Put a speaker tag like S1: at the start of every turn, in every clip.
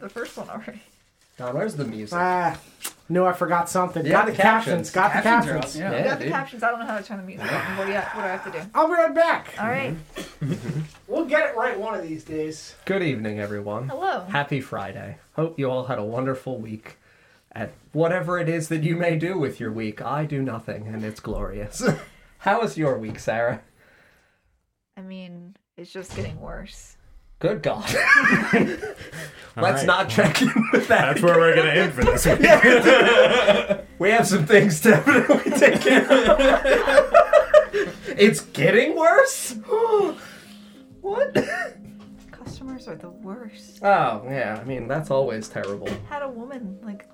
S1: the first one already.
S2: Now, where's the music?
S1: Uh,
S3: Ah, knew I forgot something.
S2: Yeah,
S3: got the,
S2: the captions.
S3: captions. Got the
S4: Captions are
S3: captions.
S4: up, yeah.
S1: I got the
S2: dude.
S1: captions. I don't know how to turn the music on. What do, you, what do I have to do?
S3: I'll be right back.
S1: All right.
S3: We'll get it right one of these days.
S2: Good evening, everyone.
S1: Hello.
S2: Happy Friday. Hope you all had a wonderful week. At whatever it is that you may do with your week, I do nothing, and it's glorious. How was your week, Sarah?
S1: I mean, it's just getting worse.
S2: Good God.
S4: All
S2: Let's
S4: right.
S2: not check in with that.
S4: That's where we're gonna end for this week.
S2: We have some things to definitely take care of. it's getting worse? what?
S1: Customers are the worst.
S2: Oh, yeah, I mean, that's always terrible.
S1: Had a woman like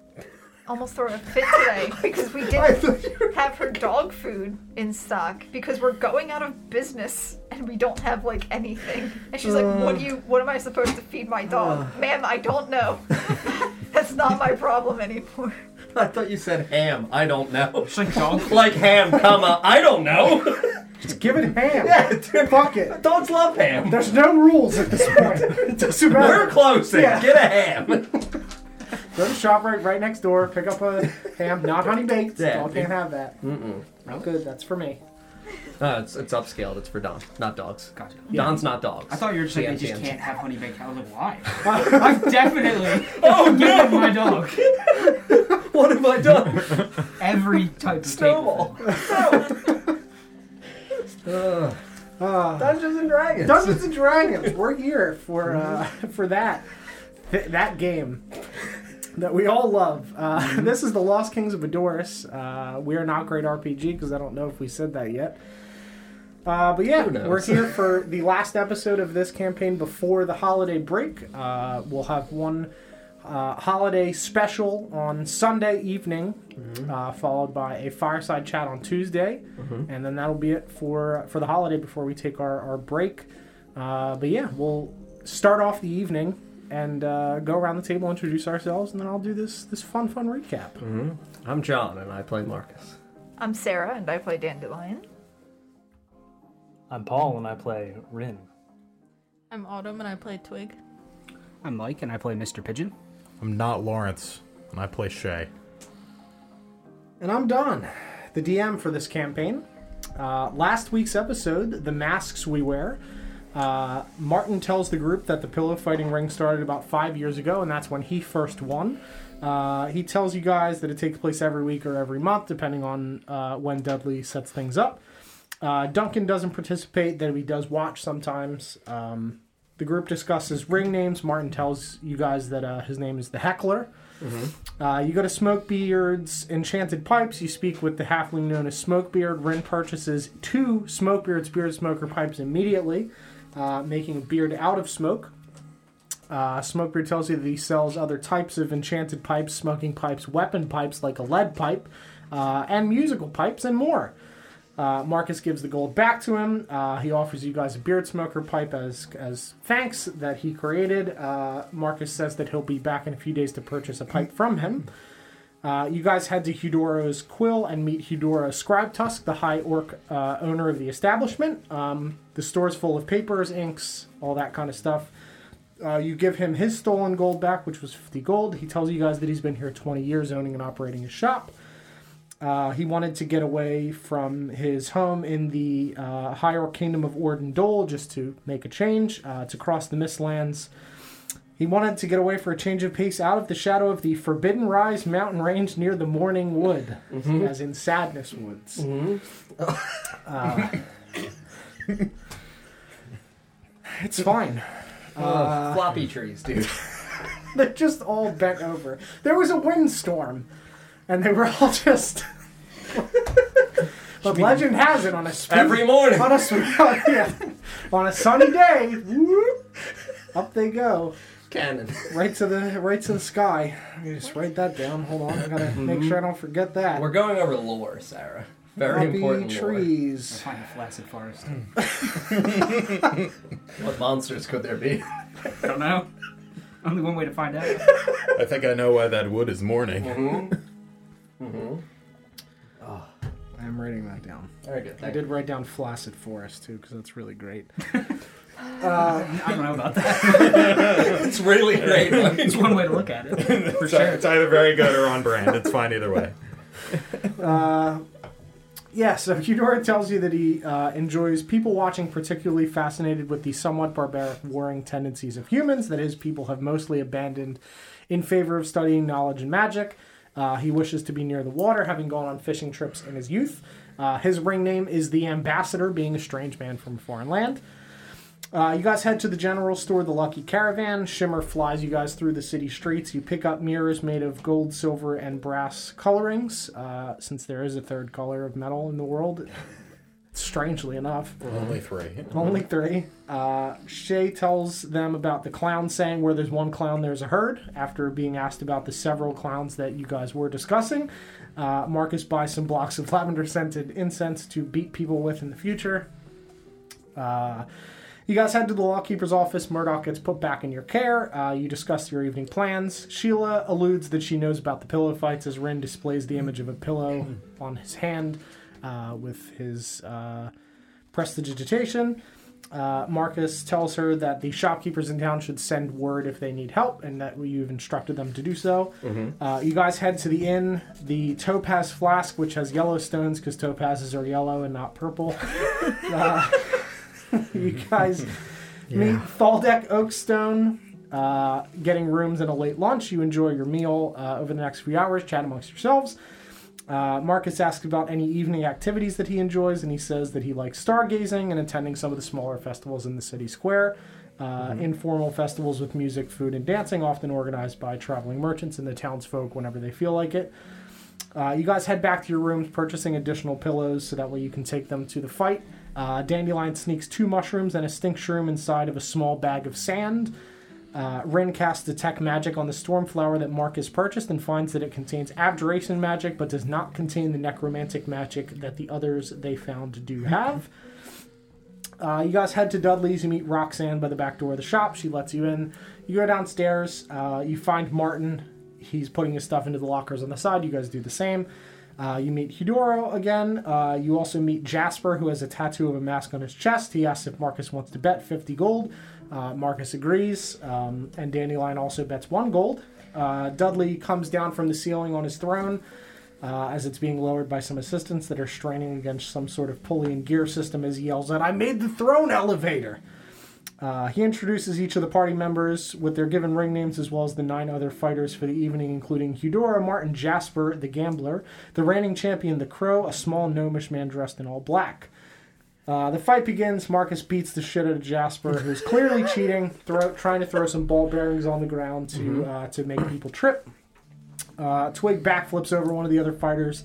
S1: almost throw a fit today because we didn't have her dog food in stock because we're going out of business and we don't have like anything. And she's like, "What do you? What am I supposed to feed my dog, ma'am? I don't know. That's not my problem anymore."
S2: I thought you said ham. I don't know.
S4: It's like dog
S2: like ham, comma, I don't know.
S3: Just give it ham.
S2: Yeah, dude.
S3: Fuck it.
S2: Dogs love ham.
S3: There's no rules at this point. it doesn't
S2: We're
S3: matter.
S2: closing.
S3: Yeah.
S2: Get a ham.
S3: Go to ShopRite right next door, pick up a ham, not honey baked.
S2: Yeah,
S3: Dog
S2: dude.
S3: can't have that.
S2: Mm-mm.
S3: Good, that's for me.
S2: Uh, it's, it's upscaled. It's for Don, not dogs.
S4: Gotcha.
S2: Don's not dogs.
S4: I thought you were just like, I
S2: Damn,
S4: just
S2: damn.
S4: can't have honey baked. I was like, why? I've definitely
S5: oh,
S4: given my dog
S2: What have I done?
S4: every type of
S2: Snowball.
S4: staple.
S2: Ugh.
S3: Uh,
S2: Dungeons and Dragons.
S3: Dungeons and Dragons, we're here for uh, for that th- that game that we all love. Uh, This is the Lost Kings of Adoris. Uh, we are not great RPG because I don't know if we said that yet. Uh, but yeah,
S2: Who knows?
S3: we're here for the last episode of this campaign before the holiday break. Uh, we'll have one uh, holiday special on Sunday evening,
S2: Mm-hmm.
S3: uh, followed by a fireside chat on Tuesday,
S2: Mm-hmm.
S3: and then that'll be it for for the holiday before we take our our break. Uh, but yeah, we'll start off the evening and uh, go around the table, introduce ourselves, and then I'll do this this fun fun recap.
S2: I'm John, and I play Marcus.
S1: I'm Sarah and I play Dandelion.
S6: I'm Paul and I play Rin.
S7: I'm Autumn and I play Twig.
S5: I'm Mike, and I play Mr. Pigeon.
S4: I'm not Lawrence, and I play Shay.
S3: And I'm Don, the DM for this campaign. Uh, last week's episode, The Masks We Wear, uh, Martin tells the group that the pillow fighting ring started about five years ago, and that's when he first won. Uh, he tells you guys that it takes place every week or every month, depending on uh, when Dudley sets things up. Uh, Duncan doesn't participate, though he does watch sometimes. Um, the group discusses ring names. Martin tells you guys that uh, his name is the Heckler. Uh, you go to Smokebeard's Enchanted Pipes. You speak with the halfling known as Smokebeard. Ren purchases two Smokebeard's Beard Smoker pipes immediately, uh, making a beard out of smoke. Uh, Smokebeard tells you that he sells other types of enchanted pipes, smoking pipes, weapon pipes like a lead pipe, uh, and musical pipes, and more. Uh, Marcus gives the gold back to him. Uh, he offers you guys a beard smoker pipe as as thanks that he created. Uh, Marcus says that he'll be back in a few days to purchase a pipe from him. Uh, you guys head to Hudoro's Quill and meet Hudoro Scribetusk, the high orc uh, owner of the establishment. Um, the store's full of papers, inks, all that kind of stuff. Uh, you give him his stolen gold back, which was 50 gold. He tells you guys that he's been here 20 years owning and operating his shop. Uh, he wanted to get away from his home in the uh, higher kingdom of Ord and Dole just to make a change, uh, to cross the Mistlands. He wanted to get away for a change of pace out of the shadow of the Forbidden Rise mountain range near the Morning Wood, as in Sadness Woods. Uh, it's fine.
S2: Ugh, floppy trees, dude.
S3: They're just all bent over. There was a windstorm, and they were all just. but legend has it on a spring-
S2: Every morning.
S3: on a sp- yeah, on a sunny day, whoop, up they go
S2: Cannon.
S3: right to the right to the sky. Let me just write that down. Hold on, I gotta make sure I don't forget that.
S2: Mm-hmm. We're going over lore, Sarah. Very
S3: Happy
S2: important lore.
S3: trees.
S5: Find a flaccid forest.
S2: Hmm. What monsters could there be?
S5: I don't know. Only one way to find out.
S8: I think I know why that wood is mourning.
S2: Mm-hmm.
S3: I'm writing that down.
S2: Very good.
S3: I
S2: thank
S3: did write down flaccid forest too, because that's really great.
S5: I don't know about that.
S8: It's really great.
S5: it's one way to look at it. For
S8: It's ei-
S5: sure.
S8: It's either very good or on brand. It's fine either way.
S3: Yeah, so Eudora tells you that he uh, enjoys people watching, particularly fascinated with the somewhat barbaric warring tendencies of humans that his people have mostly abandoned in favor of studying knowledge and magic. Uh, he wishes to be near the water, having gone on fishing trips in his youth. Uh, his ring name is the Ambassador, being a strange man from a foreign land. Uh, you guys head to the general store, the Lucky Caravan. Shimmer flies you guys through the city streets. You pick up mirrors made of gold, silver, and brass colorings, uh, since there is a third color of metal in the world. Strangely enough,
S8: Only three.
S3: only three. Uh, Shay tells them about the clown saying, Where there's one clown, there's a herd, after being asked about the several clowns that you guys were discussing. Uh, Marcus buys some blocks of lavender scented incense to beat people with in the future. Uh, you guys head to the lawkeeper's office. Murdoch gets put back in your care. Uh, you discuss your evening plans. Sheila alludes that she knows about the pillow fights as Rin displays the image of a pillow on his hand uh, with his uh, prestidigitation. Uh, Marcus tells her that the shopkeepers in town should send word if they need help, and that you've instructed them to do so. Uh, you guys head to the inn. The topaz flask, which has yellow stones because topazes are yellow and not purple. uh, you guys meet Thaldeck Oakstone, uh, getting rooms and a late lunch. You enjoy your meal uh, over the next few hours, chat amongst yourselves. Uh, Marcus asks about any evening activities that he enjoys, and he says that he likes stargazing and attending some of the smaller festivals in the city square. Uh, Informal festivals with music, food, and dancing, often organized by traveling merchants and the townsfolk whenever they feel like it. Uh, you guys head back to your rooms, purchasing additional pillows so that way you can take them to the fight. Uh, Dandelion sneaks two mushrooms and a stink shroom inside of a small bag of sand. Uh, Ren casts Detect Magic on the Stormflower that Marcus purchased and finds that it contains Abjuration Magic but does not contain the Necromantic Magic that the others they found do have. Uh, you guys head to Dudley's. You meet Roxanne by the back door of the shop. She lets you in. You go downstairs. Uh, you find Martin. He's putting his stuff into the lockers on the side. You guys do the same. Uh, you meet Hidoro again. Uh, you also meet Jasper, who has a tattoo of a mask on his chest. He asks if Marcus wants to bet 50 gold. Uh, Marcus agrees, um, and Dandelion also bets one gold. Uh, Dudley comes down from the ceiling on his throne uh, as it's being lowered by some assistants that are straining against some sort of pulley and gear system as he yells out, I made the throne elevator! Uh, he introduces each of the party members with their given ring names as well as the nine other fighters for the evening, including Hudora, Martin, Jasper, the gambler, the reigning champion, the crow, a small gnomish man dressed in all black. Uh, the fight begins. Marcus beats the shit out of Jasper, who's clearly cheating, throw, trying to throw some ball bearings on the ground to uh, to make people trip. Uh, Twig backflips over one of the other fighters,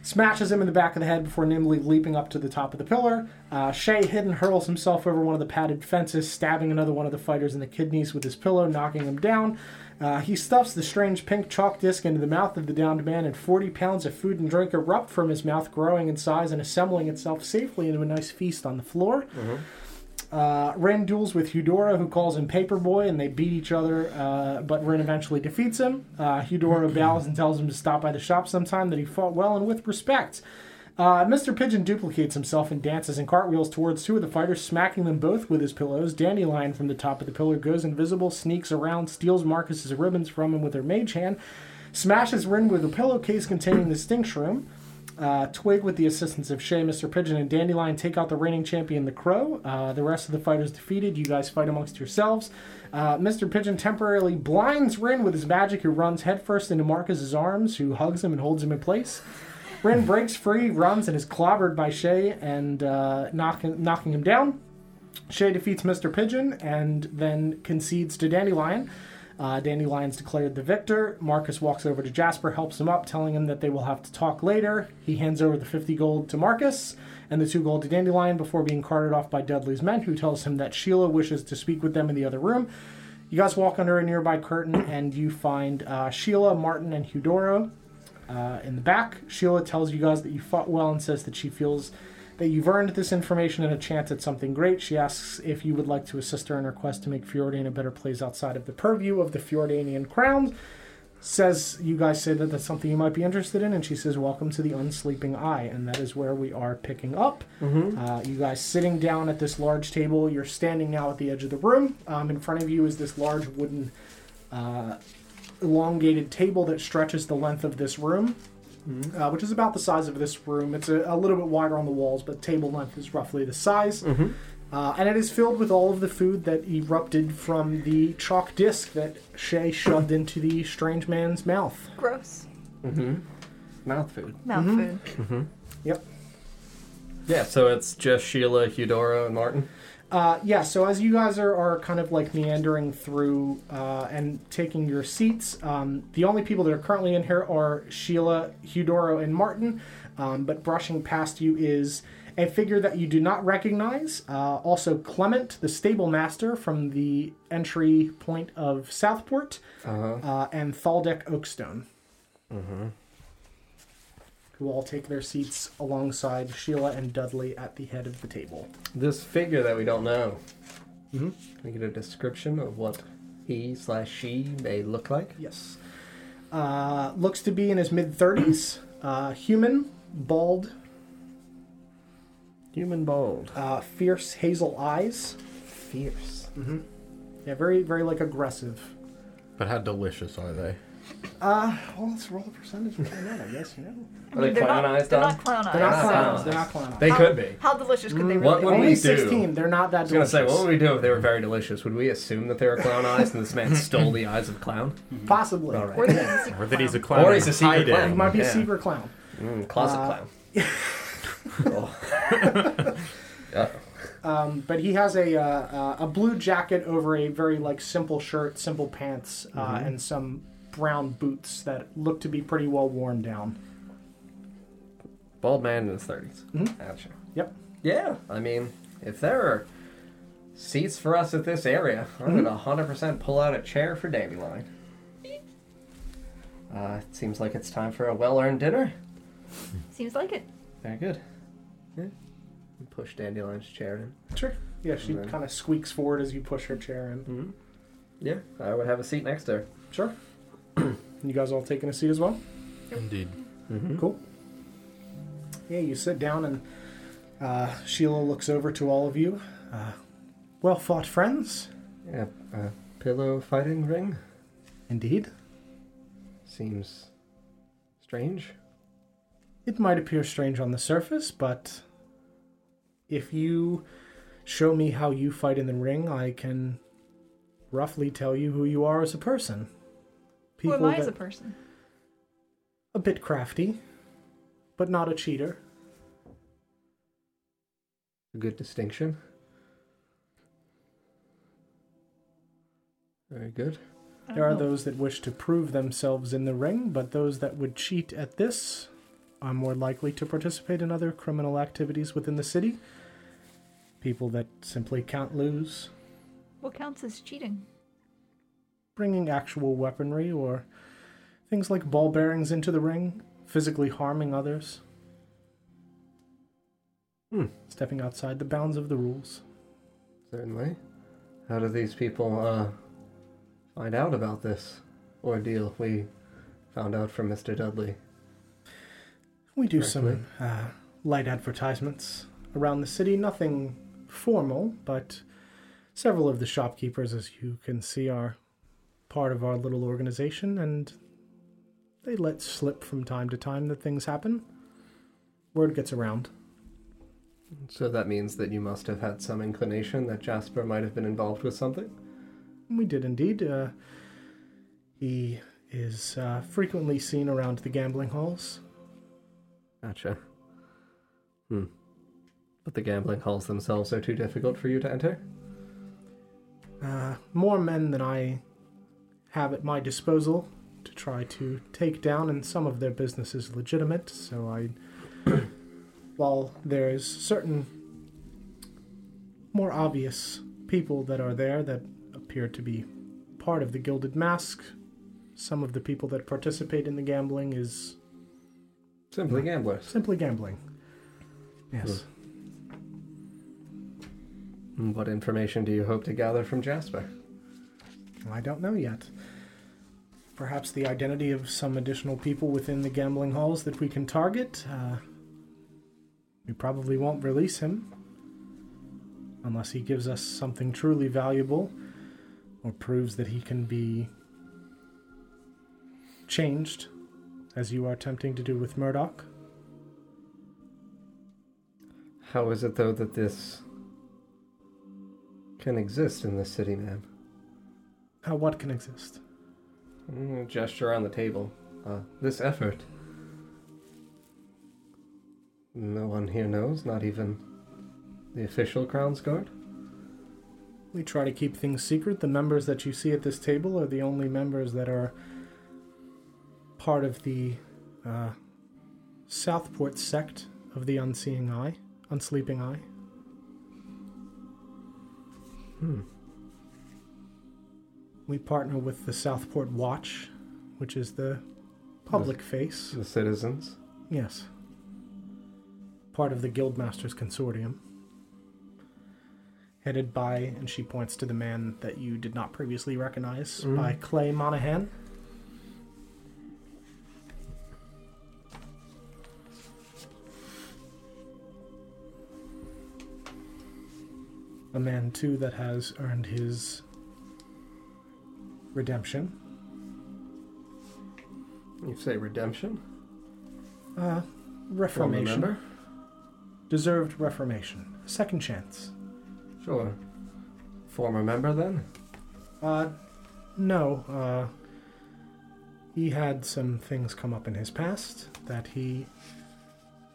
S3: smashes him in the back of the head before nimbly leaping up to the top of the pillar. Uh, Shay hidden hurls himself over one of the padded fences, stabbing another one of the fighters in the kidneys with his pillow, knocking him down. Uh, he stuffs the strange pink chalk disc into the mouth of the downed man, and 40 pounds of food and drink erupt from his mouth, growing in size and assembling itself safely into a nice feast on the floor. Uh, Ren duels with Hudora, who calls him Paperboy, and they beat each other, uh, but Ren eventually defeats him. Uh, Hudora bows and tells him to stop by the shop sometime, that he fought well and with respect. Uh, Mr. Pigeon duplicates himself and dances and cartwheels towards two of the fighters, smacking them both with his pillows. Dandelion from the top of the pillar goes invisible, sneaks around, steals Marcus's ribbons from him with her mage hand, smashes Ren with a pillowcase containing the stink shroom. Uh, Twig, with the assistance of Shay, Mr. Pigeon, and Dandelion, take out the reigning champion, the Crow. Uh, the rest of the fighters defeated. You guys fight amongst yourselves. Uh, Mr. Pigeon temporarily blinds Rin with his magic, who runs headfirst into Marcus's arms, who hugs him and holds him in place. Rin breaks free, runs, and is clobbered by Shay and uh, knocking, knocking him down. Shay defeats Mr. Pigeon and then concedes to Dandelion. Uh, Dandelion's declared the victor. Marcus walks over to Jasper, helps him up, telling him that they will have to talk later. He hands over the 50 gold to Marcus and the 2 gold to Dandelion before being carted off by Dudley's men, who tells him that Sheila wishes to speak with them in the other room. You guys walk under a nearby curtain and you find uh, Sheila, Martin, and Hudoro uh, in the back. Sheila tells you guys that you fought well and says that she feels that you've earned this information and a chance at something great. She asks if you would like to assist her in her quest to make Fjordan a better place outside of the purview of the Fjordanian crown. says, You guys say that that's something you might be interested in. And she says, Welcome to the Unsleeping Eye. And that is where we are picking up. Uh, you guys sitting down at this large table. You're standing now at the edge of the room. Um, in front of you is this large wooden, uh, elongated table that stretches the length of this room. Uh, which is about the size of this room. It's a, a little bit wider on the walls, but table length is roughly the size. Uh, and it is filled with all of the food that erupted from the chalk disc that Shay shoved into the strange man's mouth.
S1: Gross.
S2: Mouth food.
S1: Mouth food.
S3: Yep.
S2: Yeah, so it's just Sheila, Eudora, and Martin.
S3: Uh, yeah, so as you guys are, are kind of like meandering through uh, and taking your seats, um, the only people that are currently in here are Sheila, Hudoro, and Martin. Um, but brushing past you is a figure that you do not recognize. Uh, also, Clement, the stable master from the entry point of Southport, uh, and Thaldek Oakstone, who all take their seats alongside Sheila and Dudley at the head of the table.
S2: This figure that we don't know. Mm-hmm. Can we get a description of what he slash she may look like?
S3: Yes. Uh, looks to be in his mid 30s, uh, human, bald,
S2: Human bold.
S3: uh, fierce hazel eyes. Mm-hmm.
S2: Fierce.
S3: Yeah, very, very like aggressive.
S8: But how delicious are they?
S3: Well, let's roll the percentage and find out, I guess, you know.
S2: Are they
S1: they're
S2: clown
S1: not,
S2: eyes,
S1: They're
S2: Don?
S1: not clown eyes.
S3: They're not Mm.
S2: Ah.
S3: clowns. They're not clowns.
S2: They
S1: How-
S2: could be.
S1: How delicious could they really
S2: what
S1: be?
S2: would
S3: Only
S2: we do?
S3: 16. They're not that
S2: I was
S3: delicious.
S2: gonna say, what would we do if they were very delicious? Would we assume that they were clown eyes and this man stole the eyes of a clown?
S3: Possibly.
S2: All right.
S1: Or that he's a
S8: Or that he's a
S1: clown.
S8: clown.
S2: Or he's a secret
S8: hiding.
S2: clown.
S3: He might be a
S2: Yeah.
S3: secret clown.
S2: Mm, closet
S1: Uh,
S2: clown. oh.
S3: Um, but he has a, uh, uh, a blue jacket over a very like simple shirt, simple pants, uh, and some brown boots that look to be pretty well worn down.
S2: Bald man in his 30s. Gotcha.
S3: Yep.
S2: Yeah, I mean, if there are seats for us at this area, I'm gonna 100% pull out a chair for Dandelion. Uh, it seems like it's time for a well-earned dinner.
S1: Seems like it.
S2: Very good. Yeah. Push Dandelion's chair in.
S3: Sure. Yeah, she
S2: then-
S3: kind of squeaks forward as you push her chair in.
S2: Yeah, I would have a seat next to her.
S3: Sure. you guys all taking a seat as well?
S8: Indeed.
S3: Cool. Yeah, you sit down, and uh, Sheila looks over to all of you. Uh, well fought, friends.
S2: Yeah, a pillow fighting ring
S3: Indeed.
S2: seems strange.
S3: It might appear strange on the surface, but if you show me how you fight in the ring, I can roughly tell you who you are as a person.
S1: Who am I
S3: that-
S1: as a person?
S3: a bit crafty, but not a cheater.
S2: A good distinction. Very good.
S1: I don't
S3: There are
S1: know.
S3: those that wish to prove themselves in the ring, but those that would cheat at this are more likely to participate in other criminal activities within the city. People that simply can't lose,
S1: What counts as cheating?
S3: bringing actual weaponry or things like ball bearings into the ring, physically harming others,
S2: Hmm.
S3: stepping outside the bounds of the rules.
S2: Certainly. How do these people uh, find out about this ordeal we found out from Mr. Dudley?
S3: We do some uh, light advertisements around the city, nothing formal, but several of the shopkeepers, as you can see, are part of our little organization and they let slip from time to time that things happen. Word gets around.
S2: So that means that you must have had some inclination that Jasper might have been involved with something?
S3: We did indeed. Uh, he is uh, frequently seen around the gambling halls.
S2: Gotcha. Hmm. But the gambling halls themselves are too difficult for you to enter?
S3: uh, more men than I have at my disposal to try to take down, and some of their business is legitimate. So I, while there is certain more obvious people that are there that appear to be part of the Gilded Mask, some of the people that participate in the gambling is
S9: Hmm.
S2: Simply gamblers.
S3: simply gambling. Yes.
S9: Hmm,
S2: And What information do you hope to gather from Jasper?
S3: I don't know yet. perhaps the identity of some additional people within the gambling halls that we can target. Uh, we probably won't release him unless he gives us something truly valuable or proves that he can be changed, as you are attempting to do with Murdoch.
S9: How is it though that this can exist in this city, man?
S3: How what can exist?
S9: Mm, gesture on the table. Uh, this effort. No one here knows, not even the official Crown's Guard.
S3: We try to keep things secret. The members that you see at this table are the only members that are part of the uh, Southport sect of the Unseeing Eye, Unsleeping Eye. We partner with the Southport Watch, which is the public face.
S9: The citizens.
S3: Yes. Part of the Guildmasters Consortium. Headed by, and she points to the man that you did not previously recognize, by Clay Monahan. A man, too, that has earned his redemption.
S9: You say redemption?
S3: Uh, reformation.
S9: Remember?
S3: Deserved reformation. Second chance.
S9: Sure. Former member then?
S3: Uh, no. Uh, he had some things come up in his past that he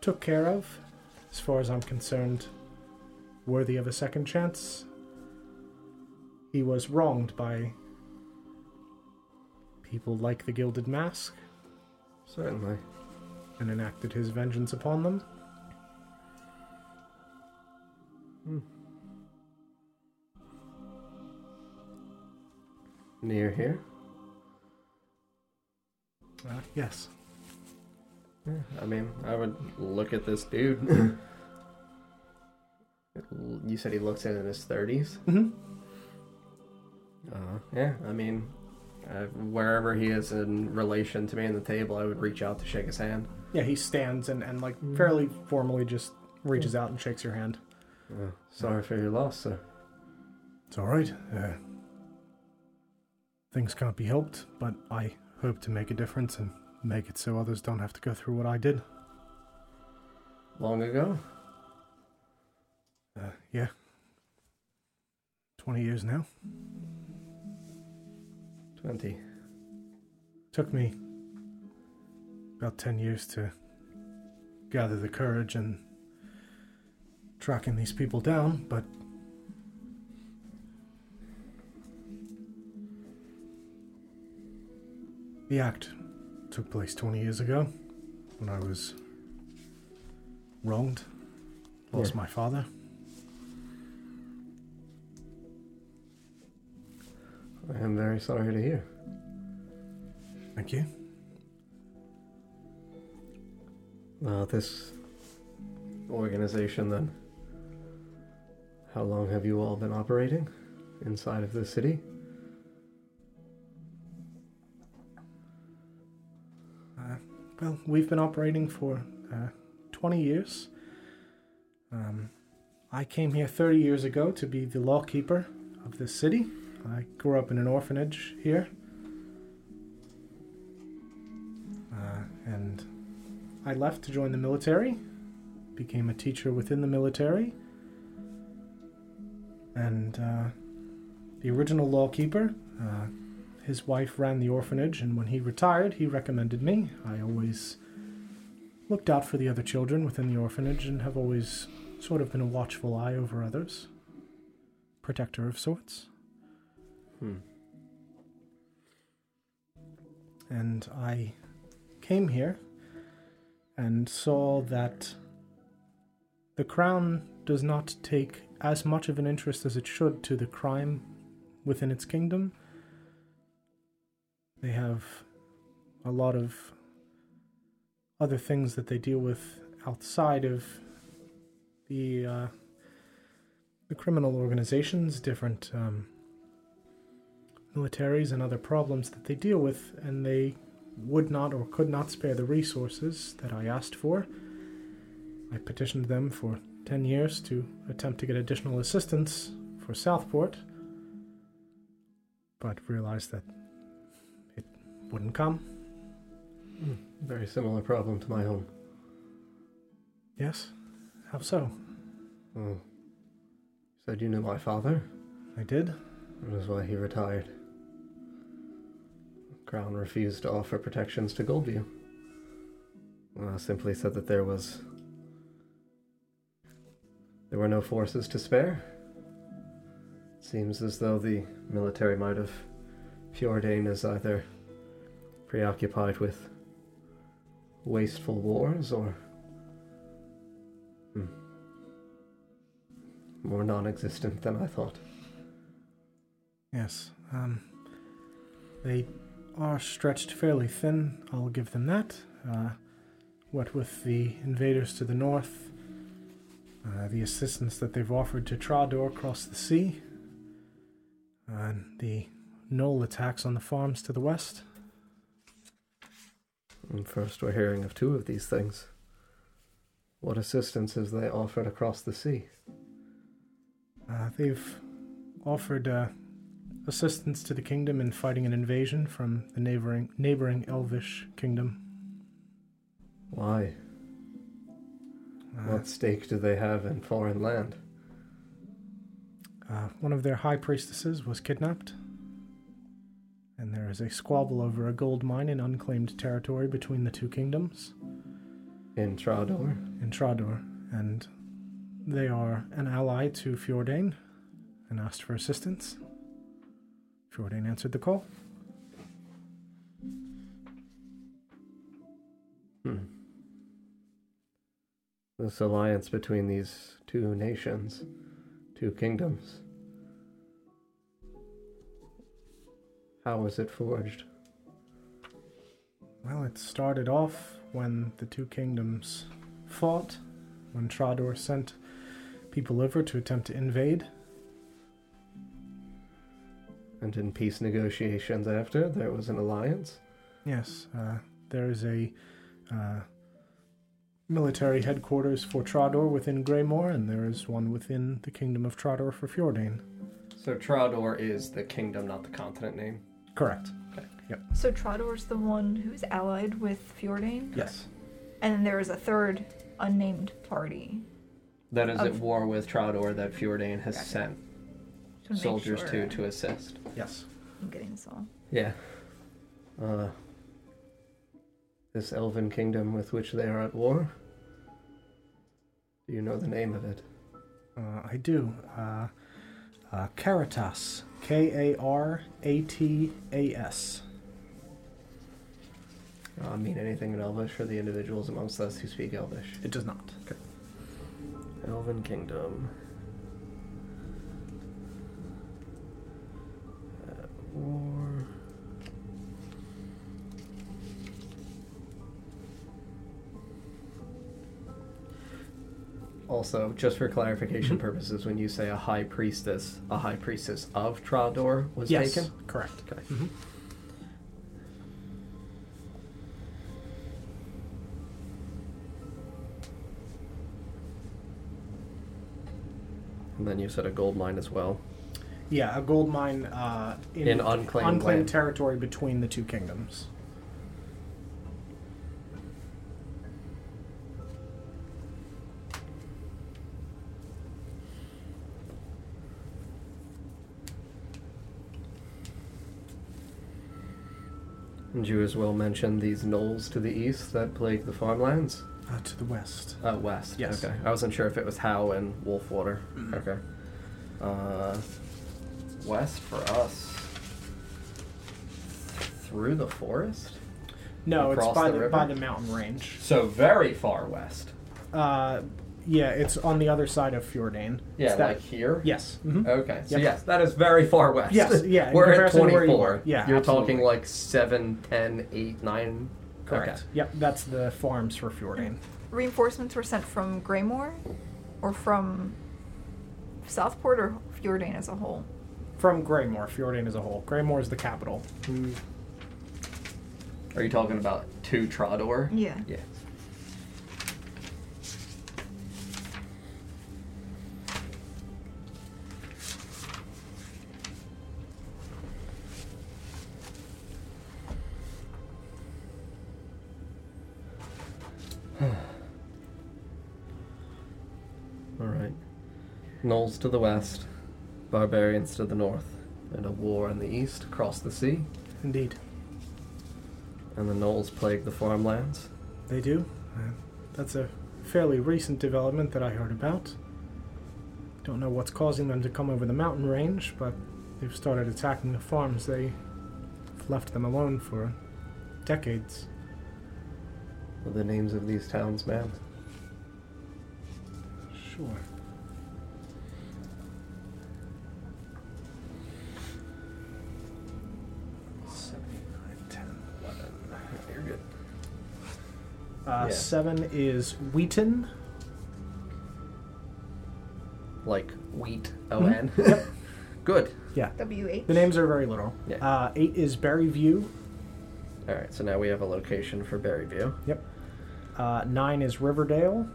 S3: took care of. As far as I'm concerned, worthy of a second chance. He was wronged by people like the Gilded Mask
S9: Certainly.
S3: and enacted his vengeance upon them.
S9: Near here?
S3: Uh, yes.
S9: Yeah, I mean, I would look at this dude. you said he looks in in his 30s?
S3: Mm-hmm.
S9: Uh, yeah, I mean, uh, wherever he is in relation to me on the table, I would reach out to shake his hand.
S3: Yeah, he stands and, and like fairly formally just reaches out and shakes your hand.
S9: Uh, sorry for your loss, sir.
S3: It's all right. Uh, things can't be helped, but I hope to make a difference and make it so others don't have to go through what I did.
S9: Long ago?
S3: Uh, yeah. 20 years now.
S9: 20.
S3: Took me about 10 years to gather the courage and tracking these people down, but the act took place 20 years ago when I was wronged, lost my father.
S9: I am very sorry to hear.
S3: Thank you.
S9: Uh, this organization, then. How long have you all been operating inside of the city?
S3: Well, we've been operating for uh, 20 years. Um, I came here 30 years ago to be the law keeper of this city. I grew up in an orphanage here. Uh, and I left to join the military, became a teacher within the military. And uh, the original law keeper, uh, his wife ran the orphanage, and when he retired, he recommended me. I always looked out for the other children within the orphanage and have always sort of been a watchful eye over others, protector of sorts.
S9: Hmm.
S3: And I came here and saw that the crown does not take as much of an interest as it should to the crime within its kingdom they have a lot of other things that they deal with outside of the uh, the criminal organizations, different um, militaries and other problems that they deal with, and they would not or could not spare the resources that I asked for. I petitioned them for 10 years to attempt to get additional assistance for Southport, but realized that it wouldn't come.
S9: Very similar problem to my own.
S3: Yes? How so?
S9: Oh. Said you knew my father.
S3: I did.
S9: That is why he retired. Crown refused to offer protections to Goldview. Uh, simply said that there was. There were no forces to spare. Seems as though the military might have. Fjordain is either preoccupied with wasteful wars or. Hmm. more non existent than I thought.
S3: Yes. Um, they are stretched fairly thin, I'll give them that. Uh, what with the invaders to the north, uh, the assistance that they've offered to Trador across the sea, and the knoll attacks on the farms to the west.
S9: And first, we're hearing of two of these things. What assistance is they offered across the sea?
S3: Uh, they've offered uh, assistance to the kingdom in fighting an invasion from the neighboring neighboring Elvish kingdom.
S9: Why?
S3: Uh,
S9: What stake do they have in foreign land?
S3: uh, one of their high priestesses was kidnapped, and there is a squabble over a gold mine in unclaimed territory between the two kingdoms
S9: In Trador?
S3: in Trador, and they are an ally to Fjordain and asked for assistance. Fjordain answered the call.
S9: Hmm. This alliance between these two nations, two kingdoms. How was it forged?
S3: Well, it started off when the two kingdoms fought, when Trador sent people over to attempt to invade.
S9: And in peace negotiations after, there was an alliance?
S3: Yes, uh, there is a uh, military headquarters for Trador within Greymore, and there is one within the kingdom of Trador for Fjordain.
S9: So Trador is the kingdom, not the continent name?
S3: Correct.
S1: So Trador's the one who's allied with Fjordain,
S9: Yes.
S1: and then there is a third unnamed party.
S9: That is at
S1: Of-
S9: war with Trador that Fjordain has
S1: Gotcha.
S9: sent
S1: Just wanna make
S9: soldiers
S1: sure
S9: to to assist.
S3: Yes.
S1: I'm getting this all.
S9: Yeah. Uh, this elven kingdom with which they are at war. Do you know the name of it?
S3: Uh, I do. Uh, uh, Caritas. K A R A T A S.
S9: Uh, mean anything in Elvish for the individuals amongst us who speak Elvish?
S3: It does not.
S9: Elven Kingdom. At war. Also, just for clarification purposes, when you say a high priestess, a high priestess of Trador was
S3: Yes.
S9: taken?
S3: Correct.
S9: Okay. And then you said a gold mine as well.
S3: Yeah, a gold mine uh, in,
S9: In unclaimed land.
S3: territory between the two kingdoms.
S9: And you as well mentioned these knolls to the east that plague the farmlands.
S3: Uh, to the west.
S9: Uh, west.
S3: Yes.
S9: Okay. I wasn't sure if it was Howe and Wolfwater. Okay. Uh, west for us. Through the forest?
S3: No, it's
S9: Across
S3: by
S9: the
S3: the,
S9: river?
S3: by the mountain range.
S9: So very far west.
S3: Uh, yeah, it's on the other side of Fjordain.
S9: Yeah,
S3: It's that-
S9: like here?
S3: Yes. mhm.
S9: Okay. So
S3: Yep.
S9: yes, that is very far west.
S3: Yes, yeah, in
S9: We're at
S3: comparison to
S9: 24.
S3: where you were. Yeah,
S9: You're
S3: absolutely.
S9: talking like 7, 10, 8, 9.
S3: Correct. Yep, that's the farms for Fjordain.
S1: Reinforcements were sent from Greymore, or from Southport, or Fjordain as a whole.
S3: from Greymore, Fjordan as a whole. Greymore is the capital. Mm,
S2: Are you talking about two Trador?
S1: Yeah.
S2: Yeah.
S9: All right. Knolls to the west, barbarians to the north, and a war in the east across the sea.
S3: Indeed.
S9: And the Knolls plague the farmlands.
S3: They do. Uh, That's a fairly recent development that I heard about. Don't know what's causing them to come over the mountain range, but they've started attacking the farms. They've left them alone for decades.
S9: What are the names of these towns, ma'am?
S3: Sure. Seventy-nine, ten, eleven.
S9: You're good.
S3: Uh,
S9: Yeah.
S3: Seven is Wheaton.
S9: Like wheat, O N.
S3: Mm-hmm, Yep.
S9: good.
S1: W H.
S3: The names are very literal.
S9: Yeah.
S3: Uh, eight is Berry View.
S9: All right, so now we have a location for Berryview.
S3: Uh, nine is Riverdale.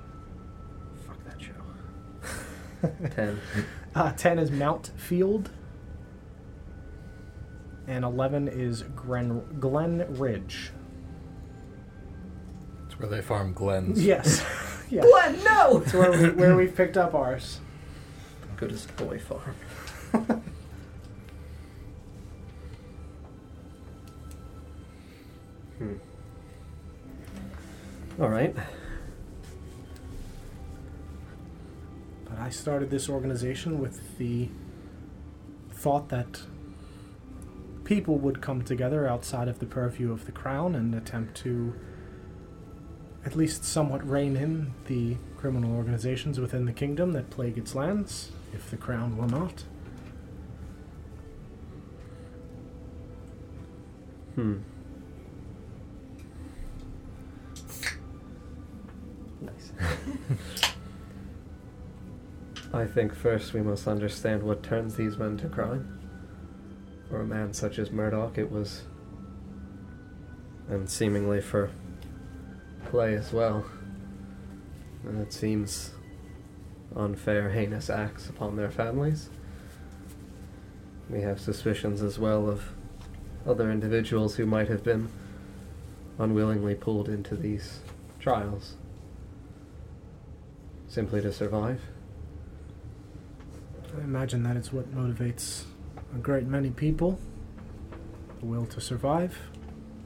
S9: Fuck that show. Ten.
S3: Uh, ten is Mount Field. And eleven is Glen Glen Ridge.
S10: It's where they farm glens.
S3: Yes. yeah.
S2: What? Uh, No!
S3: It's where we where we picked up ours.
S9: Goodest boy farm. hmm. All right.
S3: But I started this organization with the thought that people would come together outside of the purview of the crown and attempt to at least somewhat rein in the criminal organizations within the kingdom that plague its lands, if the crown will not.
S9: Hmm. Nice. I think first we must understand what turns these men to crime. For a man such as Murdoch, it was. And seemingly for play as well. And it seems unfair, heinous acts upon their families. We have suspicions as well of other individuals who might have been unwillingly pulled into these trials simply to survive.
S3: I imagine that is what motivates a great many people the will to survive.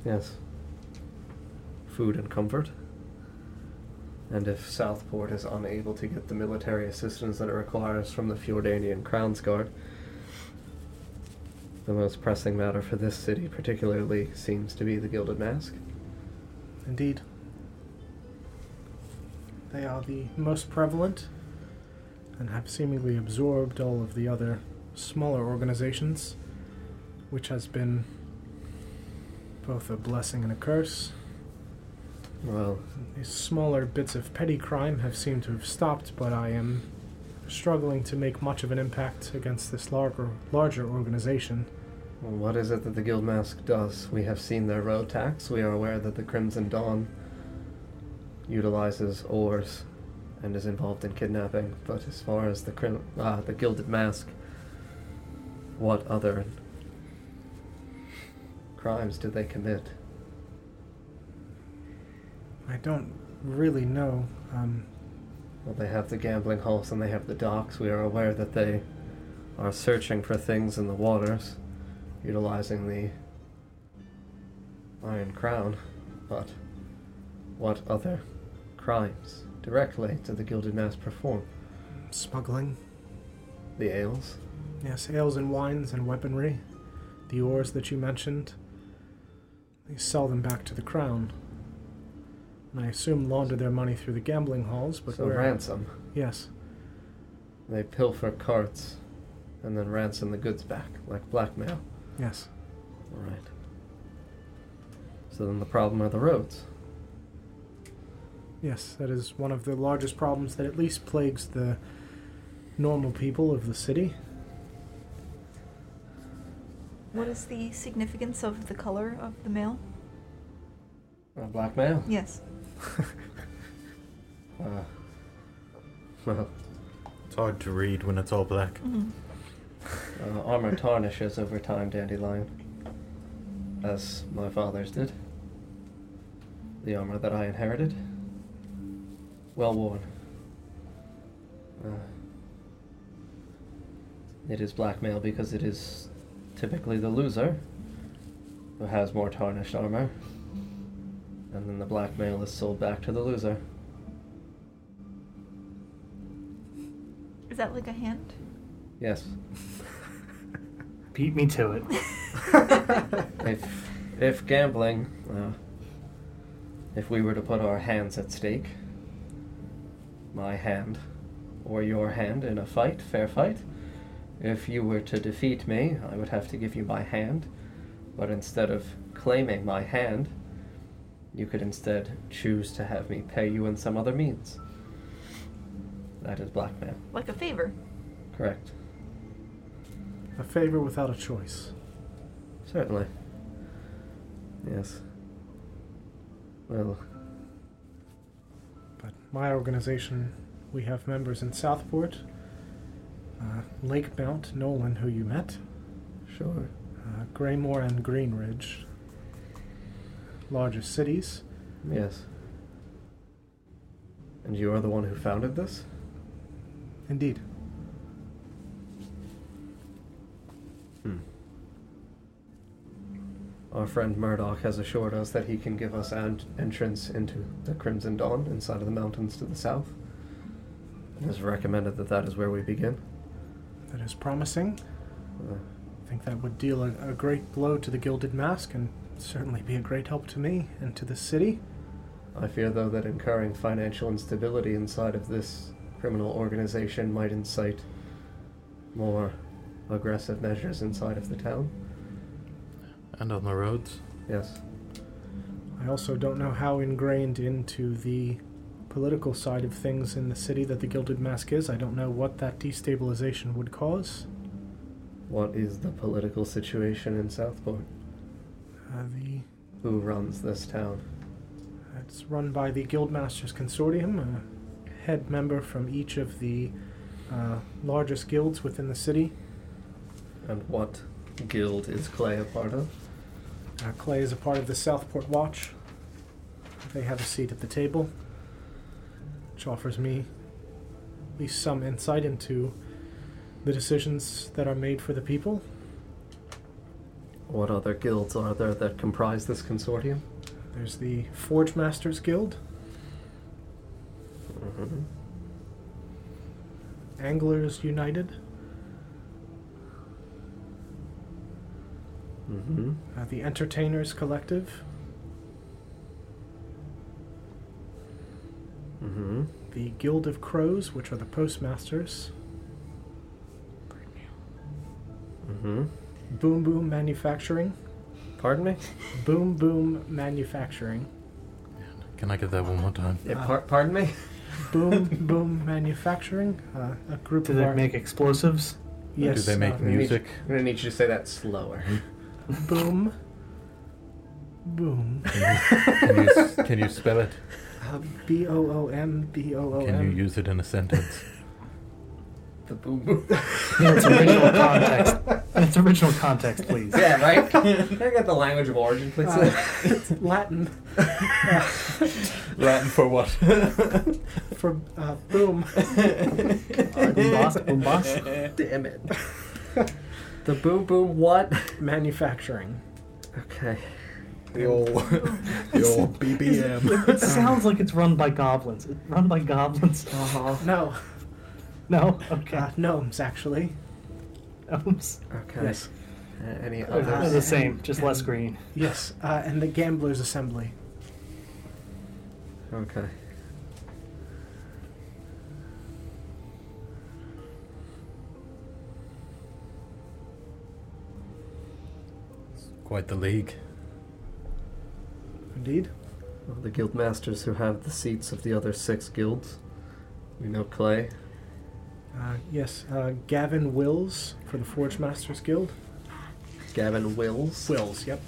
S9: Yes. Food and comfort. And if Southport is unable to get the military assistance that it requires from the Fjordanian Crown's Guard, the most pressing matter for this city, particularly, seems to be the Gilded Mask.
S3: Indeed. They are the most prevalent and have seemingly absorbed all of the other smaller organizations, which has been both a blessing and a curse.
S9: Well,
S3: These smaller bits of petty crime have seemed to have stopped, but I am struggling to make much of an impact against this larger, larger organization.
S9: Well, What is it that the Guild Mask does? We have seen their road tax. We are aware that the Crimson Dawn utilizes oars and is involved in kidnapping. But as far as the crim- uh, the Gilded Mask, what other crimes did they commit?
S3: I don't really know. Um,
S9: Well, they have the gambling halls and they have the docks. We are aware that they are searching for things in the waters, utilizing the Iron Crown. But what other crimes directly did the Gilded Mask perform?
S3: smuggling.
S9: The ales?
S3: Yes, ales and wines and weaponry. The ores that you mentioned. They sell them back to the crown. And I assume launder their money through the gambling halls, but
S9: so
S3: where-
S9: ransom.
S3: Yes,
S9: They pilfer carts and then ransom the goods back, like blackmail.
S3: yes.
S9: Alright. So then the problem are the roads.
S3: Yes, that is one of the largest problems that at least plagues the normal people of the city.
S1: What is the significance of the color of the male?
S9: Uh, black male.
S1: Yes.
S9: Uh, well,
S10: It's hard to read when it's all black.
S9: uh, armor tarnishes over time, Dandelion. As my father's did. The armor that I inherited. Well worn. Uh, it is blackmail because it is typically the loser who has more tarnished armor. And then the blackmail is sold back to the loser.
S1: Is that like a hand?
S9: Yes.
S6: Beat me to it.
S9: if if gambling, uh, if we were to put our hands at stake, my hand or your hand in a fight, fair fight, if you were to defeat me, I would have to give you my hand, but instead of claiming my hand, you could instead choose to have me pay you in some other means. That is blackmail,
S1: Like a favor.
S9: correct?
S3: A favor without a choice.
S9: Certainly. Yes. Well,
S3: But my organization, we have members in Southport, uh, Lake Mount, Nolan, who you met,
S9: sure.
S3: uh, Graymore, and Greenridge. Largest cities.
S9: Yes. And you are the one who founded this?
S3: Indeed.
S9: Our friend Murdoch has assured us that he can give us an entrance into the Crimson Dawn inside of the mountains to the south. And has recommended that that is where we begin.
S3: That is promising.
S9: Uh,
S3: I think that would deal a, a great blow to the Gilded Mask and certainly be a great help to me and to the city.
S9: I fear, though, that incurring financial instability inside of this criminal organization might incite more aggressive measures inside of the town.
S10: And on the roads.
S9: Yes.
S3: I also don't know how ingrained into the political side of things in the city that the Gilded Mask is. I don't know what that destabilization would cause.
S9: What is the political situation in Southport?
S3: Uh, the
S9: Who runs this town?
S3: It's run by the Guildmasters Consortium, a head member from each of the uh, largest guilds within the city.
S9: And what guild is Clay a part of?
S3: Uh, Clay is a part of the Southport Watch. They have a seat at the table, which offers me at least some insight into the decisions that are made for the people.
S9: What other guilds are there that comprise this consortium?
S3: There's the Forge Masters Guild,
S9: Mm-hmm.
S3: Anglers United,
S9: Mm-hmm.
S3: uh, the Entertainers Collective,
S9: Mm-hmm.
S3: the Guild of Crows, which are the postmasters,
S9: Mm-hmm.
S3: Boom Boom Manufacturing,
S9: Pardon me?
S3: Boom Boom Manufacturing.
S10: Can I get that one more time?
S9: Yeah, Eh, par- pardon me?
S3: Boom Boom Manufacturing, uh, a group
S6: Do
S3: of
S6: they
S3: our,
S6: make explosives?
S3: yes,
S10: Do they make
S3: uh,
S10: music?
S9: I'm gonna need you to say that slower.
S3: Boom Boom
S10: Can you, s- can you spell it?
S3: uh, B O O M B O
S2: Oh,
S3: O
S10: Can you
S3: M.
S10: use it in a sentence?
S2: The boom boom.
S6: In its original context. In its original context, please.
S2: yeah, right? Can I get the language of origin, please?
S3: Uh, it's Latin
S2: Latin for what?
S3: for uh, boom.
S6: Bombast, bombast.
S9: Damn it. the boom boom what?
S3: Manufacturing.
S9: Okay.
S10: the old, the old BBM.
S6: It sounds like it's run by goblins. It run by goblins.
S9: Uh-huh.
S3: No,
S6: No. Okay.
S3: uh, gnomes actually.
S6: Oops.
S9: Okay.
S3: Yes,
S9: Uh, any
S6: They're the
S9: others?
S6: same, just less green.
S3: yes, uh, and the Gamblers Assembly.
S9: Okay.
S10: Quite the league.
S3: Indeed.
S9: Well, the guild masters who have the seats of the other six guilds. We know Clay.
S3: Uh, yes, uh, Gavin Wills for the Forge Masters Guild.
S9: Gavin Wills.
S3: Wills, yep.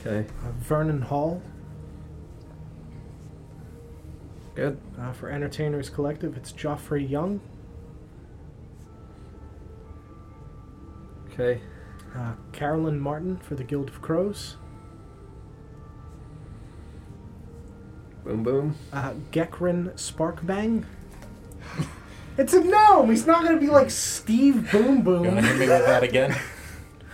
S9: Okay,
S3: Uh, Vernon Hall
S9: good.
S3: uh, for Entertainers Collective. It's Joffrey Young.
S9: Okay,
S3: Uh, Carolyn Martin for the Guild of Crows.
S9: boom, boom.
S3: Uh, Gekrin Sparkbang. it's a gnome. He's not gonna be like Steve Boom
S10: Gonna
S3: Boom.
S10: hit me with that again?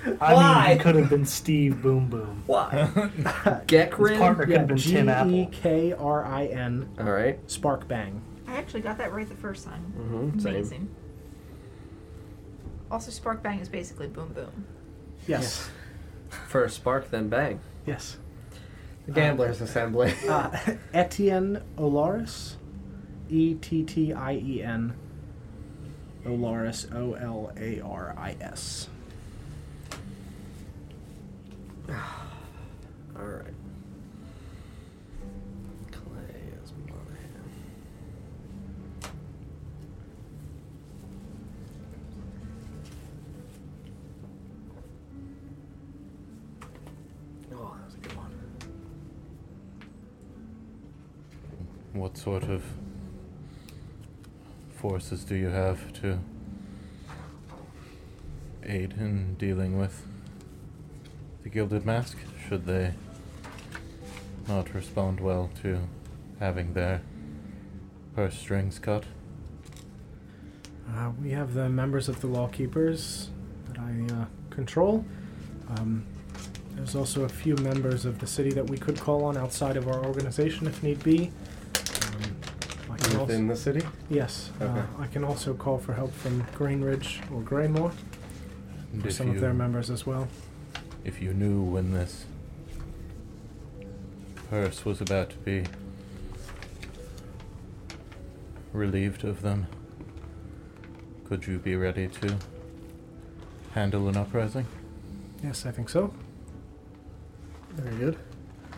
S6: I mean,
S9: Why?
S6: it could have been Steve Boom Boom.
S9: Why?
S6: His
S9: Gekrin.
S6: partner could have been
S3: G
S6: Tim
S3: e
S6: Apple.
S3: k r i n
S9: All right.
S3: Sparkbang.
S1: I actually got that right the first time.
S9: Mm-hmm. Same.
S1: Amazing. Also, Spark Bang is basically Boom Boom.
S3: Yes.
S9: First spark, then bang.
S3: Yes.
S9: The gamblers' assembly.
S3: Uh, Etienne Olaris. E T T I E N. Olaris. O L A R I S.
S9: All right. Clay is mine. Oh, that was a good one.
S10: What sort of forces do you have to aid in dealing with the Gilded Mask? Should they not respond well to having their purse strings cut?
S3: Uh, we have the members of the Law Keepers that I uh, control. Um, there's also a few members of the city that we could call on outside of our organization if need be. Um, I can also,
S9: Within the city?
S3: yes,
S9: Okay.
S3: uh, I can also call for help from Greenridge or Greymore,
S10: And
S3: or
S10: if
S3: some of
S10: you-
S3: their members as well.
S10: if you knew when this purse was about to be relieved of them, could you be ready to handle an uprising?
S3: Yes, I think so.
S9: Very good. I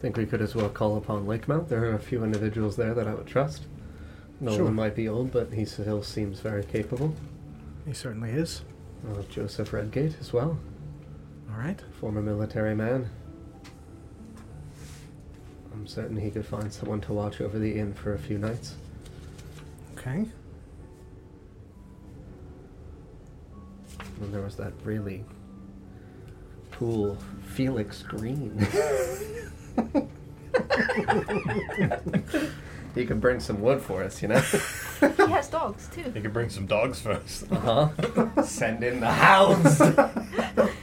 S9: think we could as well call upon Lakemount. There are a few individuals there that I would trust. Nolan
S3: Sure.
S9: might be old, but he still seems very capable.
S3: He certainly is.
S9: Uh, Joseph Redgate as well,
S3: All right.
S9: former military man. I'm certain he could find someone to watch over the inn for a few nights.
S3: Okay.
S9: And there was that really cool Felix Green. he could bring some wood for us, you know?
S1: He has dogs too.
S10: You could bring some dogs first.
S9: Uh huh. Send in the hounds!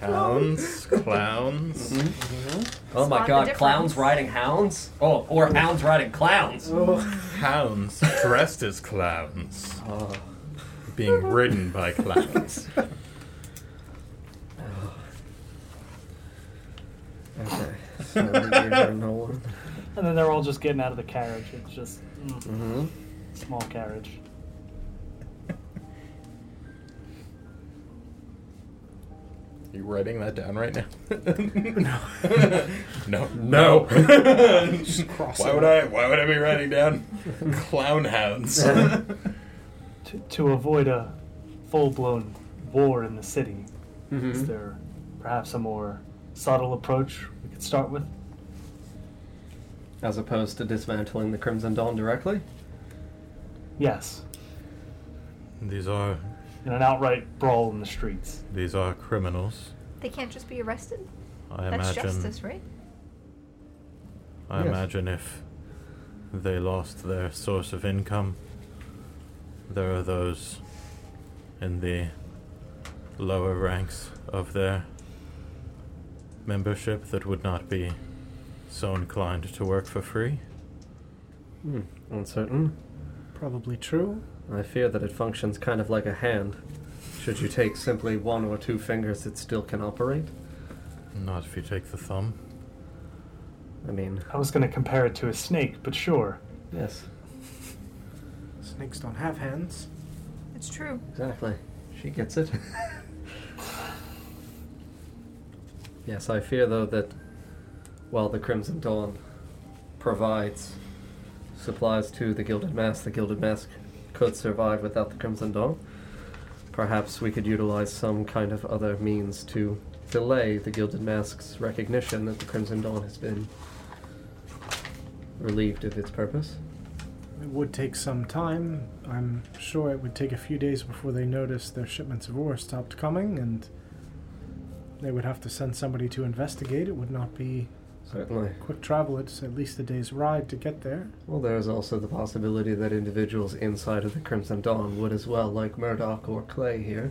S10: Hounds, clowns.
S2: Oh my
S1: Spot the
S2: god, clowns
S1: difference.
S2: riding hounds? Oh, or hounds riding clowns.
S3: Oh.
S10: Hounds dressed as clowns.
S9: Oh.
S10: Being ridden by clowns.
S9: Okay. So we gave her Nolan.
S6: And then they're all just getting out of the carriage. It's just mm,
S9: Mm-hmm.
S6: small carriage.
S10: you writing that down right now? no.
S9: No.
S3: Just cross
S10: Why
S3: it
S10: would
S3: out.
S10: I? Why would I be writing down clown hounds?
S6: To, to avoid a full blown war in the city,
S2: Mm-hmm.
S9: Mm-hmm.
S6: is there perhaps a more subtle approach we could start with?
S9: As opposed to dismantling the Crimson Dawn directly?
S6: Yes,
S10: these are
S6: in an outright brawl in the streets.
S10: these are criminals.
S1: They can't just be arrested.
S10: I
S1: That's
S10: imagine.
S1: justice, right?
S10: I
S9: Yes.
S10: imagine if they lost their source of income, there are those in the lower ranks of their membership that would not be so inclined to work for free.
S9: Hmm. Uncertain.
S3: Probably true.
S9: I fear that it functions kind of like a hand. Should you take simply one or two fingers, it still can operate.
S10: Not if you take the thumb.
S9: I mean,
S6: I was going to compare it to a snake, but sure.
S9: yes,
S3: Snakes don't have hands.
S1: It's true.
S9: exactly. She gets it. yes, I fear though that while the Crimson Dawn provides supplies to the Gilded Mask, the Gilded Mask could survive without the Crimson Dawn. Perhaps we could utilize some kind of other means to delay the Gilded Mask's recognition that the Crimson Dawn has been relieved of its purpose.
S3: It would take some time. I'm sure it would take a few days before they noticed their shipments of ore stopped coming, and they would have to send somebody to investigate. It would not be
S9: Certainly.
S3: quick travel, it's at least a day's ride to get there.
S9: Well, there is also the possibility that individuals inside of the Crimson Dawn would as well, like Murdoch or Clay here,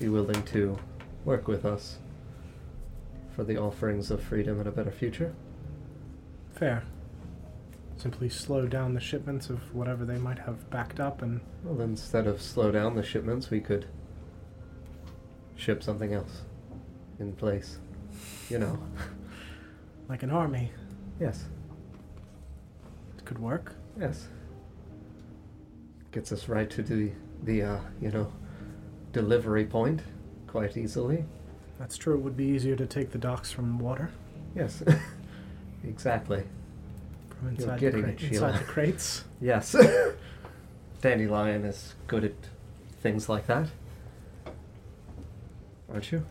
S9: be willing to work with us for the offerings of freedom and a better future.
S3: Fair. Simply slow down the shipments of whatever they might have backed up and
S9: Well, instead of slow down the shipments, we could ship something else in place. You know.
S3: like an army.
S9: Yes.
S3: It could work.
S9: Yes. Gets us right to the the uh, you know delivery point quite easily.
S3: That's true. It would be easier to take the docks from water,
S9: Yes. exactly.
S3: from inside, the,
S9: getting
S3: cra-
S9: it, Sheila.
S3: inside the crates.
S9: Yes. Dandelion is good at things like that. Aren't you?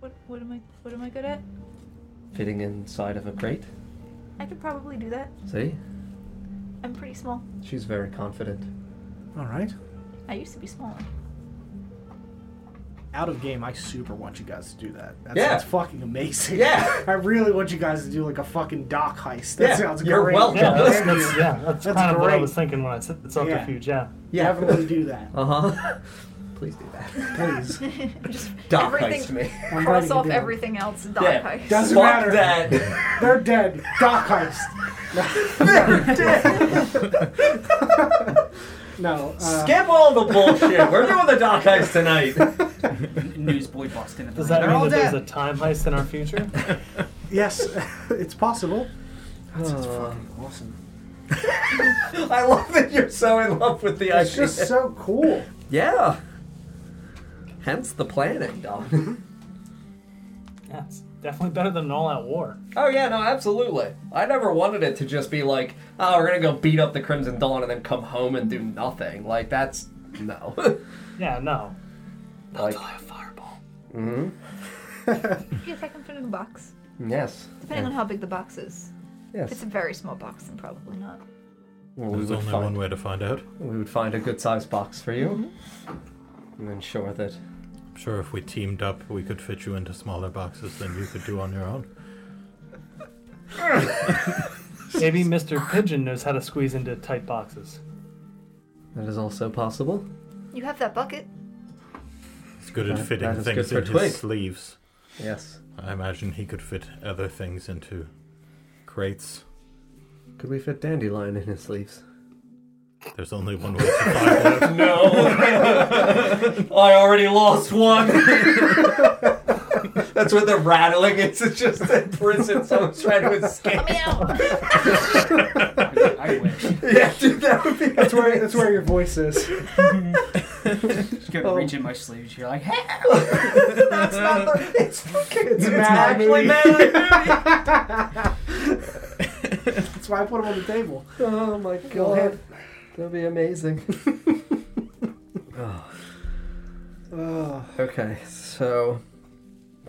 S11: What, what am I? What am I good at?
S9: Fitting inside of a crate.
S1: I could probably do that.
S9: See?
S1: I'm pretty small.
S9: She's very confident.
S3: All right.
S1: I used to be smaller.
S3: Out of game, I super want you guys to do that. That
S2: Yeah.
S3: sounds fucking amazing.
S2: Yeah.
S3: I really want you guys to do like a fucking dock heist. That
S2: Yeah,
S3: sounds great.
S2: you're welcome.
S6: Yeah, that's,
S3: Thank
S6: that's,
S3: you.
S6: yeah, that's,
S3: That's
S6: kind of what I
S3: great.
S6: was thinking when I said the subterfuge. Yeah.
S3: Definitely do that.
S9: Uh huh. Please do that.
S3: Please.
S1: Just
S2: Doc
S1: everything.
S2: heist me.
S3: I'm
S1: Cross
S3: writing it
S1: off
S3: down.
S1: everything else. Doc
S2: Yeah.
S1: heist.
S3: Doesn't
S2: Fuck
S3: matter.
S2: that.
S3: They're dead. Doc heist. no. Uh,
S2: Skip all the bullshit. We're doing the dock heist tonight.
S5: Newsboy Boston.
S6: Does that
S5: They're all
S6: mean that
S5: dead.
S6: there's a time heist in our future?
S3: yes, it's possible.
S9: That's
S3: awesome.
S2: I love that you're so in love with the
S3: It's
S2: idea.
S3: just so cool.
S9: yeah. Hence the planning, Doc.
S6: yeah, it's definitely better than an all-out war.
S2: Oh yeah, no, absolutely. I never wanted it to just be like, oh, we're gonna go beat up the Crimson Dawn and then come home and do nothing. Like that's no.
S6: Yeah, no.
S2: like
S6: Fire fireball.
S9: hmm
S1: Yes, I can fit in a box.
S9: Yes.
S1: Depending on how big the box is. If it's
S9: Yes.
S1: a very small box, then probably not.
S9: Well, we
S10: There's
S9: would
S10: only
S9: find-
S10: one way to find out.
S9: We would find a good sized box for you and ensure that.
S10: I'm sure if we teamed up, we could fit you into smaller boxes than you could do on your own.
S6: Maybe Mr. Pigeon knows how to squeeze into tight boxes.
S9: That is also possible.
S1: You have that bucket.
S10: He's good at
S9: That-
S10: fitting
S9: that is
S10: things
S9: good for
S10: in
S9: Twig.
S10: his sleeves.
S9: Yes.
S10: I imagine he could fit other things into crates.
S9: Could we fit dandelion in his sleeves?
S10: There's only one way to find out.
S2: no. I already lost one. that's what they're rattling. It's just in prison. Someone's trying to escape.
S1: Let me out.
S5: I wish.
S2: Yeah, dude, that would be.
S3: That's where that's where your voice is.
S5: Just go reach in my sleeves. You're like, hey.
S2: That's not the. It's fucking.
S3: It's
S2: It's,
S3: Mad
S2: actually
S3: Movie.
S2: Mad Movie.
S3: That's why I put them on the table.
S9: Oh my
S3: ahead.
S9: That'd be amazing.
S3: Oh.
S9: Okay, so.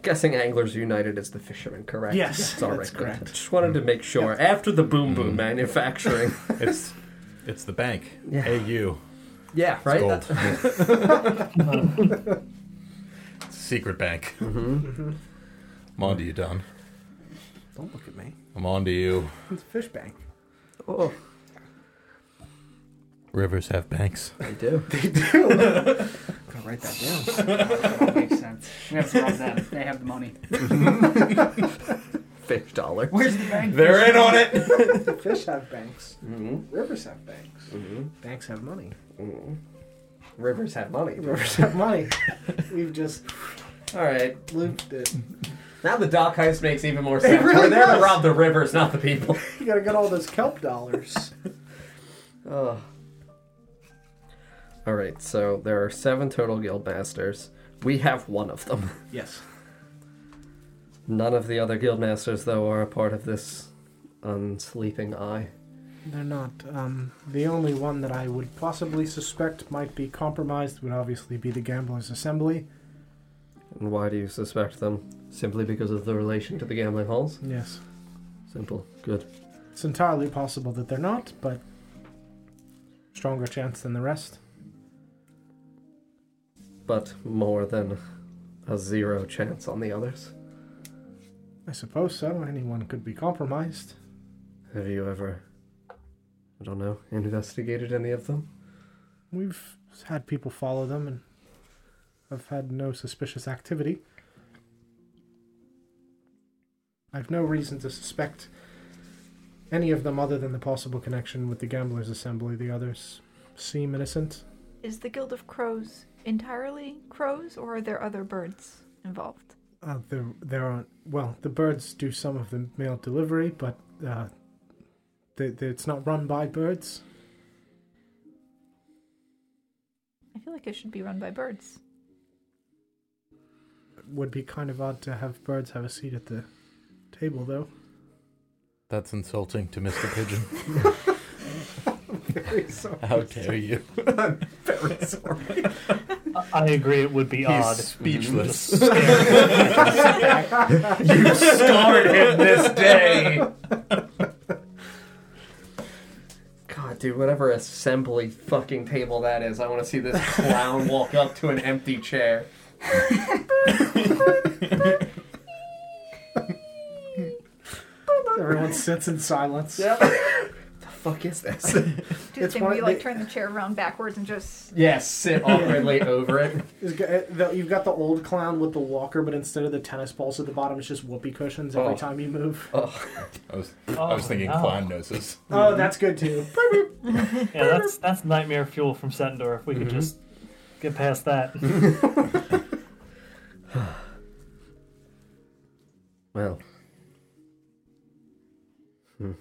S9: Guessing Anglers United is the fishermen, correct?
S3: Yes,
S9: It's all right,
S3: that's
S9: good.
S3: correct.
S9: Just wanted to make sure. After the boom boom manufacturing.
S10: It's it's the bank.
S9: Yeah.
S10: AU.
S9: yeah,
S10: It's
S9: right?
S10: gold.
S9: That's-
S10: Secret bank. Mm-hmm. I'm on to you, Don.
S3: Don't look at me.
S10: I'm on to you.
S3: It's a fish bank.
S9: oh,
S10: Rivers have banks.
S9: I do.
S3: Gotta write that down.
S5: That makes sense. We have to rob them. They have the money.
S9: Fish dollar.
S5: Where's the bank?
S2: They're in on it.
S3: Fish have banks.
S9: Mm-hmm.
S3: Rivers have banks.
S9: Mhm.
S3: Banks have money.
S9: Rivers have money.
S3: Rivers have money. We've just
S2: All right.
S3: looped it.
S2: Now the dock heist makes even more sense.
S3: really
S2: We're there
S3: does.
S2: to rob the rivers, not the people.
S3: You gotta get all those kelp dollars.
S9: Oh. All right, so there are seven total guild masters. We have one of them.
S3: Yes.
S9: None of the other guild masters, though, are a part of this unsleeping eye.
S3: They're not. Um, the only one that I would possibly suspect might be compromised would obviously be the Gamblers' Assembly.
S9: And why do you suspect them? Simply because of the relation to the gambling halls?
S3: Yes.
S9: Simple. Good.
S3: It's entirely possible that they're not, but stronger chance than the rest.
S9: But more than a zero chance on the others.
S3: I suppose so. Anyone could be compromised.
S9: Have you ever, I don't know, investigated any of them?
S3: We've had people follow them, and I've had no suspicious activity. I've no reason to suspect any of them other than the possible connection with the Gamblers' Assembly. The others seem innocent.
S1: Is the Guild of Crows entirely crows, or are there other birds involved?
S3: Uh, there, there aren't. Well, the birds do some of the mail delivery, but uh, they, they, it's not run by birds.
S1: I feel like it should be run by birds.
S3: It would be kind of odd to have birds have a seat at the table, though.
S10: That's insulting to Mr. Pigeon.
S3: Very sorry.
S10: How dare you?
S3: Very sorry.
S6: I- I agree. It would be odd.
S10: speechless.
S2: You scarred him this day. God, dude, whatever assembly fucking table that is, I want to see this clown walk up to an empty chair.
S3: Everyone sits in silence.
S2: Yep. the fuck is this?
S1: Do you
S3: It's
S1: think
S3: one
S1: we
S3: of
S1: like
S3: the-
S1: turn the chair around backwards and just
S2: Yes, sit awkwardly over it.
S3: It's g- uh, the- You've got the old clown with the walker, but instead of the tennis balls at the bottom, it's just whoopee cushions every
S2: Oh.
S3: time you move.
S10: I was,
S6: Oh,
S10: I was thinking
S6: no.
S10: clown noses.
S3: Oh, that's good too.
S6: Oh, Yeah, that's that's nightmare fuel from Settendorf. If we could just get past that.
S9: Well. Hmm.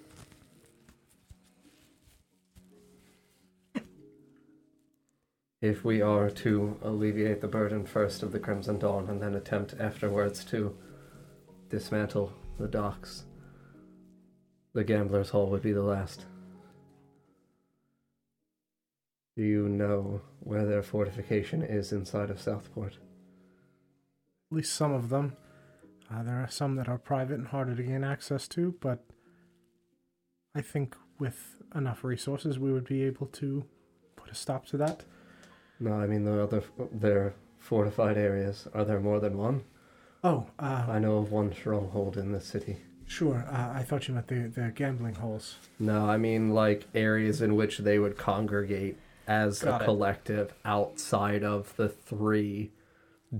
S9: If we are to alleviate the burden first of the Crimson Dawn and then attempt afterwards to dismantle the docks, the Gambler's Hall would be the last. Do you know where their fortification is inside of Southport?
S3: At least some of them. Uh, there are some that are private and harder to gain access to, but I think with enough resources, we would be able to put a stop to that.
S9: No, I mean the other their fortified areas. Are there more than one?
S3: Oh, uh,
S9: I know of one stronghold in the city.
S3: sure. Uh, I thought you meant the, the gambling halls.
S9: No, I mean like areas in which they would congregate as
S3: Got
S9: a
S3: it.
S9: collective outside of the three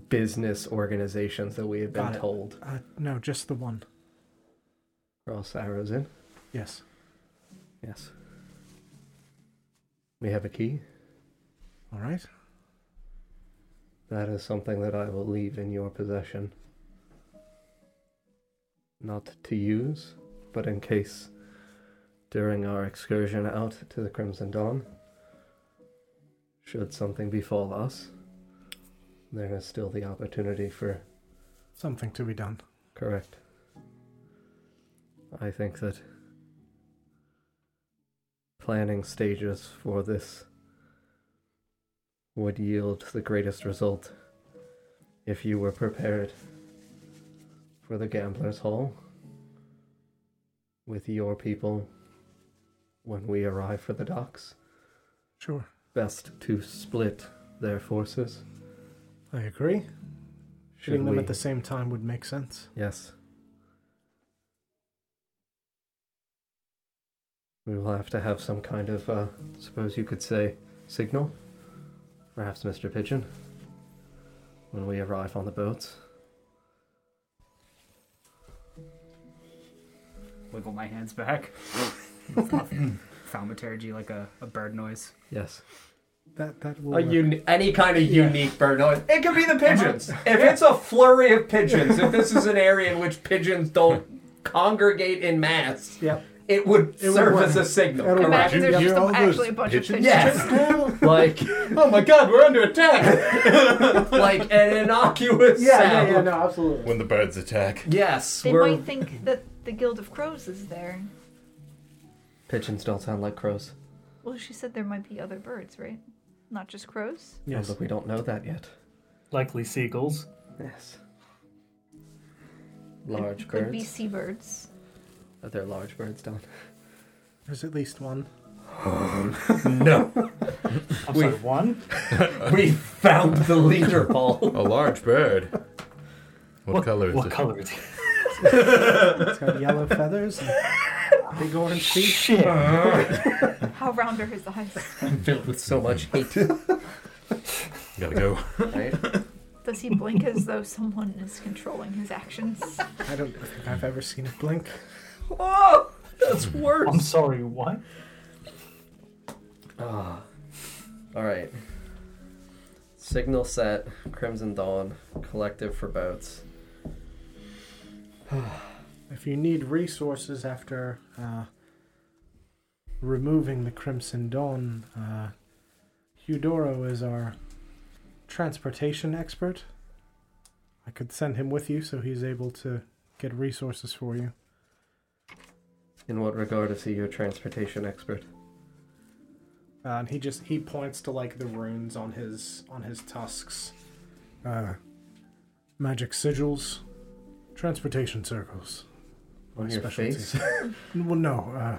S9: business organizations that we have been
S3: Got it.
S9: told.
S3: Uh, no, just the one.
S9: Cross arrows in.
S3: Yes.
S9: Yes. We have a key.
S3: All right.
S9: That is something that I will leave in your possession. Not to use, but in case during our excursion out to the Crimson Dawn, should something befall us, there is still the opportunity for
S3: Something to be done.
S9: correct. I think that planning stages for this would yield the greatest result if you were prepared for the Gambler's Hall with your people when we arrive for the docks.
S3: Sure.
S9: Best to split their forces.
S3: I agree.
S9: Should
S3: Shooting them
S9: we-
S3: at the same time would make sense.
S9: Yes. We will have to have some kind of, uh, suppose you could say, signal. Perhaps Mr. Pigeon. When we arrive on the boats.
S5: Wiggle my hands back. Thaumaturgy like a, a bird noise.
S9: Yes.
S3: That that will.
S2: A
S3: work.
S2: uni- any kind of unique bird noise. It could be the pigeons. If it's a flurry of pigeons, if this is an area in which pigeons don't congregate in mass,
S3: Yep.
S2: it would
S3: It would
S2: serve
S3: work.
S2: as a signal.
S3: It'll
S2: correct?
S1: imagine
S10: you
S1: there's
S10: hear
S1: just a-
S10: all those
S1: actually a bunch of pigeons?
S10: pigeons?
S2: Yes.
S9: Like,
S2: oh my god, we're under attack. like an innocuous
S3: Yeah,
S2: sound.
S3: yeah, yeah, no, absolutely.
S10: When the birds attack.
S2: Yes,
S1: They
S2: we're
S1: might think that the Guild of Crows is there.
S9: Pigeons don't sound like crows.
S1: Well, she said there might be other birds, right? Not just crows.
S9: Yes. But we don't know that yet.
S6: Likely seagulls.
S9: Yes.
S1: could,
S9: Large birds.
S1: Could be seabirds.
S9: But they're large birds, Don.
S3: There's at least one.
S2: No,
S6: I'm sorry, one?
S2: we found the leader, Paul.
S10: A large bird. What, color is
S6: What
S10: it?
S6: color is it?
S3: It's got yellow feathers and big orange feet.
S6: Shit.
S1: How round are his eyes?
S2: Filled with so much hate,
S10: Gotta go.
S2: right?
S1: Does he blink as though someone is controlling his actions?
S3: I don't think I've ever seen it blink.
S2: Whoa, Oh, that's worse.
S6: I'm sorry, what?
S2: Ah. All right. Signal set. Crimson Dawn. Collective for boats.
S3: If you need resources after uh, removing the Crimson Dawn, uh, Eudoro is our transportation expert. I could send him with you so he's able to get resources for you.
S9: In what regard is he your transportation expert?
S3: Uh, and he just he points to like the runes on his on his tusks. Uh, magic sigils, transportation circles.
S9: On
S3: My
S9: your
S3: specialty.
S9: face?
S3: Well, no, uh,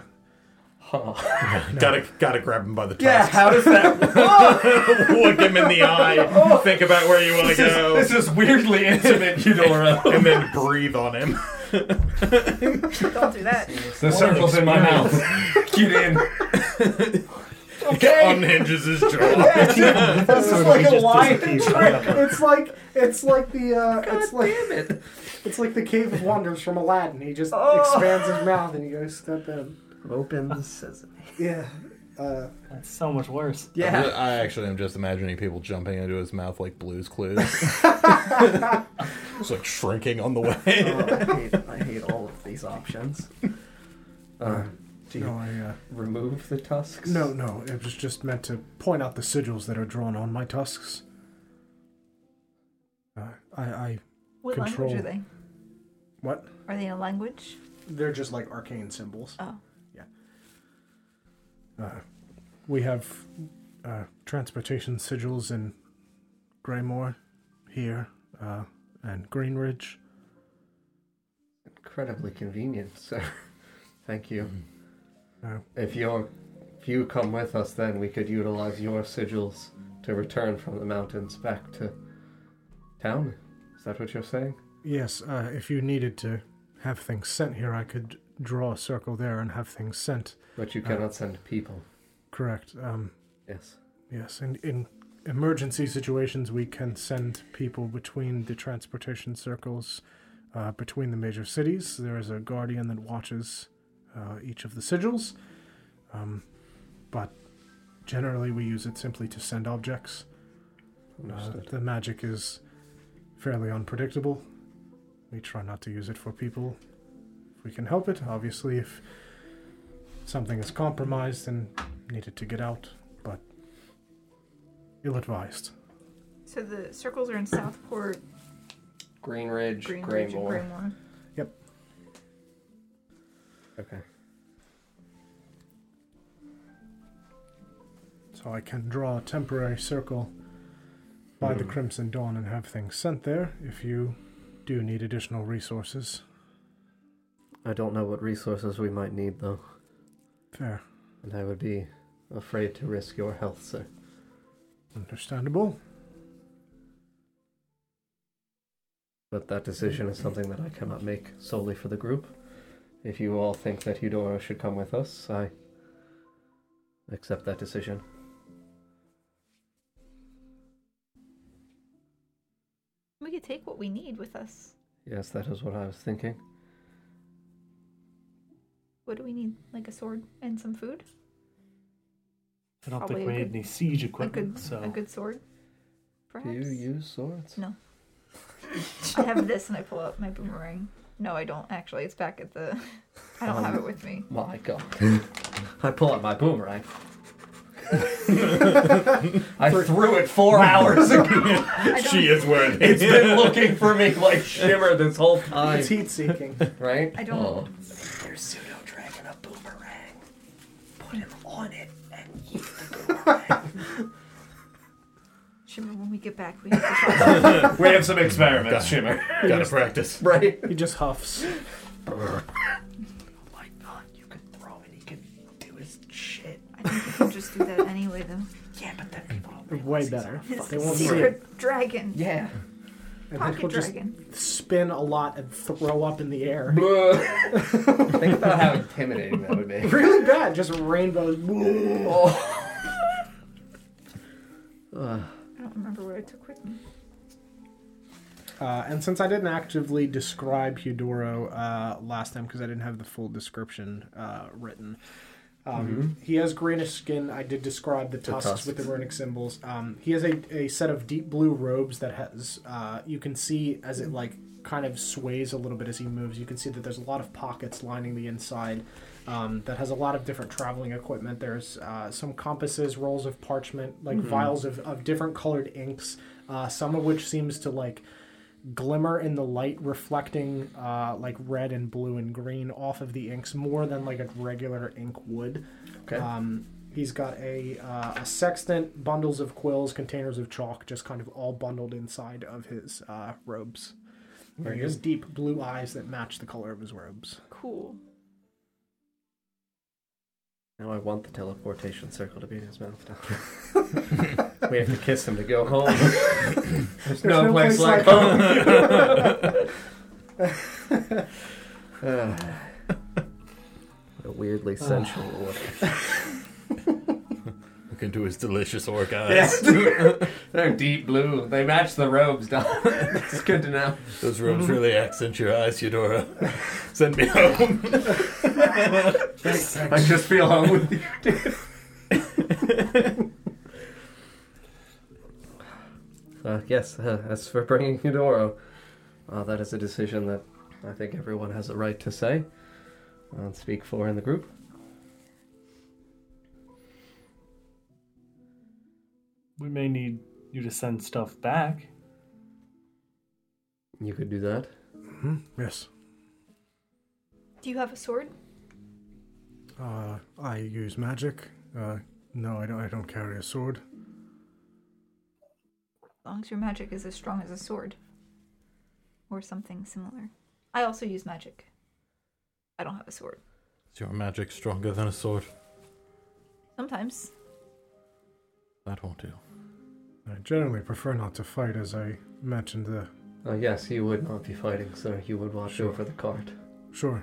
S2: Huh.
S10: Gotta gotta grab him by the
S2: Yeah, how does that?
S10: look him in the eye, think about where you want to go,
S2: this is weirdly intimate, Eudora.
S10: and then breathe on him.
S1: Don't do that.
S2: the circle's in my mouth. Get in. okay.
S10: Unhinges his jaw.
S3: this is like a lion trick. It's like it's like the uh, it's like
S2: it.
S3: it's like the cave of wonders from Aladdin. He just expands his mouth and he goes step in.
S9: Open sesame.
S3: Yeah. Uh,
S6: That's so much worse.
S2: Yeah.
S10: I actually am just imagining people jumping into his mouth like Blue's Clues. Just like shrinking on the way.
S9: I, hate, I hate all of these options. Uh, do you
S3: no, I, uh,
S9: remove the tusks?
S3: no, no. It was just meant to point out the sigils that are drawn on my tusks. Uh, I, I,
S1: What
S3: Control.
S1: language are they?
S3: what?
S1: Are they in a language?
S3: They're just like arcane symbols.
S1: Oh.
S3: Yeah. Uh, we have uh, transportation sigils in Greymore here uh, and Greenridge.
S9: Incredibly convenient, sir. Thank you.
S3: Uh,
S9: If you're, if you come with us, then we could utilize your sigils to return from the mountains back to town. Is that what you're saying?
S3: yes, uh, if you needed to have things sent here, I could draw a circle there and have things sent.
S9: But you cannot send people.
S3: Correct. Um,
S9: Yes.
S3: yes, in, in emergency situations, we can send people between the transportation circles, uh, between the major cities. There is a guardian that watches uh, each of the sigils, um, but generally, we use it simply to send objects. Uh,
S9: Understood.
S3: the magic is fairly unpredictable. We try not to use it for people if we can help it. Obviously, if something is compromised and needed to get out, but ill advised.
S1: So the circles are in Southport,
S2: Green Ridge,
S1: Greenridge, and
S2: Greymore.
S1: Greymore.
S9: okay.
S3: So I can draw a temporary circle by the Crimson Dawn and have things sent there if you do need additional resources.
S9: I don't know what resources we might need though,
S3: Fair.
S9: and I would be afraid to risk your health, sir.
S3: Understandable.
S9: But that decision is something that I cannot make solely for the group. If you all think that Eudora should come with us, I accept that decision.
S1: We could take what we need with us.
S9: Yes, that is what I was thinking.
S1: What do we need? Like a sword and some food?
S6: I don't
S1: Probably a
S6: think we
S1: good-
S6: need any siege
S1: A
S6: equipment,
S1: good,
S6: so
S1: a good sword, perhaps.
S9: Do you use swords?
S1: No. I have this, and I pull out my boomerang. No, I don't actually. It's back at the. I don't have it with me.
S2: My God. I pull out my boomerang. I threw it four hours ago.
S1: I don't,
S10: is worth
S2: It's been looking for me like Shimmer this whole time.
S3: heat seeking.
S2: Right? Oh.
S1: I don't-
S2: You're pseudo dragging a boomerang. put him on it. And
S1: Shimmer, when we get back, we have to try.
S12: We have some experiments, Shimmer.
S10: Gotta practice.
S2: right?
S3: He just huffs.
S2: Oh my god, you can throw it. He can do his shit.
S1: I think we can just do that anyway, though.
S2: Yeah, but then people don't.
S3: Way better. They won't see it.
S1: Secret dragon.
S2: Yeah.
S3: And then he'll
S1: Pocket
S3: just
S1: dragon.
S3: spin a lot and throw up in the air.
S2: Think about how intimidating that would be.
S3: really bad. Just rainbows. Whoa.
S2: Oh.
S1: I don't remember where I took with me.
S3: Uh, and since I didn't actively describe Hudoro uh, last time because I didn't have the full description uh, written, um, he has greenish skin. I did describe the tusks,
S9: tusks.
S3: with the runic symbols. Um, he has a, a set of deep blue robes that has uh, you can see as it like kind of sways a little bit as he moves. You can see that there's a lot of pockets lining the inside. Um, that has a lot of different traveling equipment. There's uh, some compasses, rolls of parchment, like vials of, of different colored inks, uh, some of which seems to like glimmer in the light reflecting uh, like red and blue and green off of the inks more than like a regular ink would.
S2: Okay.
S3: Um, he's got a, uh, a sextant, bundles of quills, containers of chalk, just kind of all bundled inside of his uh, robes. And he has deep blue eyes that match the color of his robes.
S13: Cool.
S9: Now I want the teleportation circle to be in his mouth now.
S2: We have to kiss him to go home. There's no,
S3: no
S2: place, like
S3: place like
S2: home.
S9: What a weirdly sensual look.
S10: Look into his delicious orc eyes.
S2: They're deep blue. They match the robes, Don. it's good to know.
S10: Those robes really accent your eyes, Eudora. Send me home.
S2: I just feel home with you.
S9: Uh, yes, uh, as for bringing Hidoro, uh, that is a decision that I think everyone has a right to say uh, and speak for in the group.
S6: We may need you to send stuff back.
S9: You could do that.
S12: Mm-hmm. Yes.
S1: Do you have a sword?
S12: Uh, I use magic. Uh, no, I don't. I don't carry a sword.
S1: As long as your magic is as strong as a sword. Or something similar. I also use magic. I don't have a sword.
S10: Is your magic stronger than a sword?
S13: Sometimes.
S10: That won't do.
S12: I generally prefer not to fight, as I mentioned. The
S9: Uh, yes, you would not be fighting, sir. You would watch
S12: Sure.
S9: over the cart
S12: sure,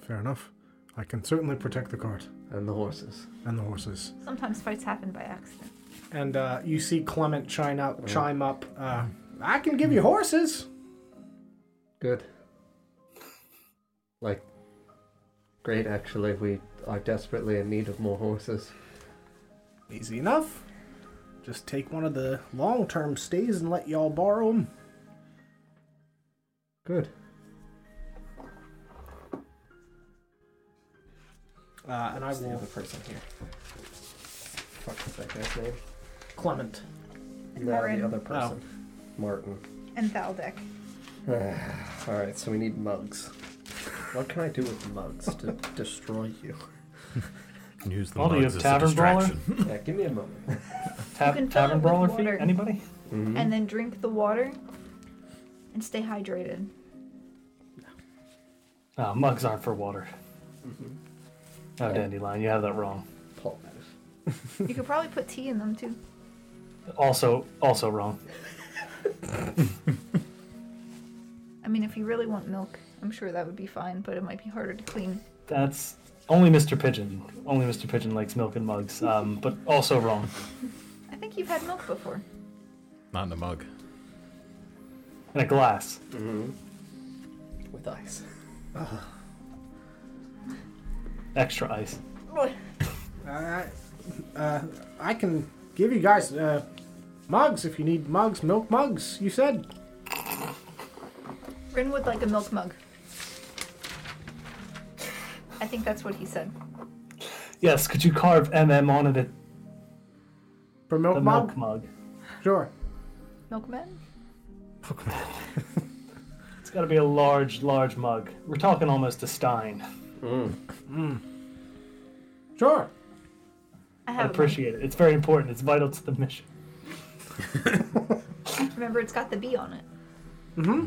S12: fair enough. I can certainly protect the cart
S9: and the horses.
S12: and the horses.
S1: Sometimes fights happen by accident.
S3: And uh, you see Clement chime up. Chime up uh, I can give you horses.
S9: Good. Like, great. Actually, we are desperately in need of more horses.
S3: Easy enough. Just take one of the long term stays and let y'all borrow them.
S9: Good.
S3: Uh, and I
S2: I have
S3: will.
S2: a person here. Fuck is that guy's name?
S3: Clement.
S1: And
S2: No,
S1: Marin.
S2: the other person. Martin.
S1: And Valdek.
S2: All right, so we need mugs. What can I do with mugs to destroy you?
S10: You can use the
S6: Well, do you
S10: mugs
S6: have
S10: as a
S6: Tavern
S10: distraction.
S2: Yeah, give me a moment.
S6: Ta-
S1: can fill it
S6: tavern
S1: with
S6: brawler
S1: water.
S6: feet? Anybody?
S1: And then drink the water and stay hydrated.
S6: Ah, mugs aren't for water.
S1: Mm-hmm.
S6: Oh, dandelion, you have that wrong.
S2: Pull that.
S1: You could probably put tea in them too.
S6: Also, also wrong.
S1: I mean, if you really want milk, I'm sure that would be fine, but it might be harder to clean.
S6: That's only Mr. Pigeon. Only Mr. Pigeon likes milk and mugs. Um, but also wrong.
S1: I think you've had milk before.
S10: Not in a mug.
S6: In a glass.
S2: With ice.
S6: Extra ice.
S3: Uh, uh, I can give you guys uh, mugs if you need mugs, milk mugs, you said.
S1: Rin would like a milk mug. I think that's what he said.
S6: Yes, could you carve MM on it at
S3: For
S1: Oh,
S3: milk
S6: the
S3: mug?
S6: milk mug?
S3: Sure.
S1: Milkman?
S6: It's got to be a large, large mug. We're talking almost a stein.
S3: Sure.
S1: I
S6: I
S1: have
S6: appreciate it. It's very important. It's vital to the mission.
S1: Remember, it's got the B on it.
S3: Mm-hmm.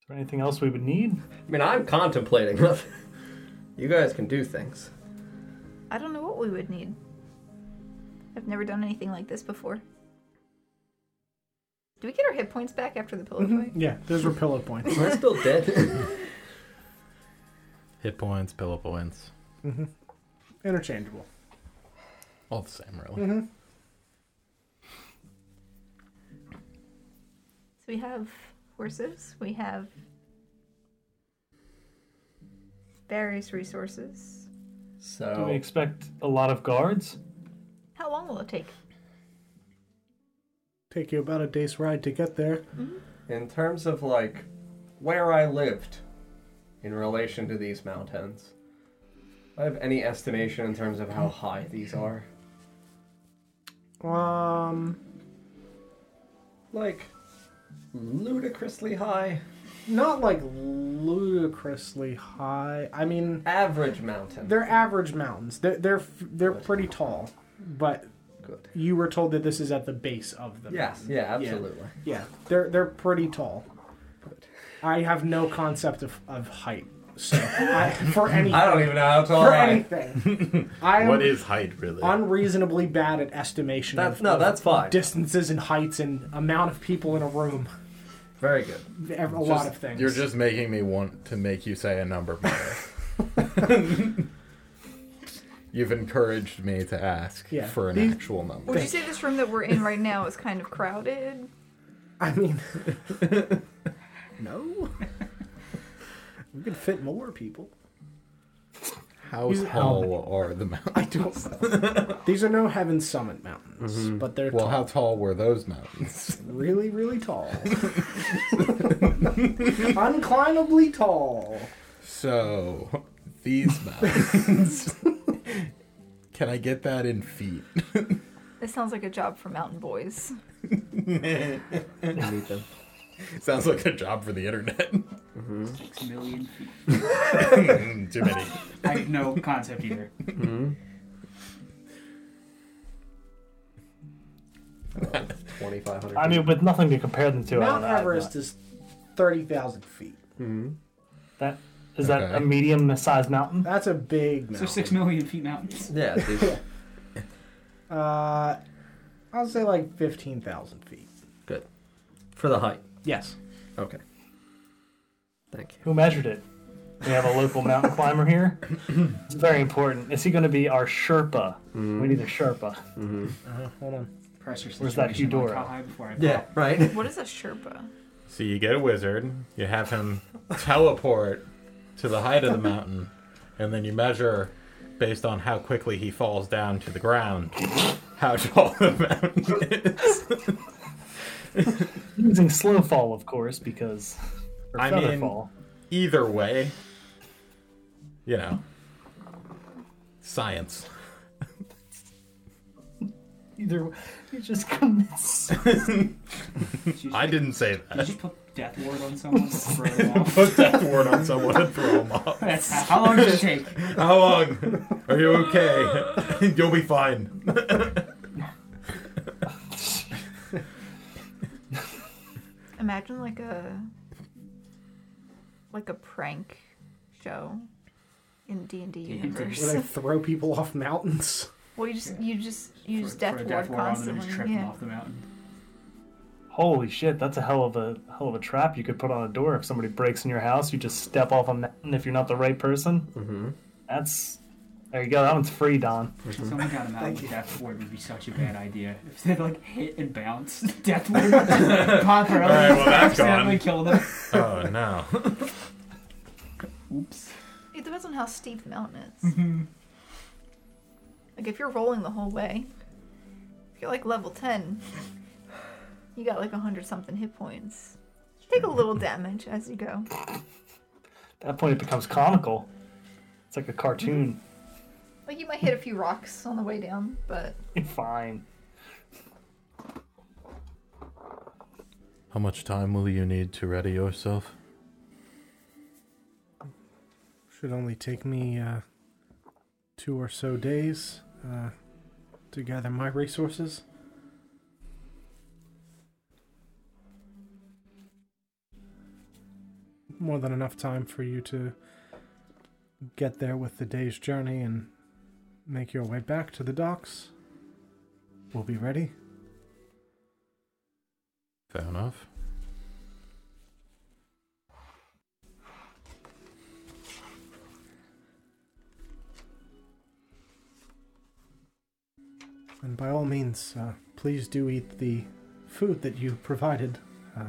S6: Is there anything else we would need?
S2: I mean, I'm contemplating. you guys can do things.
S14: I don't know what we would need.
S1: I've never done anything like this before. Do we get our hit points back after the pillow fight?
S3: Yeah, those were pillow points.
S2: We're still dead.
S10: Hit points, pillow points,
S3: hmm Interchangeable.
S10: all the same, really.
S3: Mm-hmm.
S1: So we have horses. We have various resources.
S6: Do we
S2: So
S6: expect a lot of guards?
S1: How long will it take?
S3: Take you about a day's ride to get there.
S2: in terms of like where I lived in relation to these mountains, I have any estimation in terms of how high these are.
S3: Um,
S2: Like ludicrously high.
S3: not like ludicrously high. I mean,
S2: Average mountain.
S3: they're average mountains. They're they're they're pretty tall, but
S2: Good.
S3: you were told that this is at the base of the
S2: Yes.
S3: mountain.
S2: Yeah. Absolutely.
S3: Yeah, they're they're pretty tall. I have no concept of, of height, so I, for anything,
S2: I don't even know how tall.
S3: for
S2: I am.
S3: anything, I am
S10: What is height, really?
S3: unreasonably bad at estimation.
S2: That's
S3: of,
S2: no.
S3: of
S2: That's fine.
S3: distances and heights and amount of people in a room,
S2: Very good.
S3: a lot of things.
S10: You're just making me want to make you say a number. more. You've encouraged me to ask
S3: Yeah.
S10: for an
S3: These-
S10: actual number.
S1: Would you say this room that we're in right now is kind of crowded?
S3: I mean, no, we could fit more people.
S10: How
S3: These-
S10: tall are the
S3: I
S10: mountains?
S3: don't. These are no heaven summit mountains, but they're
S10: Well,
S3: tall.
S10: how tall were those mountains?
S3: really, really tall. Unclimbably tall.
S10: So, these mountains. Can I get that in feet?
S1: This sounds like a job for mountain boys.
S10: Sounds like a job for the internet.
S5: Six million feet.
S10: Too many.
S5: I have no concept either.
S2: Twenty-five hundred.
S6: I mean, with nothing to compare them to. I
S3: Mount
S6: don't know.
S3: Everest is 30,000 feet.
S6: That is that
S10: Okay.
S6: a medium-sized mountain?
S3: That's a big
S5: So
S3: mountain.
S5: six million feet mountains.
S2: Yeah. dude.
S3: Uh, I'll say like 15,000 feet.
S2: For the height.
S3: Yes.
S2: Okay. Thank you.
S6: Who measured it? We have a local mountain climber here. It's very important. Is he going to be our Sherpa? We need a Sherpa.
S3: Uh, hold on.
S5: Press your
S6: Where's that
S5: situation, like,
S6: Eudora?
S5: how high before I
S2: Yeah. Right.
S1: What is a Sherpa?
S10: So you get a wizard, you have him teleport to the height of the mountain, and then you measure based on how quickly he falls down to the ground how tall the mountain is.
S6: Using slow fall, of course, because or
S10: I
S6: feather
S10: mean-
S6: fall.
S10: Either way, you know, science.
S6: Either way, you just commits.
S5: fall?
S10: I didn't say
S5: Did you
S10: that.
S5: just put death ward on someone to throw them off?
S10: Put that word on someone to throw him off.
S5: That's how long does it take?
S10: How long? Are you okay? You'll be fine.
S1: Imagine like a like a prank show in D and D
S5: Yeah.
S3: Where
S1: universe.
S3: they throw people off mountains.
S1: well, you just you just use
S5: For-
S1: death
S5: for a
S1: ward
S5: on them and
S1: constantly.
S5: just trip them
S1: yeah.
S5: off the mountain.
S6: Holy shit, that's a hell of a hell of a trap you could put on a door. If somebody breaks in your house, you just step off a mountain if you're not the right person. Mm-hmm. That's there you go. That one's free, Don.
S5: Someone got a mountain with death ward would be such a bad idea. If they like hit and bounce, death ward would just pop her up.
S10: right, well, that's
S5: accidentally
S10: gone.
S5: kill them.
S10: Oh no.
S5: Oops.
S1: It depends on how steep the mountain is.
S5: Mm-hmm.
S1: Like if you're rolling the whole way, if you're like level ten, you got like hundred something hit points. Take a little damage as you go.
S6: At that point, it becomes comical. It's like a cartoon.
S1: Like you might hit a few rocks on the way down, but
S6: Fine.
S10: How much time will you need to ready yourself?
S15: Should only take me uh, two or so days uh, to gather my resources. More than enough time for you to get there with the day's journey and make your way back to the docks. We'll be ready.
S10: Fair enough.
S15: And by all means, uh, please do eat the food that you provided. Uh,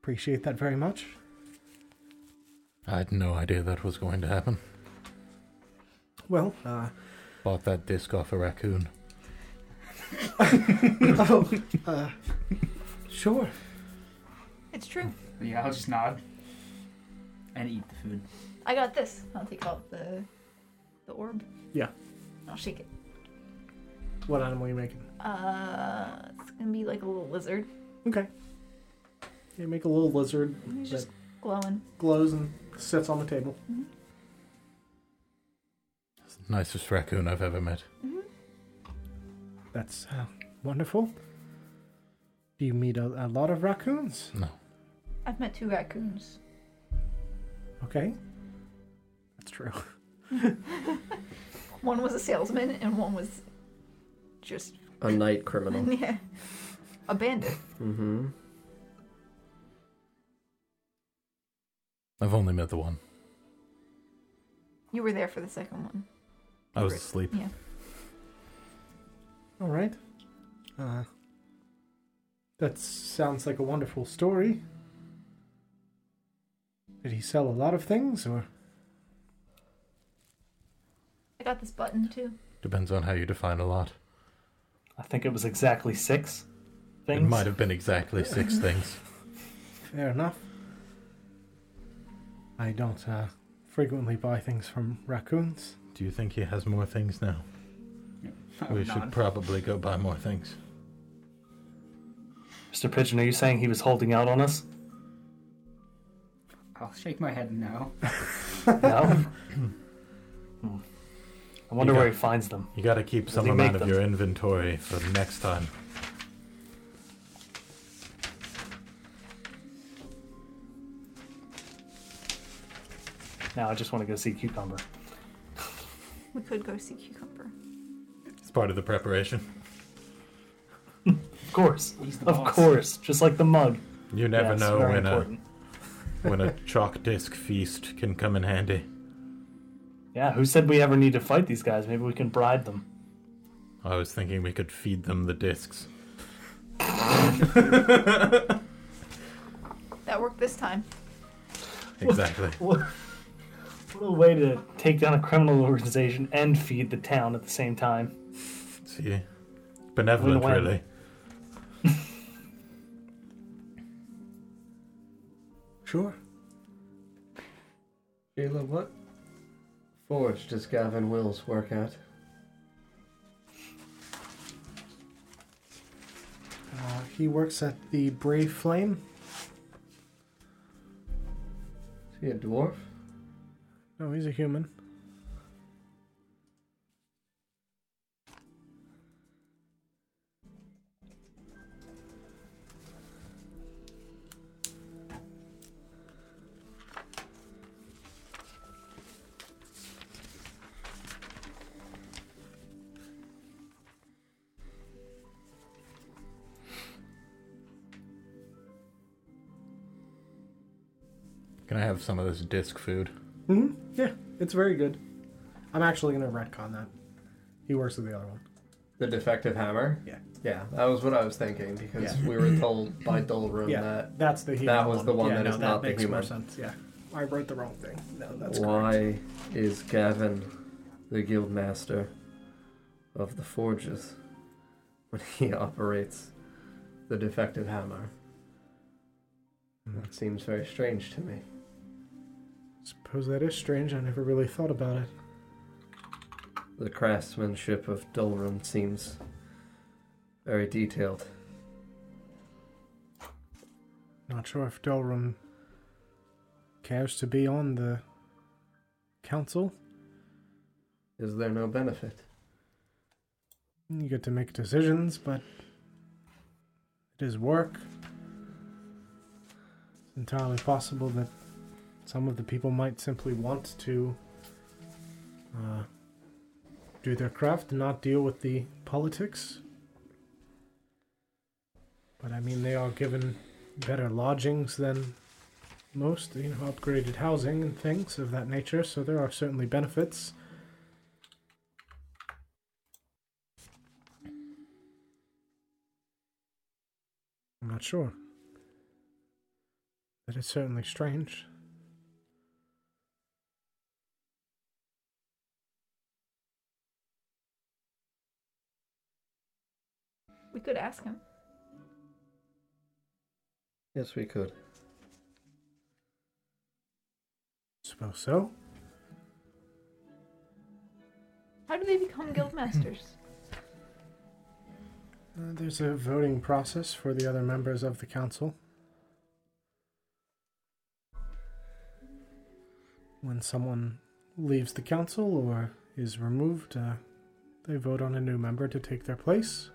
S15: appreciate that very much.
S10: I had no idea that was going to happen.
S15: Well, uh,
S10: Bought that disc off a raccoon.
S15: oh, uh, sure.
S1: It's true.
S5: Yeah, I'll just nod and eat the food.
S1: I got this. I'll take out the the orb.
S3: Yeah.
S1: I'll shake it.
S3: What animal are you making?
S1: Uh, it's gonna be like a little lizard.
S3: Okay. You make a little lizard
S1: He's
S3: that
S1: just glowing.
S3: glows and sits on the table.
S10: Nicest raccoon I've ever met.
S15: That's uh, wonderful. Do you meet a, a lot of raccoons?
S10: No.
S1: I've met two raccoons.
S15: Okay. That's true.
S1: One was a salesman and one was just
S2: A night criminal.
S1: yeah, a bandit.
S2: Mm-hmm.
S10: I've only met the one.
S1: You were there for the second one.
S10: I was asleep.
S1: Yeah.
S15: All right. Uh, that sounds like a wonderful story. Did he sell a lot of things, or
S1: I got this button too.
S10: Depends on how you define a lot.
S6: I think it was exactly six
S10: It
S6: things.
S10: might have been exactly six things.
S15: fair enough? I don't uh, frequently buy things from raccoons.
S10: Do you think he has more things now? We should probably go buy more things.
S6: Mr. Pigeon, are you saying he was holding out on us?
S5: I'll shake my head no.
S6: No. Hmm. I wonder
S10: You
S6: where
S10: got-
S6: he finds them.
S10: You gotta keep
S6: Does
S10: some
S6: he make
S10: amount of
S6: them?
S10: your inventory for next time.
S6: Now I just want to go see Cucumber.
S1: We could go see cucumber.
S10: It's part of the preparation.
S6: Of course.
S5: the
S6: Of
S5: boss.
S6: course. Just like the mug.
S10: You never
S6: Yes,
S10: know
S6: very
S10: when uh,
S6: important.
S10: a when a chalk disc feast can come in handy.
S6: Yeah, who said we ever need to fight these guys? Maybe we can bribe them.
S10: I was thinking we could feed them the discs.
S1: That worked this time.
S10: Exactly.
S6: What, what a way to take down a criminal organization and feed the town at the same time.
S10: See, benevolent,
S6: Win-win.
S10: really.
S15: Sure.
S2: Sheila, what forge does Gavin Wills work at?
S15: Uh, he works at the Brave Flame.
S2: Is he a dwarf?
S15: No, he's a human.
S10: Can I have some of this disc food?
S3: Mm-hmm. Yeah, it's very good. I'm actually gonna retcon that. He works with the other one.
S9: The defective hammer?
S3: Yeah.
S9: Yeah, that was what I was thinking because
S3: Yeah.
S9: we were told by Dolrum
S3: yeah,
S9: that
S3: that's the human.
S9: that was the one
S3: yeah,
S9: that
S3: no,
S9: is not the
S3: makes
S9: human.
S3: More sense. Yeah, I wrote the wrong thing. No, that's correct.
S2: Why is Gavin the guild master of the forges when he operates the defective hammer? That seems very strange to me.
S15: Suppose that is strange. I never really thought about it.
S2: The craftsmanship of Dolrum seems very detailed.
S6: Not sure if Dolrum cares to be on the council.
S9: Is there no benefit?
S6: You get to make decisions, but it is work. It's entirely possible that some of the people might simply want to uh, do their craft and not deal with the politics. But I mean, they are given better lodgings than most, you know, upgraded housing and things of that nature, so there are certainly benefits. I'm not sure. That is certainly strange.
S1: We could ask him.
S9: Yes, we could.
S6: Suppose so.
S1: How do they become guild masters?
S6: Uh, there's a voting process for the other members of the council. When someone leaves the council or is removed, uh, they vote on a new member to take their place.